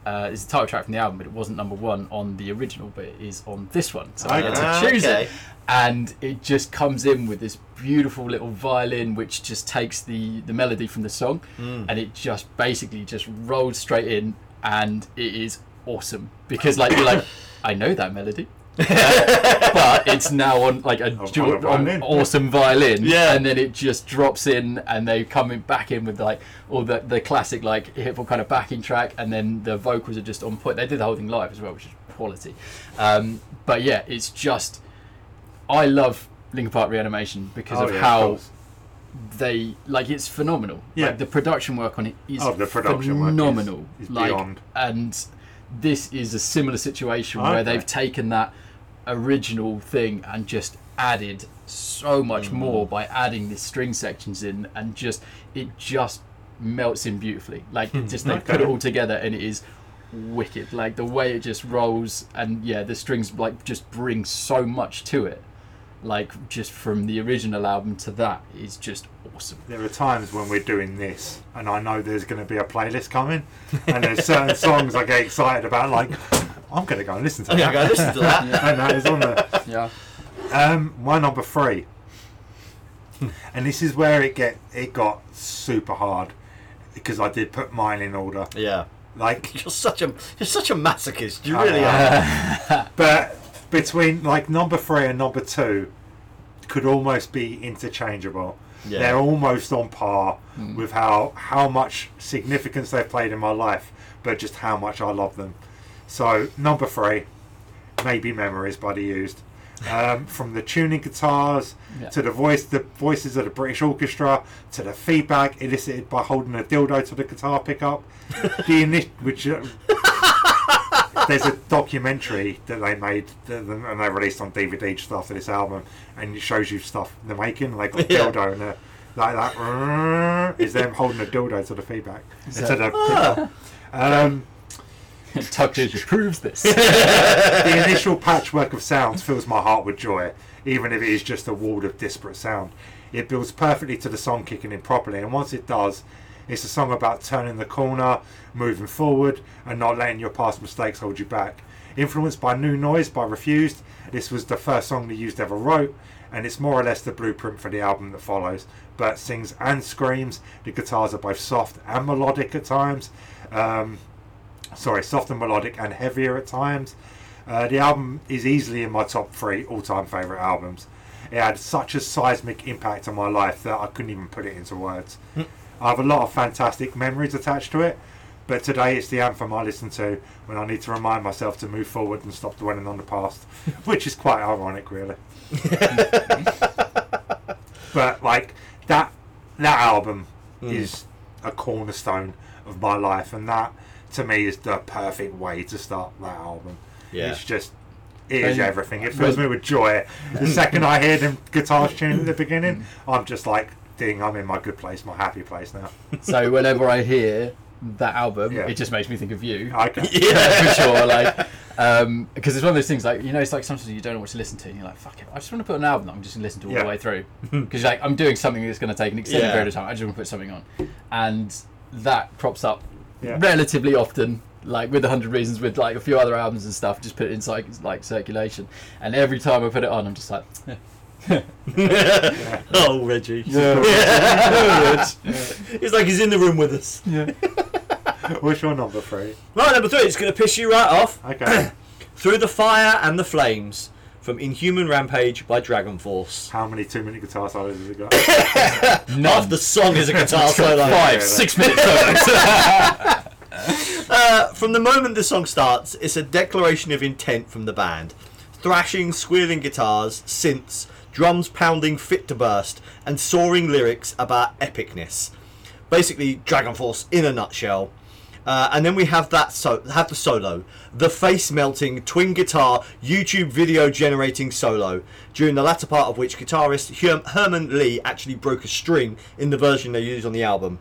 Uh, it's the title track from the album, but it wasn't number one on the original, but it is on this one. So I Ah, had to choose okay. it. And it just comes in with this beautiful little violin, which just takes the, the melody from the song and it just basically just rolls straight in. And it is awesome because, like, you're like, I know that melody. Uh, but it's now on like a, On jo- a violin. on awesome *laughs* violin Yeah. and then it just drops in and they come in back in with like all the, the classic like hip hop kind of backing track and then the vocals are just on point they did the whole thing live as well which is quality um, but yeah it's just I love Linkin Park Reanimation because Oh, of yeah, how course. they like it's phenomenal Yeah. like the production work on it is Oh, the production work is- phenomenal is like beyond. and this is a similar situation Okay. where they've taken that original thing and just added so Mm. much more by adding the string sections in and just it just melts in beautifully like Hmm. it just they put it Okay. all together and it is wicked like the way it just rolls and yeah the strings like just bring so much to it like just from the original album to that is just awesome there are times when we're doing this, and I know there's going to be a playlist coming, and there's *laughs* certain songs I get excited about, like I'm going to go and listen to Yeah, that. go *laughs* listen to that. *laughs* and that is on there. *laughs* yeah Um, my *laughs* number three, and this is where it get it got super hard because I did put mine in order. Yeah. Like You're such a you're such a masochist. You I really am. are. Uh, *laughs* but between like number three and number two could almost be interchangeable. Yeah. Hmm. They're almost on par with how how much significance they've played in my life, but just how much I love them. So number three, maybe memories by the used. Um, from the tuning guitars Yeah. to the voice, the voices of the British Orchestra to the feedback elicited by holding a dildo to the guitar *laughs* pickup, the init- which uh, there's a documentary that they made that, that- and they released on DVD just after this album, and it shows you stuff they're making, like a Yeah. dildo and a, like that is them holding a dildo to the feedback instead of um, *laughs* Tucker proves this the initial patchwork of sounds fills my heart with joy, even if it is just a wall of disparate sound. It builds perfectly to the song kicking in properly, and once it does, it's a song about turning the corner, moving forward, and not letting your past mistakes hold you back. Influenced by New Noise by Refused, this was the first song the used ever wrote, and it's more or less the blueprint for the album that follows. Bert sings and screams, the guitars are both soft and melodic at times. Um, sorry, soft and melodic and heavier at times. Uh, the album is easily in my top three all time favourite albums. It had such a seismic impact on my life that I couldn't even put it into words. I have a lot of fantastic memories attached to it, but today it's the anthem I listen to when I need to remind myself to move forward and stop dwelling on the past, *laughs* which is quite ironic, really. but like that, that album is a cornerstone of my life, and that to me is the perfect way to start that album. Yeah. It's just it is And- everything. It fills me with joy. The second I hear the guitar tune at the beginning, I'm just like, ding, I'm in my good place, my happy place now. so whenever I hear that album, Yeah. it just makes me think of you. I can. yeah, for sure. Like, because it's one of those things. Like, you know, it's like sometimes you don't know what to listen to. And you're like, fuck it, I just want to put an album that I'm just going to listen to all Yeah. the way through. Because like, I'm doing something that's going to take an extended Yeah. period of time. I just want to put something on, and that crops up Yeah. relatively often. Like with a hundred reasons, with like a few other albums and stuff, just put it in like, like circulation. And every time I put it on, I'm just like, *laughs* oh, Reggie. it's like he's in the room with us. yeah. What's your number three? Right, number three. It's going to piss you right off. Okay. Through the Fire and the Flames from Inhuman Rampage by Dragon Force. How many two minute guitar solos has it got? Half None. the song *laughs* is a guitar solo. Five, six minutes. solos. *laughs* Uh, from the moment the song starts, it's a declaration of intent from the band. Thrashing, squealing guitars, synths, drums pounding fit to burst, and soaring lyrics about epicness. Basically, Dragon Force in a nutshell. Uh, and then we have that so have the solo, the face melting twin guitar YouTube video generating solo, during the latter part of which guitarist Herm- Herman Lee actually broke a string in the version they used on the album.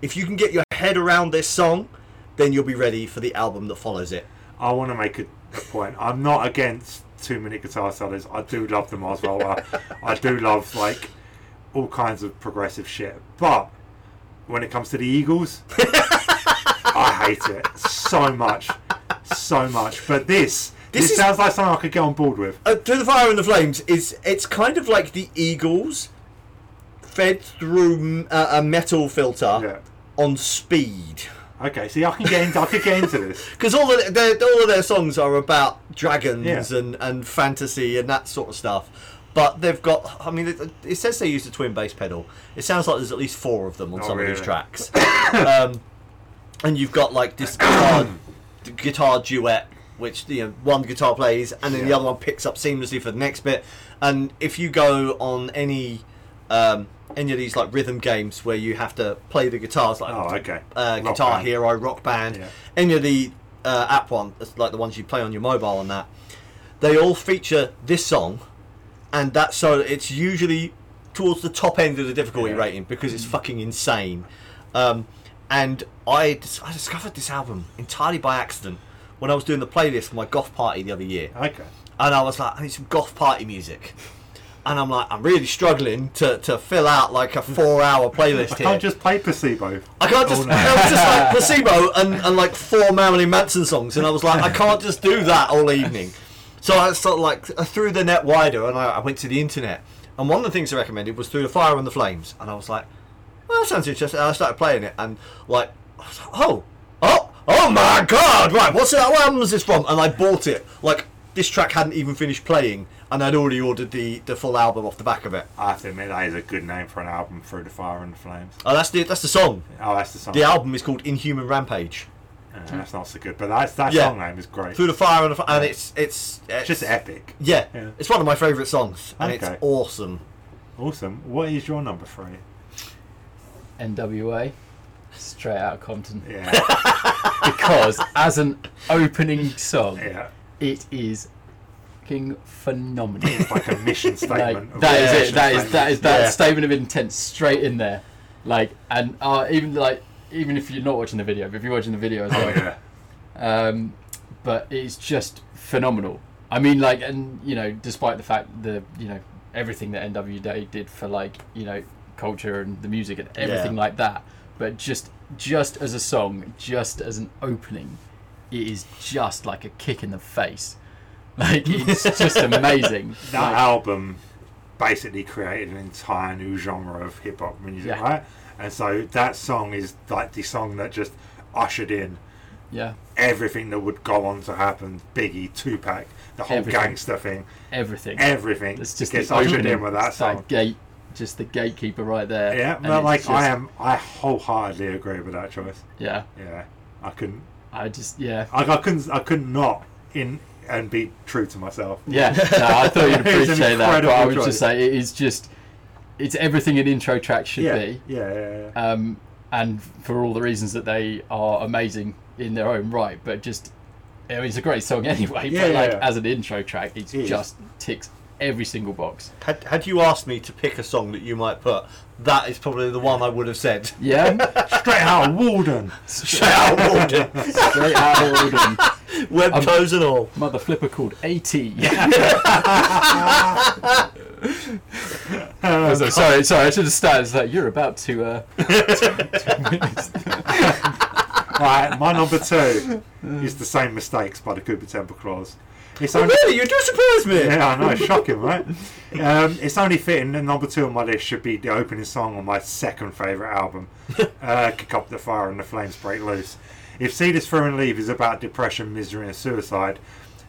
If you can get your head around this song, then you'll be ready for the album that follows it. I want to make a, a point. I'm not against two minute guitar solos. I do love them as well. I, I do love like all kinds of progressive shit. But when it comes to the Eagles, *laughs* I hate it so much, so much. But this this, This is- sounds like something I could get on board with. Uh, Through the Fire and the Flames is it's kind of like the Eagles fed through mm, a, a metal filter Yeah. on speed. Okay, see, I can get into, I could get into this. because all of their, all of their songs are about dragons Yeah. and, and fantasy and that sort of stuff. But they've got, I mean, it, it says they use a twin bass pedal. It sounds like there's at least four of them on Oh, some of these really? tracks. *coughs* um, and you've got like this guitar, guitar duet, which you know, one guitar plays and then the Yeah. other one picks up seamlessly for the next bit. And if you go on any um, any of these like rhythm games where you have to play the guitars, like Oh, okay. uh, Rock Guitar band. Hero, Rock Band, Yeah. any of the uh, app one, it's like the ones you play on your mobile and that, they all feature this song, and that so it's usually towards the top end of the difficulty Yeah. Mm. rating because it's fucking insane. Um, and I dis- I discovered this album entirely by accident when I was doing the playlist for my goth party the other year Okay. and I was like, I need some goth party music. And I'm like, I'm really struggling to, to fill out like *laughs* a four hour playlist I here. can't just play placebo. I can't just. all I night. was just like placebo and, and like four Marilyn Manson songs, and I was like, I can't just do that all evening. So I sort of like I threw the net wider, and I, I went to the internet. And one of the things they recommended was through the fire and the flames, and I was like, well, that sounds interesting. And I started playing it, and like, I was like, oh, oh, oh my god, right, what's that? What album is this from? And I bought it. Like this track hadn't even finished playing, and I'd already ordered the the full album off the back of it. I have to admit that is a good name for an album, Through the Fire and the Flames. And that's the that's the song. Oh, that's the song. The album is called Inhuman Rampage. Uh, that's not so good, but that's, that Yeah. song name is great. through the fire and, the, f- and it's it's, It's it's just epic. yeah, Yeah. it's one of my favourite songs and Okay. it's awesome. Awesome. What is your number three? NWA, straight out of Compton. Yeah. Because as an opening song, *laughs* yeah. it is fucking phenomenal. It's like a mission statement. like of that all is it. mission That is that is statements. that Yeah. statement of intent straight in there. Like and uh, even like even if you're not watching the video, but if you're watching the video as well, Oh, *laughs* yeah. um, but it's just phenomenal. I mean, like, and you know, despite the fact the you know everything that NW Day did for like you know culture and the music and everything Yeah. like that, but just just as a song, just as an opening, it is just like a kick in the face. *laughs* Like it's just amazing. *laughs* That Like, album basically created an entire new genre of hip hop music, Yeah. right? And so that song is like the song that just ushered in yeah, everything that would go on to happen. Biggie, Tupac, the whole Everything. gangster thing, everything. everything It's just gets the ushered opening, in with that it's that song. gate, just the gatekeeper right there. Yeah, and but it's like I just- am, I wholeheartedly agree with that choice. Yeah, Yeah, I couldn't I just yeah. I, I couldn't. I could not in and be true to myself. Yeah, no, I *laughs* thought you'd It's an appreciate that, but I incredible would choice. just say it is just it's everything an intro track should Yeah, be. *laughs* yeah, yeah, yeah. Um, and for all the reasons that they are amazing in their own right, but just I mean, it's a great song *laughs* anyway. Yeah, but yeah, like yeah. as an intro track, it It is. just ticks every single box. Had, had you asked me to pick a song that you might put, that is probably the one I would have said. *laughs* *laughs* Yeah, Straight out of Walden. Straight out of *laughs* Walden, straight out of Oldham. web toes and all. Mother flipper called AT. *laughs* *laughs* Oh, so- sorry, sorry, I should have started. It's like, you're about to. Uh... Right, my number two is the same mistakes by the Cooper Temple Clause. It's Oh, only really? You do surprise me. *laughs* yeah, I know, shocking, right? Um, it's only fitting that number two on my list should be the opening song on my second favourite album, uh, "Kick Up the Fire and the Flames Break Loose." If "See This Through and Leave" is about depression, misery, and suicide,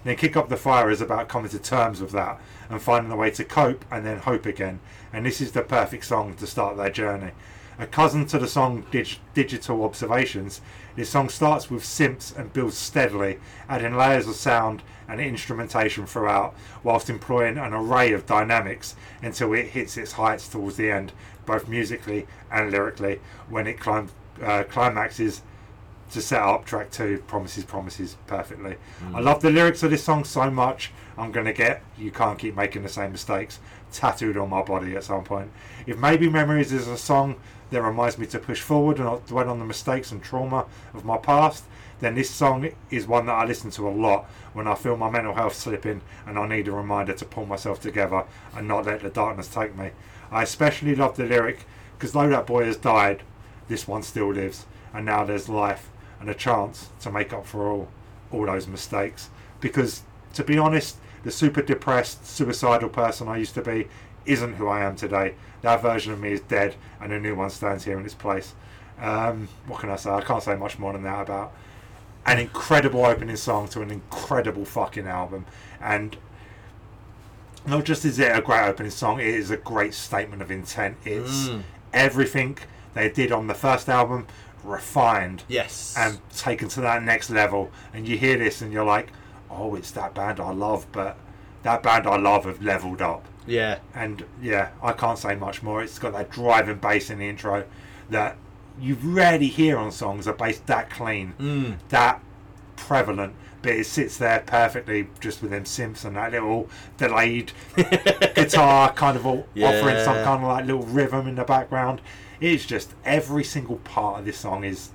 then "Kick Up the Fire" is about coming to terms with that and finding a way to cope and then hope again. And this is the perfect song to start their journey. A cousin to the song Dig- Digital Observations, this song starts with synths and builds steadily, adding layers of sound and instrumentation throughout, whilst employing an array of dynamics until it hits its heights towards the end, both musically and lyrically, when it clim- uh, climaxes to set up track two, Promises, Promises, perfectly. I love the lyrics of this song so much. I'm going to get You Can't Keep Making the Same Mistakes tattooed on my body at some point. If Maybe Memories is a song that reminds me to push forward and not dwell on the mistakes and trauma of my past, then this song is one that I listen to a lot when I feel my mental health slipping and I need a reminder to pull myself together and not let the darkness take me. I especially love the lyric because though that boy has died, this one still lives, and now there's life and a chance to make up for all all those mistakes. Because to be honest, the super depressed, suicidal person I used to be isn't who I am today. That version of me is dead, and a new one stands here in its place. Um, what can I say? I can't say much more than that about an incredible opening song to an incredible fucking album, and not just is it a great opening song, it is a great statement of intent. It's Mm. everything they did on the first album refined Yes. and taken to that next level. And you hear this and you're like, oh, it's that band I love, but that band I love have leveled up. yeah. And yeah, I can't say much more. It's got that driving bass in the intro that you rarely hear on songs are bass that clean Mm. that prevalent, but it sits there perfectly just with them synths and that little *laughs* delayed guitar kind of all offering some Yeah. kind of like little rhythm in the background. It's just every single part of this song is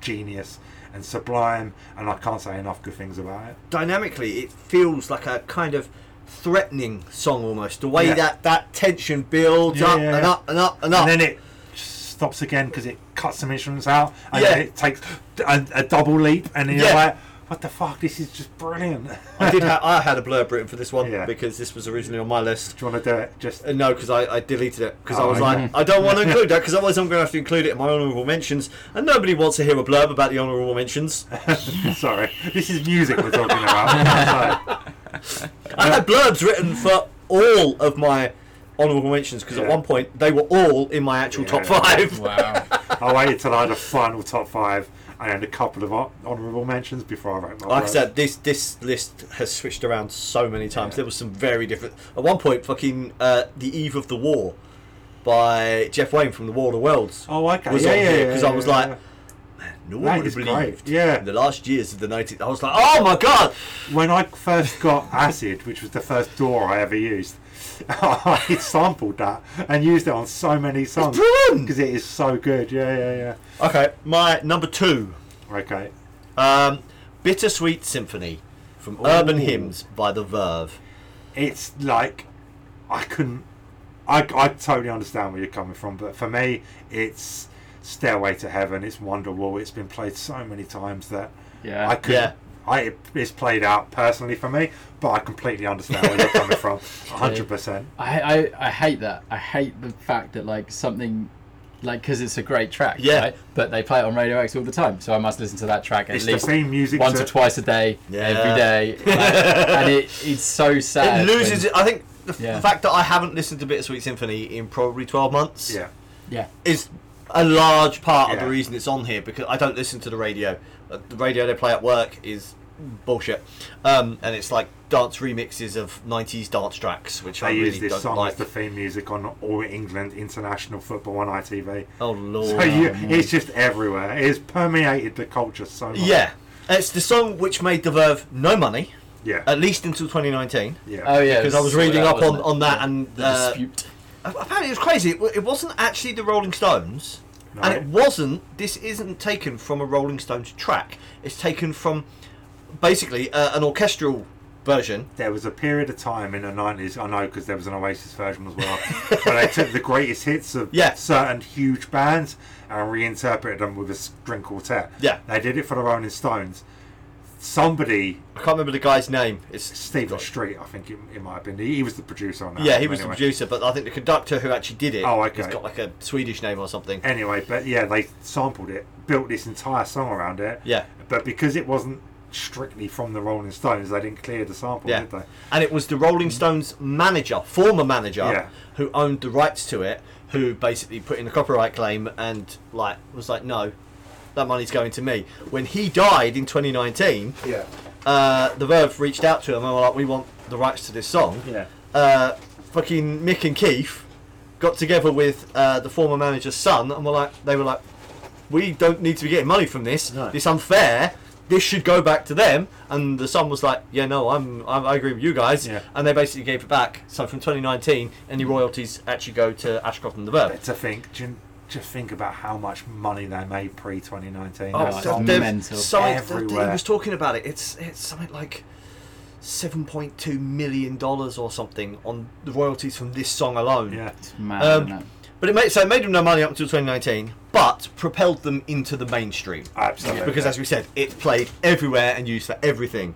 genius and sublime, and I can't say enough good things about it. Dynamically, it feels like a kind of threatening song almost. The way Yeah. that that tension builds Yeah, up yeah, and yeah. up and up and up. And then it stops again because it cuts some instruments out, and Yeah. then it takes a, a double leap, and you're Yeah. like, what the fuck? This is just brilliant. I did. Ha- I had a blurb written for this one Yeah. because this was originally on my list. *laughs* Do you want to do it? Just Uh, No, because I, I deleted it because I Oh, was like, I don't want to include that because otherwise I'm going to have to include it in my honourable mentions, and nobody wants to hear a blurb about the honourable *laughs* mentions. *laughs* Sorry, this is music we're talking *laughs* about. So, I had blurbs written for all of my honourable mentions because at Yeah. one point they were all in my actual top Yeah. *laughs* five. Wow. I waited till I had a final top five and then a couple of hon- honourable mentions before I wrote my. Like I words. said, this this list has switched around so many times. Yeah. There was some very different. At one point, fucking uh, the eve of the war by Jeff Wayne from the War of the Worlds. oh okay, was yeah, on yeah, here yeah, 'cause I was yeah, like, yeah. No That one would have is great. believed. Yeah. In the last years of the 19th, I was like, oh my god, when I first got acid, which was the first door I ever used, *laughs* I sampled that and used it on so many songs brilliant. because it is so good. Yeah, yeah, Okay, my number two, yeah. Okay, um, "Bittersweet Symphony" from Urban Ooh. Hymns by The Verve. it's like I couldn't. I, I totally understand where you're coming from, but for me, it's Stairway to Heaven. It's Wonderwall. It's been played so many times that Yeah. I could. Yeah. I it's played out personally for me, but I completely understand where you're coming *laughs* from. A hundred percent. I, I I hate that. I hate the fact that like something, like because it's a great track, Yeah. right? But they play it on Radio X all the time, so I must listen to that track at It's the least theme music. once to- or twice a day, Yeah. every day, *laughs* like, and it, it's so sad. It loses. when- I think the f- Yeah. fact that I haven't listened to "Bittersweet Symphony" in probably 12 months Yeah. Yeah, is a large part of the Yeah. reason it's on here because I don't listen to the radio. Uh, The radio they play at work is bullshit. Um, and it's like dance remixes of 90s dance tracks, which I They really use this don't song like. as the theme music on All England International Football on ITV. oh, Lord. So you, it's just everywhere. It's permeated the culture so much. yeah. It's the song which made The Verve no money, Yeah. at least until 2019. yeah. Oh yeah, Because I was it's all reading that, up on, wasn't it? on that, Yeah. and the uh, dispute. apparently it was crazy. It, wa- it wasn't actually the Rolling Stones, No. and it wasn't. This isn't taken from a Rolling Stones track. It's taken from basically uh, an orchestral version. There was a period of time in the 90s, I know because there was an Oasis version as well, *laughs* where they took the greatest hits of Yeah. certain huge bands and reinterpreted them with a string quartet. Yeah. They did it for the Rolling Stones. Somebody, I can't remember the guy's name. It's Stephen Street, I think it, it might have been, he, he was the producer on that. Yeah, he album was anyway. the producer, but I think the conductor who actually did it. Oh, okay. He's got like a Swedish name or something. Anyway, but yeah, they sampled it, built this entire song around it. Yeah. But because it wasn't strictly from the Rolling Stones, they didn't clear the sample, Yeah. did they? And it was the Rolling Stones manager, former manager, Yeah. who owned the rights to it, who basically put in a copyright claim and like was like, no, that money's going to me. When he died in 2019, Yeah. uh, the Verve reached out to him and were like, we want the rights to this song. Yeah. Uh, fucking Mick and Keith got together with uh, the former manager's son and were like, they were like, we don't need to be getting money from this. No. It's unfair. This should go back to them. And the son was like, yeah, no, I'm, I'm I agree with you guys. Yeah. Mm. And they basically gave it back. So from 2019, any royalties actually go to Ashcroft and the Verve. To think, ju- just think about how much money they made pre 2019. Oh, That's so all- there's mental. something- he Everywhere. was talking about it. It's it's something like seven point two million dollars or something on the royalties from this song alone. yeah. It's mad, Um, isn't it? But it made so it made them no money up until 2019, but propelled them into the mainstream Absolutely. because, as we said, it's played everywhere and used for everything.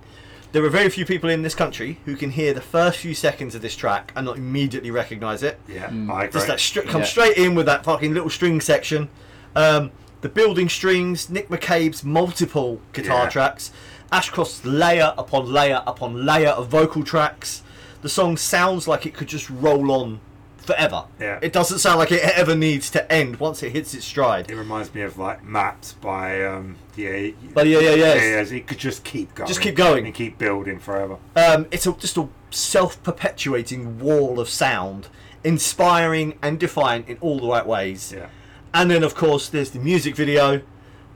There are very few people in this country who can hear the first few seconds of this track and not immediately recognise it. Yeah, I agree. Just that stri- come Yeah. straight in with that fucking little string section. Um, the building strings, Nick McCabe's multiple guitar Yeah. tracks, Ashcroft's layer upon layer upon layer of vocal tracks. The song sounds like it could just roll on forever. Yeah. It doesn't sound like it ever needs to end once it hits its stride. It reminds me of like Maps by um, yeah, But yeah, yeah, yeah. yeah, It could just keep going, Just keep going. and keep building forever. Um, it's a, just a self-perpetuating wall of sound, inspiring and defiant in all the right ways. Yeah, And then, of course, there's the music video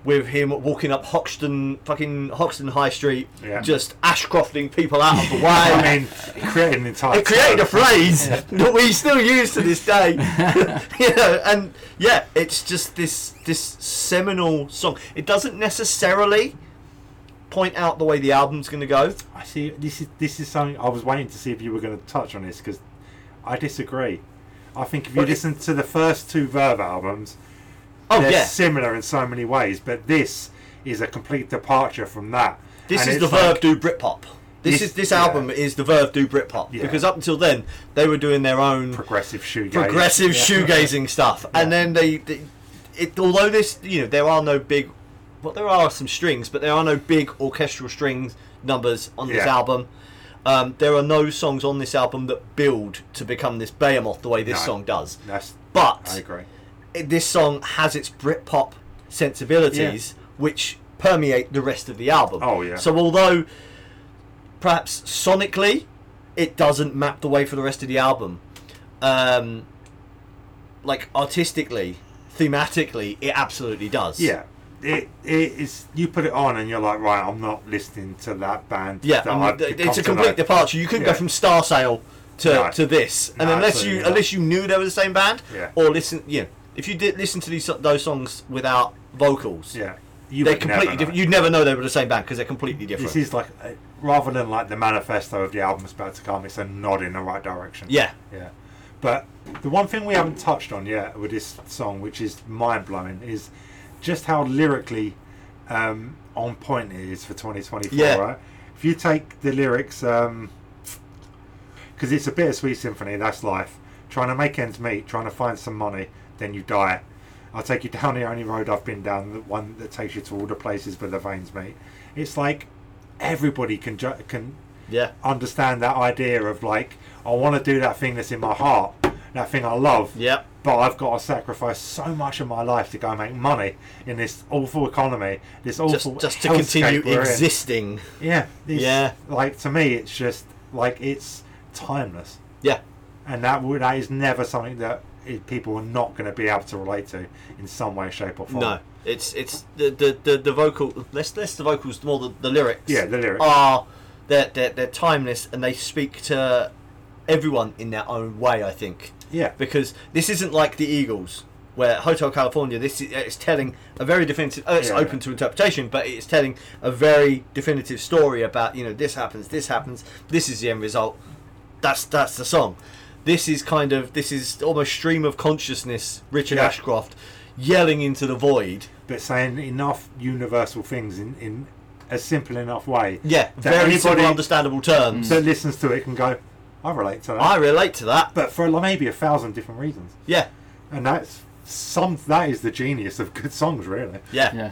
with him walking up Hoxton, fucking Hoxton High Street, Yeah. just Ashcrofting people out *laughs* of the way. I mean, it created an entire. it created a time. *laughs* phrase that we still use to this day. *laughs* you know, and yeah, it's just this this seminal song. It doesn't necessarily point out the way the album's going to go. I see. This is this is something I was waiting to see if you were going to touch on this because I disagree. I think if you Well, it- listen to the first two Verve albums, Oh they're yeah, similar in so many ways, but this is a complete departure from that. this And is it's the Verve like- do Britpop. This, This- is this yeah. album is the Verve do Britpop Yeah. because up until then they were doing their own progressive shoegaze. progressive Yeah. shoegazing stuff. And then they, they, it although this, you know, there are no big, well, there are some strings, but there are no big orchestral strings numbers on this Yeah. album. Um, there are no songs on this album that build to become this behemoth the way this No. song does. That's, But I agree. it- this song has its Britpop sensibilities, which permeate the rest of the album. Oh, yeah. So although perhaps sonically it doesn't map the way for the rest of the album, um, like artistically, thematically, it absolutely does. Yeah. It, it is you put it on and you're like right I'm not listening to that band Yeah, that I mean, I've th- come it's a to complete know. departure. You couldn't go Yeah. from Star Sail to, No. to this, and No, unless you absolutely not. unless you knew they were the same band, Yeah. or listen, you know, if you did listen to these those songs without vocals, yeah you they're would never completely know. different. You'd never know they were the same band because they're completely different. this is like uh, rather than like the manifesto of the album that's about to come it's a nod in the right direction yeah, yeah but the one thing we haven't touched on yet with this song which is mind-blowing is just how lyrically um, on point it is for 2024 Yeah. right if you take the lyrics um, because it's a bittersweet symphony. That's life. Trying to make ends meet, trying to find some money, then you die. I'll take you down the only road I've been down, the one that takes you to all the places where the veins meet. It's like everybody can ju- can yeah, understand that idea of like I want to do that thing that's in my heart. that thing I love. Yep. But I've got to sacrifice so much of my life to go and make money in this awful economy, this Just awful just to hellscape continue we're in. existing. Yeah, it's- Yeah. Like to me, it's just like it's timeless, Yeah. and that would that is never something that i- people are not going to be able to relate to in some way, shape, or form. No, it's it's the the, the, the vocal. Less less the vocals, more the, the lyrics. Yeah, the lyrics. are they're, they're they're timeless and they speak to everyone in their own way. I think Yeah. because this isn't like the Eagles, where Hotel California. This is it's telling a very definitive. oh, It's Yeah, open yeah. to interpretation, but it's telling a very definitive story about you know this happens, this happens, this is the end result. That's that's the song. This is kind of this is almost stream of consciousness. Richard Yeah. Ashcroft yelling into the void. But saying enough universal things in in a simple enough way. Yeah, that very simple, anybody Mm. understandable terms. that listens to it can go, I relate to that. Mm. I relate to that. but for like maybe a thousand different reasons, Yeah, and that's some that is the genius of good songs, really. yeah.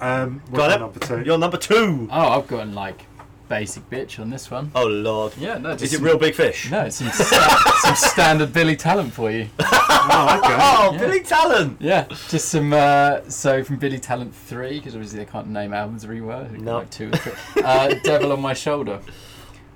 Yeah. Um, what's Got it. number two? Uh, You're number two. Oh, I've gotten like basic bitch on this one. Oh lord. Yeah, no. Is just it some- real big fish? No, it's some, sta- some standard Billy Talent for you. oh, okay. Oh, Yeah. Billy Talent. Yeah, just some. Uh, so from Billy Talent three, because obviously they can't name albums every word. they've got, No. like two. Or three. Uh, Devil on my shoulder.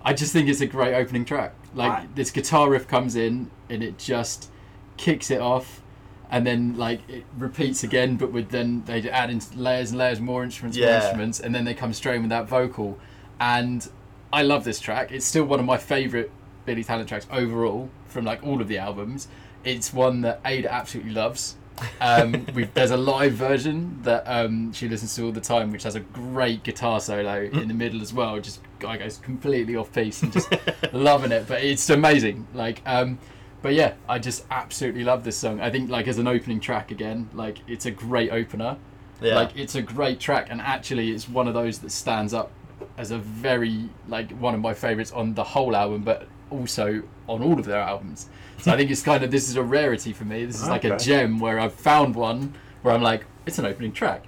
I just think it's a great opening track. Like Right. this guitar riff comes in and it just kicks it off, and then like it repeats again, but with then they add in layers and layers more instruments, more Yeah. instruments, and then they come straight in with that vocal. And I love this track. It's still one of my favourite Billy Talent tracks overall from like all of the albums. It's one that Ada absolutely loves. Um, we've, there's a live version that um, she listens to all the time, which has a great guitar solo in the middle as well. Just guy goes completely off piece and just loving it. But it's amazing. Like, um, but yeah, I just absolutely love this song. I think like as an opening track again, like it's a great opener. Yeah. Like it's a great track, and actually, it's one of those that stands up as a very like one of my favorites on the whole album, but also on all of their albums. So I think it's kind of this is a rarity for me. This is like a Okay. gem where I've found one where I'm like, it's an opening track,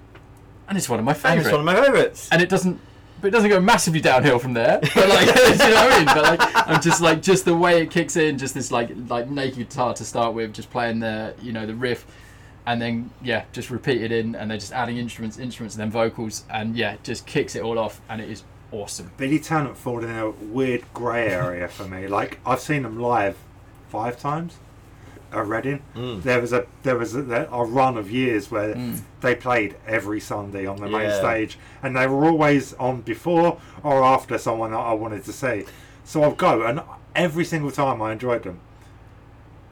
and it's one of my And favorites, it's one of my favourites. and it doesn't. But it doesn't go massively downhill from there. But like, *laughs* do you know what I mean? But like, I'm just like, just the way it kicks in, just this like, like naked guitar to start with, just playing the, you know, the riff, and then yeah, just repeat it in, and they're just adding instruments, instruments, and then vocals, and yeah, just kicks it all off, and it is awesome. Billy Talent fall in a weird grey area for me. Like I've seen them live five times at Reading. Hmm. There was a there was a, there- a run of years where they played every Sunday on the main Yeah. stage, and they were always on before or after someone that I wanted to see. So I'll go, and every single time I enjoyed them.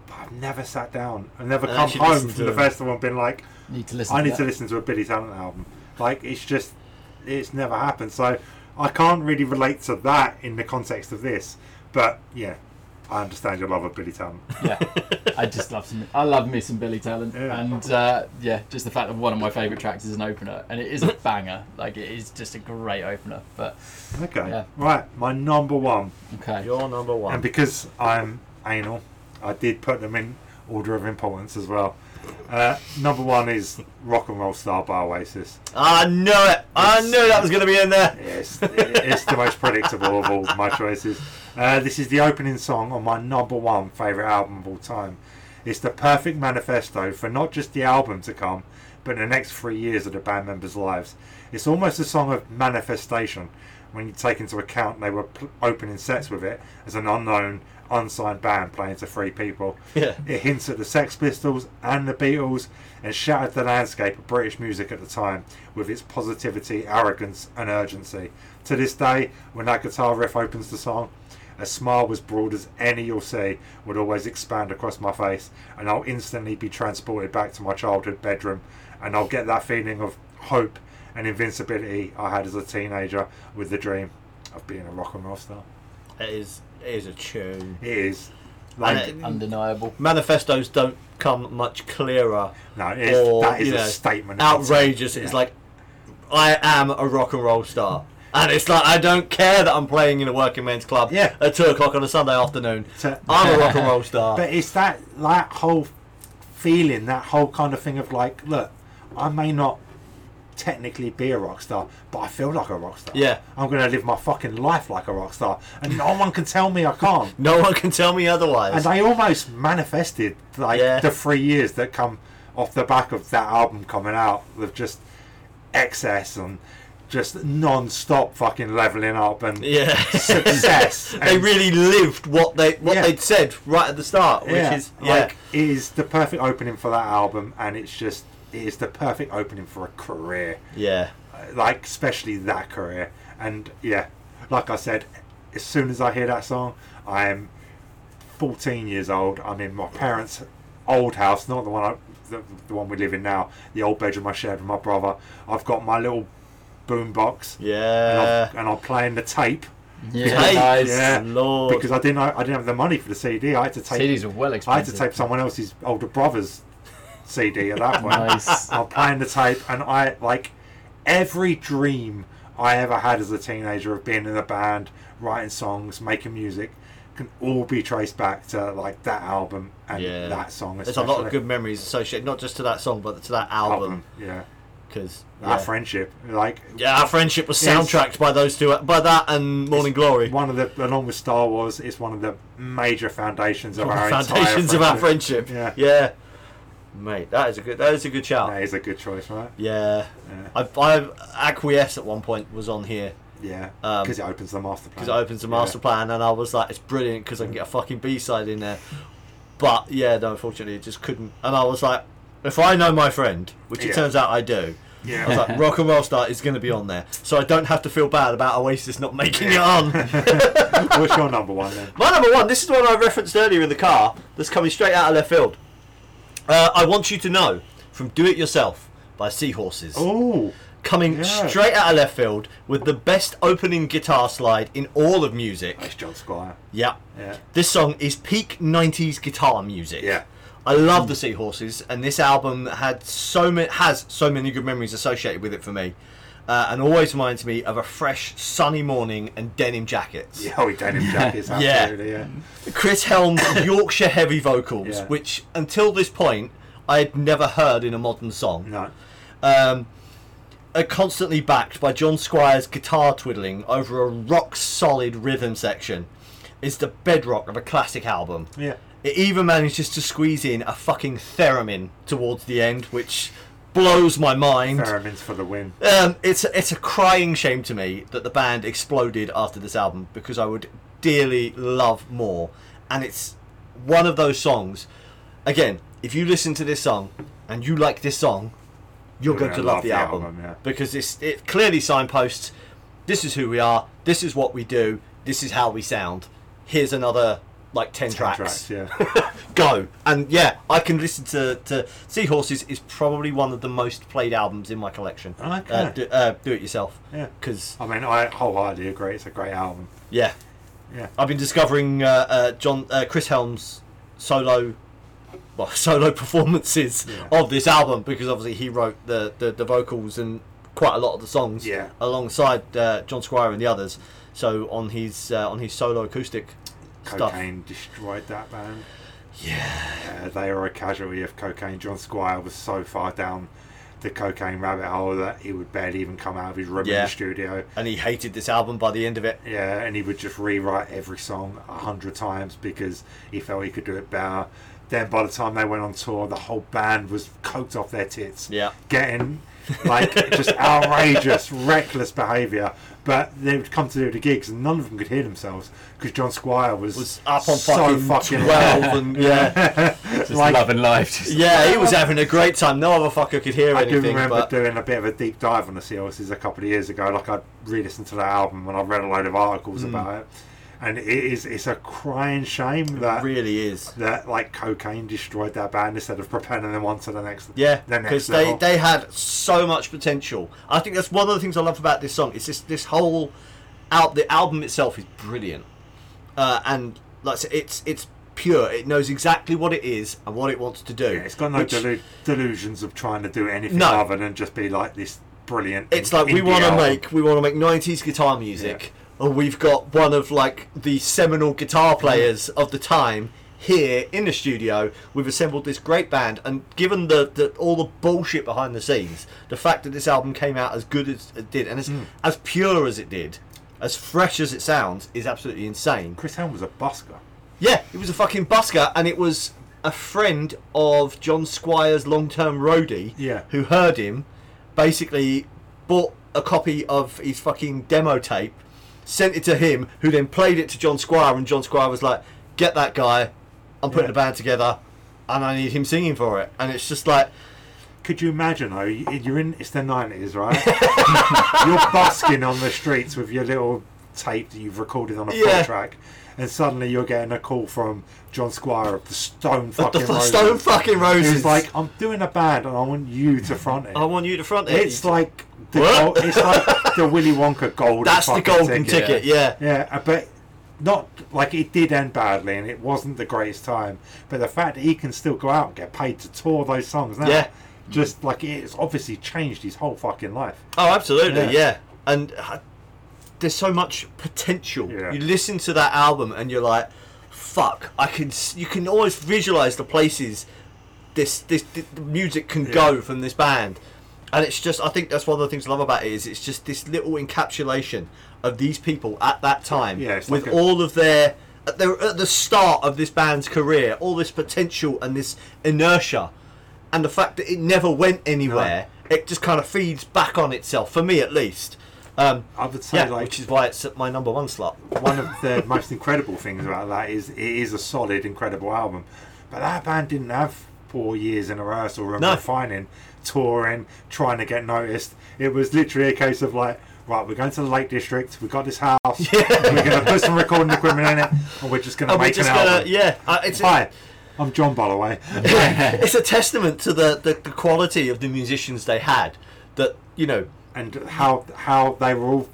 But I've never sat down. I've never And come actually home listened from to the them. festival and been like, Need to listen. I to need that. to listen to a Billy Talent album. Like it's just, it's never happened. So I can't really relate to that in the context of this. But yeah, I understand your love of Billy Talent. yeah, *laughs* I just love some. I love me some Billy Talent, Yeah. and uh, yeah, just the fact that one of my favourite tracks is an opener, and it is a banger. Like it is just a great opener. But Okay, Yeah. right, my number one, okay, You're number one. and because I'm anal, I did put them in order of importance as well. Uh, number one is Rock and Roll Star by Oasis. I knew it. I knew that was going to be in there. Yes, it's the most predictable of all my choices. Uh, this is the opening song on my number one favourite album of all time. It's the perfect manifesto for not just the album to come, but the next three years of the band members' lives. It's almost a song of manifestation when you take into account they were pl- opening sets with it as an unknown, unsigned band playing to three people. Yeah. It hints at the Sex Pistols and the Beatles and shattered the landscape of British music at the time with its positivity, arrogance, and urgency. To this day, when that guitar riff opens the song, a smile as broad as any you'll see would always expand across my face, and I'll instantly be transported back to my childhood bedroom, and I'll get that feeling of hope and invincibility I had as a teenager with the dream of being a rock and roll star. *laughs* It is. It is a tune. It is like And it- undeniable. Manifestos don't come much clearer. no, it is, or, that is you know, a statement. Outrageous. It's Yeah. like I am a rock and roll star. And it's like I don't care that I'm playing in a working men's club Yeah. at two o'clock on a Sunday afternoon. To- I'm a rock *laughs* and roll star. But it's that that whole feeling, that whole kind of thing of like, look, I may not technically be a rock star, but I feel like a rock star. Yeah. I'm going to live my fucking life like a rock star, and no one can tell me I *laughs* can't. No one can tell me otherwise. And I almost manifested like Yeah. the three years that come off the back of that album coming out with just excess and just non-stop fucking leveling up and yeah. success. *laughs* they and- really lived what they what Yeah. they'd said right at the start, which yeah, is yeah. like it is the perfect opening for that album, and it's just it is the perfect opening for a career, yeah. Uh, like especially that career. And yeah, like I said, as soon as I hear that song, I am 14 years old. I'm in my parents' old house, not the one I, the, the one we live in now, the old bedroom I shared with my brother. I've got my little boombox, and, Yeah. I'm- and I'm playing the tape. Yeah, Hey, guys. yeah. Lord. Because I didn't, I didn't have the money for the CD. I had to take CDs are well I had to expensive. tape someone else's older brother's CD at that point. Nice. I'm playing the tape, and I like every dream I ever had as a teenager of being in a band, writing songs, making music, can all be traced back to like that album and Yeah. that song. There's a lot of especially. good memories associated, not just to that song, but to that album. Yeah. Because Our friendship, like yeah, our friendship was Yes. soundtracked by those two, by that and Morning Glory. one of the, along with Star Wars, it's one of the major foundations of our entire foundations of our friendship. Yeah. yeah, mate, that is a good that is a good shout. That is a good choice, right? Yeah, Yeah. I, I acquiesce at one point was on here Yeah, Um, because it opens the master plan. because it opens the master plan, and I was like, it's brilliant because I can get a fucking B side in there. But yeah, no, unfortunately, it just couldn't. And I was like, if I know my friend, which it Yeah. turns out I do. Yeah, I was like, Rock and Roll Star is going to be on there, so I don't have to feel bad about Oasis not *laughs* making it on. What's your number one then? My number one, this is the one I referenced earlier in the car, that's coming straight out of left field. Uh, I Want You to Know from Do It Yourself by Seahorses. Oh, coming yeah. straight out of left field with the best opening guitar slide in all of music. it's John Squire. Yeah. Yeah. This song is peak 90s guitar music. Yeah. I love the Seahorses, and this album had so many has so many good memories associated with it for me, uh, and always reminds me of a fresh, sunny morning and denim jackets. Yeah, oh, denim jackets, absolutely. Yeah. Chris Helm's Yorkshire heavy vocals, Yeah. which until this point I had never heard in a modern song, No. um, are constantly backed by John Squire's guitar twiddling over a rock solid rhythm section. Is the bedrock of a classic album. Yeah. It even manages to squeeze in a fucking theremin towards the end, which blows my mind. Pheromones for the win. Um, it's it's a crying shame to me that the band exploded after this album because I would dearly love more, and it's one of those songs. Again, if you listen to this song and you like this song, you're You're going to gonna love, love the, the album, album, yeah. because it's it clearly signposts. This is who we are. This is what we do. This is how we sound. Here's another like ten, Tracks, yeah. *laughs* go and yeah i can listen to, to seahorses is probably one of the most played albums in my collection Okay. uh, do, uh, do it yourself Yeah. because I mean, I wholeheartedly agree. It's a great album. yeah Yeah. i've been discovering uh, uh, john uh, chris helms solo well *laughs* solo performances Yeah. of this album because obviously he wrote the, the, the vocals and quite a lot of the songs Yeah. alongside uh, john squire and the others so on his uh, on his solo acoustic stuff Cocaine destroyed that band. yeah Yeah, they are a casualty of cocaine. John Squire was so far down the cocaine rabbit hole that he would barely even come out of his room in Yeah. the studio. and he hated this album by the end of it Yeah, and he would just rewrite every song a hundred times because he felt he could do it better. Then by the time they went on tour, the whole band was coked off their tits. Yeah. *laughs* Getting like just outrageous, reckless behaviour. But they would come to do the gigs and none of them could hear themselves because John Squire was, was up on so fucking, fucking 12 loud. and yeah Just Like- love and life. Just, yeah he was having a great time no other fucker could hear I do anything remember but doing a bit of a deep dive on the Seahorses a couple of years ago. Like I re-listened to that album and I read a load of articles Hmm. about it, and it is it's a crying shame that it really is that like cocaine destroyed that band instead of propelling them on to the next yeah the next because they, level. they had so much potential I think that's one of the things I love about this song is this this whole out the album itself is brilliant uh, and like I said, it's it's pure it knows exactly what it is and what it wants to do yeah, it's got no which- delu- delusions of trying to do anything No. other than just be like this brilliant it's like we indie want to album. make we want to make 90s guitar music and we've got one of like the seminal guitar players of the time here in the studio, we've assembled this great band, and given the, the all the bullshit behind the scenes, the fact that this album came out as good as it did, and as, Mm. as pure as it did, as fresh as it sounds, is absolutely insane. Chris Helm was a busker. Yeah, it was a fucking busker, and it was a friend of John Squire's long-term roadie. Yeah. Who heard him, basically bought a copy of his fucking demo tape, sent it to him, who then played it to John Squire, and John Squire was like, "Get that guy, I'm putting Yeah. a band together, and I need him singing for it." And it's just like, Could you imagine though? you- You're in. It's the *laughs* nineties, right? you're busking on the streets with your little tape that you've recorded on a Yeah. full track, and suddenly you're getting a call from John Squire of the Stone "What the fucking fu- Roses. stone fucking roses. Who's like, I'm doing a band and I want you to front it. I want you to front it. It's like the What? gold, it's like the Willy Wonka golden. that's the fucking golden ticket. Yeah. Yeah, uh, but not like it did end badly, and it wasn't the greatest time. But the fact that he can still go out and get paid to tour those songs now, Yeah. just like it's obviously changed his whole fucking life. Oh, absolutely, Yeah. yeah. And uh, there's so much potential. Yeah. You listen to that album and you're like, "Fuck!" I can. s- You can always visualize the places this this, th the music can go from this band, and it's just. I think that's one of the things I love about it is it's just this little encapsulation of these people at that time Yeah, it's with like a- all of their. At the, at the start of this band's career, all this potential and this inertia, and the fact that it never went anywhere, it just kind of feeds back on itself for me at least. Um, I would say, yeah, like, which is why it's at my number one slot. one of the most incredible things about that is it is a solid, incredible album. But that band didn't have four years in rehearsal and No. refining, touring, trying to get noticed. It was literally a case of like, right, we're going to the Lake District. We've got *laughs* this house. We're going to put some recording equipment in it, and we're just going to And we're make an just gonna, album. yeah, uh, it's Hi, I'm John, by the way. *laughs* it's a testament to the, the the quality of the musicians they had. That you know, and how how they were all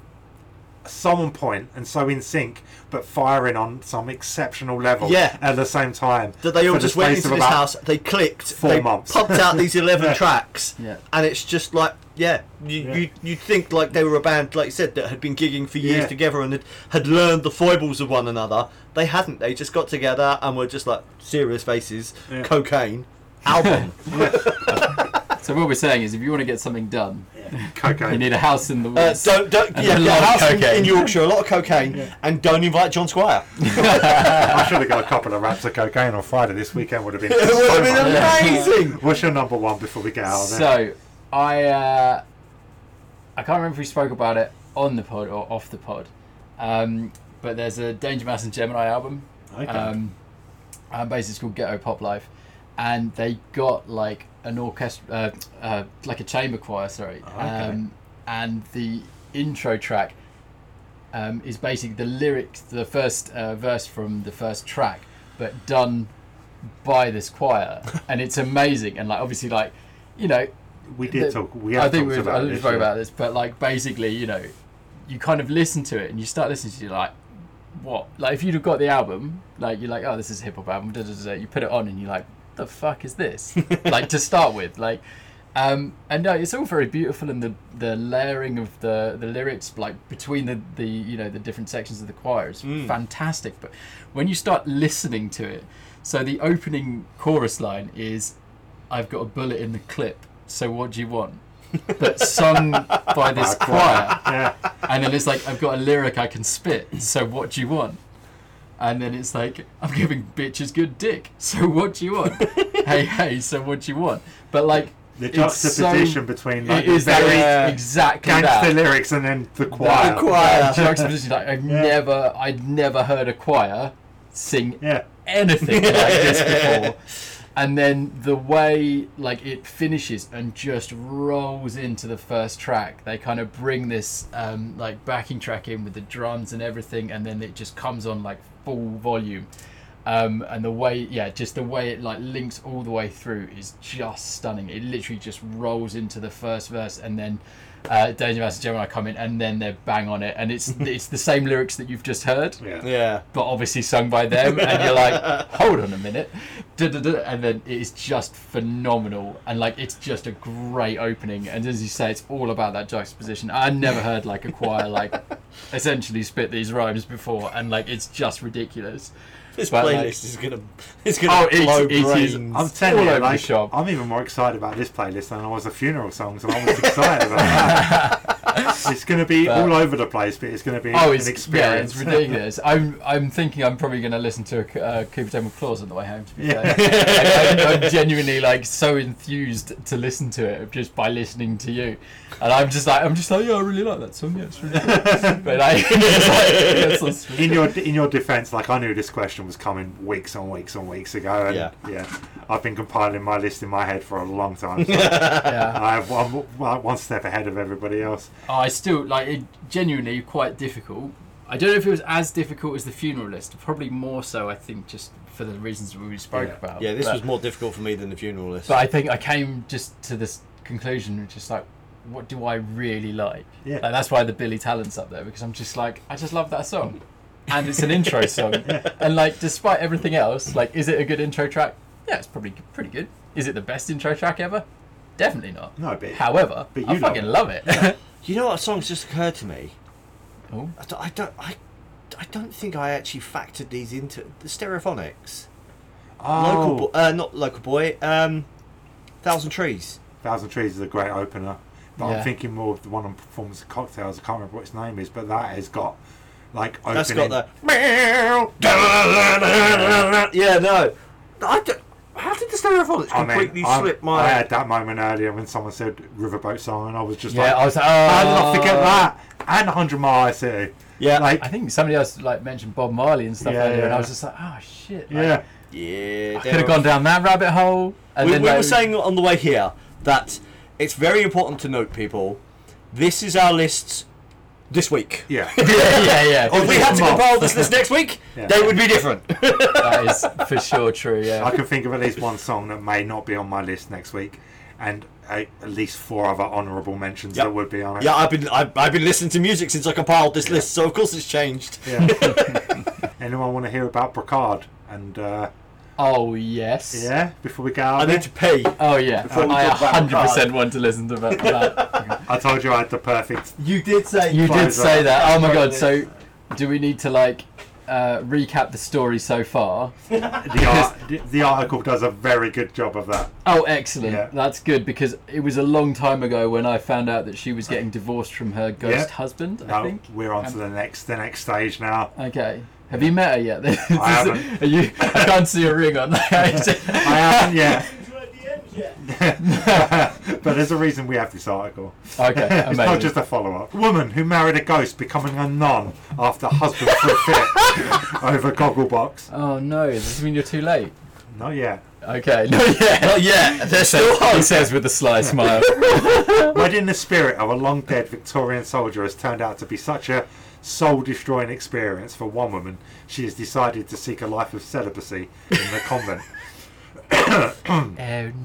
so on point and so in sync, but firing on some exceptional level. Yeah. At the same time, that they all for the just went space into of this about house, they clicked, four they months. pumped out *laughs* these eleven tracks, Yeah. and it's just like, yeah, you Yeah. you you think like they were a band, like you said, that had been gigging for years Yeah. together and had, had learned the foibles of one another. They hadn't. They just got together and were just like serious faces, Yeah. *laughs* cocaine, album. So what we're saying is, if you want to get something done, Cocaine. you need a house in the Uh, woods. don't don't And yeah, get a a lot of house in- cocaine. in Yorkshire, a lot of cocaine, and don't invite John Squire. *laughs* *laughs* *laughs* I should have got a couple of wraps of cocaine on Friday. This weekend would have been. it so would have much. been amazing. What's your number one before we get out of there? So, I uh, I can't remember if we spoke about it on the pod or off the pod, um, but there's a Danger Mouse and Gemini album. Okay. Um, and basically, it's called Ghetto Pop Life, and they got like an orchestra, uh, uh, like a chamber choir, sorry. Oh, Um, and the intro track um, is basically the lyrics, the first uh, verse from the first track, but done by this *laughs* choir, and it's amazing. And like, obviously, like you know, we did the- talk. We have I think talked we've about I think we this, spoke yeah. about this, but like basically, you know, you kind of listen to it and you start listening to it, you're like, what? Like if you'd have got the album, like you're like, oh, this is a hip hop album. Da, da, da, da. You put it on and you're like, the fuck is this? like to start with, like, um, and no, it's all very beautiful and the the layering of the the lyrics, like between the the you know the different sections of the choir, is fantastic. But when you start listening to it, so the opening chorus line is, "I've got a bullet in the clip, so what do you want?" But sung by this choir *laughs* Yeah. and then it's like I've got a lyric I can spit. So what do you want? And then it's like I'm giving bitches good dick. So what do you want? hey hey. So what do you want? But like The it's juxtaposition so- between like it the is uh, that very Yeah. exactly gangster that. lyrics and then the choir. The choir. Juxtaposition. Like I've never I'd never heard a choir sing Yeah. anything like this before. And then the way like it finishes and just rolls into the first track, they kind of bring this um, like backing track in with the drums and everything, and then it just comes on like full volume. Um, and the way, yeah, just the way it like links all the way through is just stunning. It literally just rolls into the first verse, and then uh, Danger Mouse and Gemini come in, and then they're bang on it, and it's *laughs* it's the same lyrics that you've just heard Yeah. Yeah. but obviously sung by them, and you're like, hold on a minute, Da-da-da. and then it is just phenomenal, and like it's just a great opening, and as you say, it's all about that juxtaposition. I never heard like a choir like essentially spit these rhymes before, and like it's just ridiculous. This But, playlist like- is gonna it's gonna Oh, blow it, it is. brains. I'm telling all you, over like, the shop. I'm even more excited about this playlist than I was the funeral songs, and I was excited about that. *laughs* it's going to be But- all over the place, but it's going to be Oh, an it's yeah, experience. *laughs* it's ridiculous. I'm I'm thinking I'm probably going to listen to a, uh, Cooper Table Claws on the way home. To be Yeah. fair, I, I'm, I'm genuinely like so enthused to listen to it just by listening to you, and I'm just like I'm just like yeah, I really like that song. Yeah, it's really cool. *laughs* but I, *laughs* it's like, that's in your in your defense, like I knew this question was coming weeks on weeks on weeks ago, and Yeah. yeah, I've been compiling my list in my head for a long time. So yeah. Oh, I have one, one step ahead of everybody else. I still like it genuinely quite difficult. I don't know if it was as difficult as the funeral list. Probably more so. I think just for the reasons we spoke Yeah. about. yeah, this But- was more difficult for me than the funeral list. But I think I came just to this conclusion, which is like, what do I really like? Yeah. Like, that's why the Billy Talent's up there because I'm just like, I just love that song, and it's *laughs* an intro song, and like, despite everything else, like, is it a good intro track? Yeah, it's probably g- pretty good. Is it the best intro track ever? Definitely not. No, but However, But you I love fucking it. love it. *laughs* you know what song's just occurred to me? oh, I don't I don't, I, I don't think I actually factored these into the Stereophonics. Local oh, bo- uh, not local boy. Um, Thousand Trees. Thousand Trees is a great opener, but Yeah. I'm thinking more of the one on Performance of Cocktails. I can't remember what its name is, but that has got like opening. That's got the. Yeah, no. I don't- how did the Stereophonics I mean, completely I- slip I my? had that moment earlier when someone said Riverboat song, and I was just yeah. like, I was like, I'll "Oh." not forget that. And 100 Mile I E. City. Yeah. Like, I think somebody else like mentioned Bob Marley and stuff Yeah, earlier, and I yeah. was just like, oh shit. like, yeah. Yeah, I could have gone down that rabbit hole. And we, then we like, were saying on the way here that it's very important to note, people. This is our lists this week. Yeah. *laughs* yeah, yeah, yeah. If we had to Month. compile this list next *laughs* week, Yeah. they would be different. that is for sure true. I Yeah. can think of at least one song that may not be on my list next week, and a, at least four other honourable mentions Yep. that would be on it. *laughs* yeah, I've been I've, I've been listening to music since I compiled this list, so of course it's changed. *laughs* Yeah. Anyone want to hear about Brocard? And uh, Oh yes. yeah, before we go out, I of need here, to pee. Oh yeah. Before we I talk about the 100% want to listen *laughs* to that. that. I told you I had the perfect. You did say you did Close say up. that. Oh my god. Close So, do we need to like uh, recap the story so far? *laughs* The, art, the- the article does a very good job of that. Oh, excellent. Yeah. That's good because it was a long time ago when I found out that she was getting divorced from her ghost Yeah. husband. I Now think. we're on to the next the next stage now. Okay. Have you met her yet? *laughs* This is- haven't. Are you, I can't see a ring *laughs* on I that. haven't *laughs* yet. *laughs* but there's a reason we have this article. okay, amazing. It's not just a follow up. Woman who married a ghost becoming a nun after husband threw a fit over Gogglebox. Oh no, does this mean you're too late? Not yet. Okay, no, yeah. *laughs* Not *laughs* yet. There's still He hope. says with a sly smile. Wed in the spirit of a long dead Victorian soldier has turned out to be such a soul destroying experience for one woman, she has decided to seek a life of celibacy in the convent. oh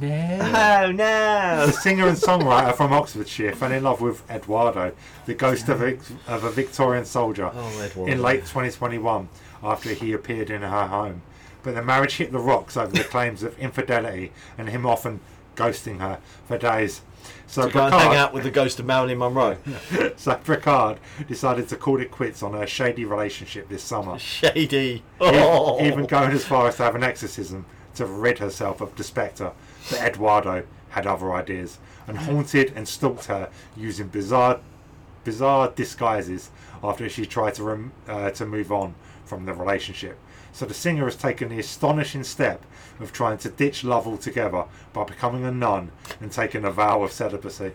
no. Oh no! The singer and songwriter from Oxfordshire fell in love with Eduardo, the ghost of a, of a Victorian soldier, Oh, Eduardo. in late 2021 after he appeared in her home. But the marriage hit the rocks over the claims of infidelity and him often ghosting her for days. So, Go and hang Picard- out with the ghost of Marilyn Monroe. *laughs* So Picard decided to call it quits on her shady relationship this summer, Shady. e- Oh. even going as far as to have an exorcism to rid herself of the spectre. But Eduardo had other ideas and haunted and stalked her using bizarre, bizarre disguises after she tried to rem- uh, to move on from the relationship. So the singer has taken the astonishing step of trying to ditch love altogether by becoming a nun and taking a vow of celibacy.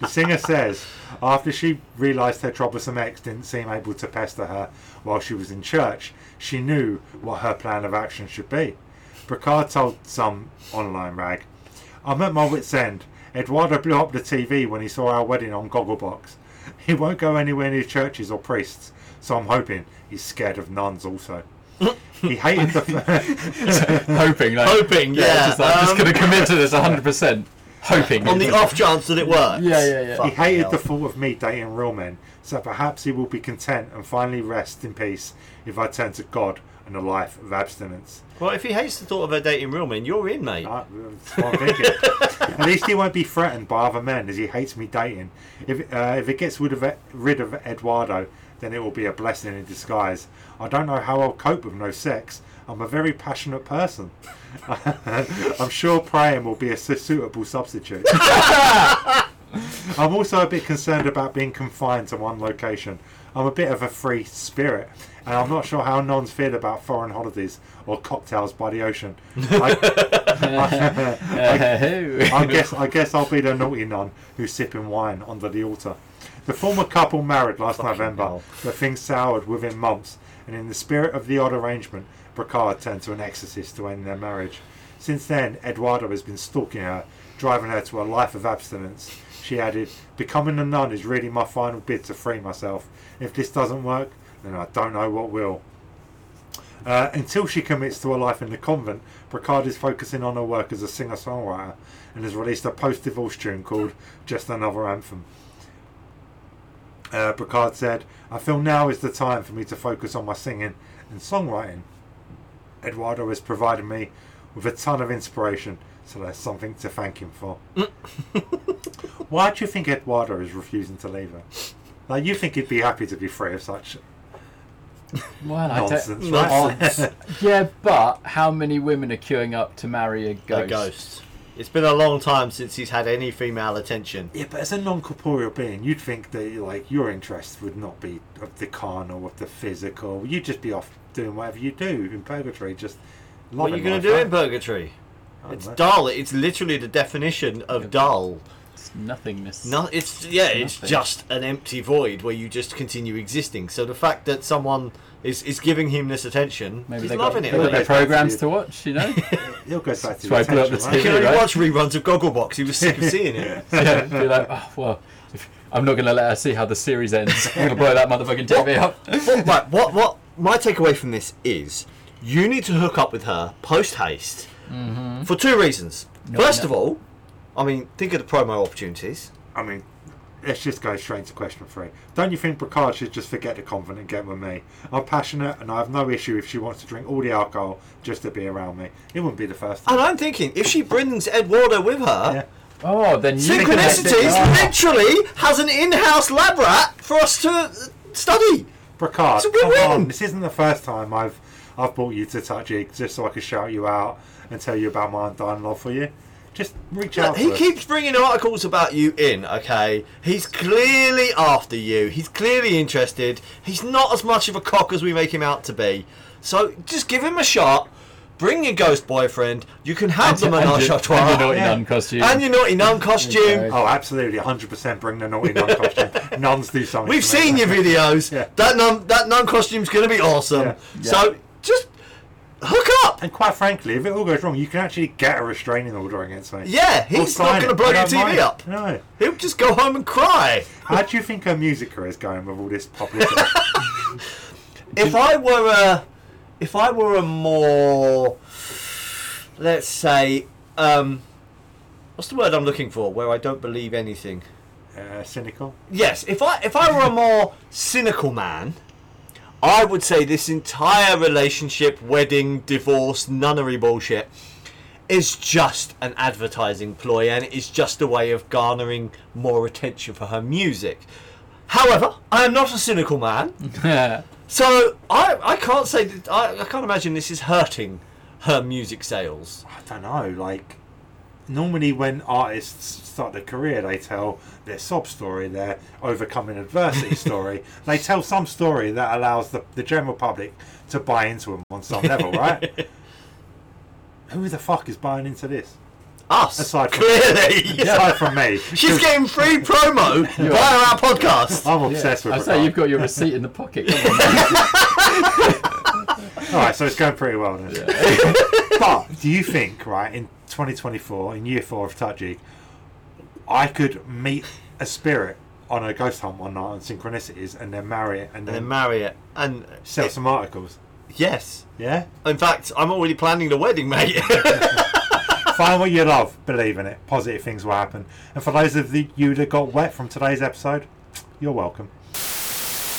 The singer says, after she realised her troublesome ex didn't seem able to pester her while she was in church, she knew what her plan of action should be. Bricard told some online rag, I'm at my wit's end. Eduardo blew up the TV when he saw our wedding on Gogglebox. He won't go anywhere near churches or priests, so I'm hoping he's scared of nuns also. he hated the. *laughs* *laughs* Hoping, like, Hoping, yeah, just, like, I'm just um, gonna commit to this 100. percent Hoping. on the off chance that it works. Yeah, yeah, yeah. He Fucking hated hell. the thought of me dating real men, so perhaps he will be content and finally rest in peace if I turn to God and a life of abstinence. Well, if he hates the thought of her dating real men, you're in, mate. I- That's what I'm thinking. *laughs* At least he won't be threatened by other men as he hates me dating. If uh, if it gets rid of, rid of Eduardo, then it will be a blessing in disguise. I don't know how I'll cope with no sex. I'm a very passionate person. *laughs* I'm sure praying will be a su- suitable substitute. *laughs* I'm also a bit concerned about being confined to one location. I'm a bit of a free spirit, and I'm not sure how nuns feel about foreign holidays or cocktails by the ocean. *laughs* I, I- *laughs* *laughs* I guess I guess I'll be the naughty nun who's sipping wine under the altar. The former couple married last November, hell. but things soured within months, and in the spirit of the odd arrangement, Bricard turned to an exorcist to end their marriage. Since then, Eduardo has been stalking her, driving her to a life of abstinence. She added, Becoming a nun is really my final bid to free myself. If this doesn't work, then I don't know what will. Uh, until she commits to a life in the convent, Bricard is focusing on her work as a singer songwriter and has released a post divorce tune called Just Another Anthem. Uh, Bricard said, I feel now is the time for me to focus on my singing and songwriting. Eduardo has provided me with a ton of inspiration, so there's something to thank him for. Why do you think Eduardo is refusing to leave her? Like, you think he'd be happy to be free of such Well, I don't. nonsense, right? *laughs* Nonsense. Yeah, but how many women are queuing up to marry a ghost? A ghost. It's been a long time since he's had any female attention. Yeah, but as a non-corporeal being, you'd think that like your interest would not be of the carnal, of the physical. You'd just be off doing whatever you do in purgatory, just. What are you going to do in purgatory? It's dull. It's literally the definition of dull. It's nothingness. No, it's yeah, it's Nothing. just an empty void where you just continue existing. So the fact that someone is, is giving him this attention, Maybe he's they've loving got, it. they've got isn't their he? programs to watch. You know, He'll go back to why I put up the He detention, right? can only right? watch reruns of Gogglebox. He was sick of seeing *laughs* it. *laughs* yeah, be like, oh, well, if, I'm not going to let her see how the series ends. I'm going to blow that motherfucking TV up. what, right, what what my takeaway from this is, you need to hook up with her post haste for two reasons. First Mm-hmm. no. of all, I mean, think of the promo opportunities. I mean, let's just go straight to question three. Don't you think Bricard should just forget the convent and get with me? I'm passionate, and I have no issue if she wants to drink all the alcohol just to be around me. It wouldn't be the first time. And I'm thinking, if she brings Eduardo with her. Yeah. Oh, then you can let it- Synchronicities Oh. literally has an in-house lab rat for us to uh, study. Bricard, It's a come win-win. on. This isn't the first time I've I've brought you to touch Touchy just so I could shout you out and tell you about my undying love for you. Just reach out. he to us. keeps bringing articles about you in. Okay, he's clearly after you. He's clearly interested. He's not as much of a cock as we make him out to be. So just give him a shot. Bring your ghost boyfriend. You can have the And your- menage a and your naughty trois. Yeah. nun costume. And your naughty nun costume. Okay. Oh, absolutely, 100% bring the naughty *laughs* nun costume. Nuns do something. We've for me. seen your videos. Yeah. That nun, that nun costume's gonna be awesome. Yeah. Yeah. So just hook up. And quite frankly, if it all goes wrong, you can actually get a restraining order against me. Yeah, Or he's sign not it. gonna blow I your don't mind. TV up. No. He'll just go home and cry. How do you think her music career is going with all this publicity? *laughs* If I were a, if I were a more, let's say, um, what's the word I'm looking for? Where I don't believe anything. uh, cynical. Yes, if I if I were a more cynical man, I would say this entire relationship, wedding, divorce, nunnery bullshit is just an advertising ploy and it is just a way of garnering more attention for her music. However, I am not a cynical man. *laughs* Yeah. So I, I can't say that, I, I can't imagine this is hurting her music sales. I don't know. Like normally, when artists start their career, they tell their sob story, their overcoming *laughs* adversity story. They tell some story that allows the, the general public to buy into them on some level, *laughs* right? Who the fuck is buying into this? Us, Aside from- clearly. Aside from me, *laughs* She's getting free *laughs* promo via our podcast. I'm obsessed I with. say Bricard. you've got your receipt in the *laughs* pocket. Come on, man. All right, so it's going pretty well then. *laughs* but do you think, right, in 2024, in year four of Tajik, I could meet a spirit on a ghost hunt one night on synchronicities and then marry it and And then then marry it. And sell some articles? yes, Yeah? in fact, I'm already planning the wedding, mate. *laughs* Find what you love, believe in it, positive things will happen. And for those of the, you that got wet from today's episode, you're welcome.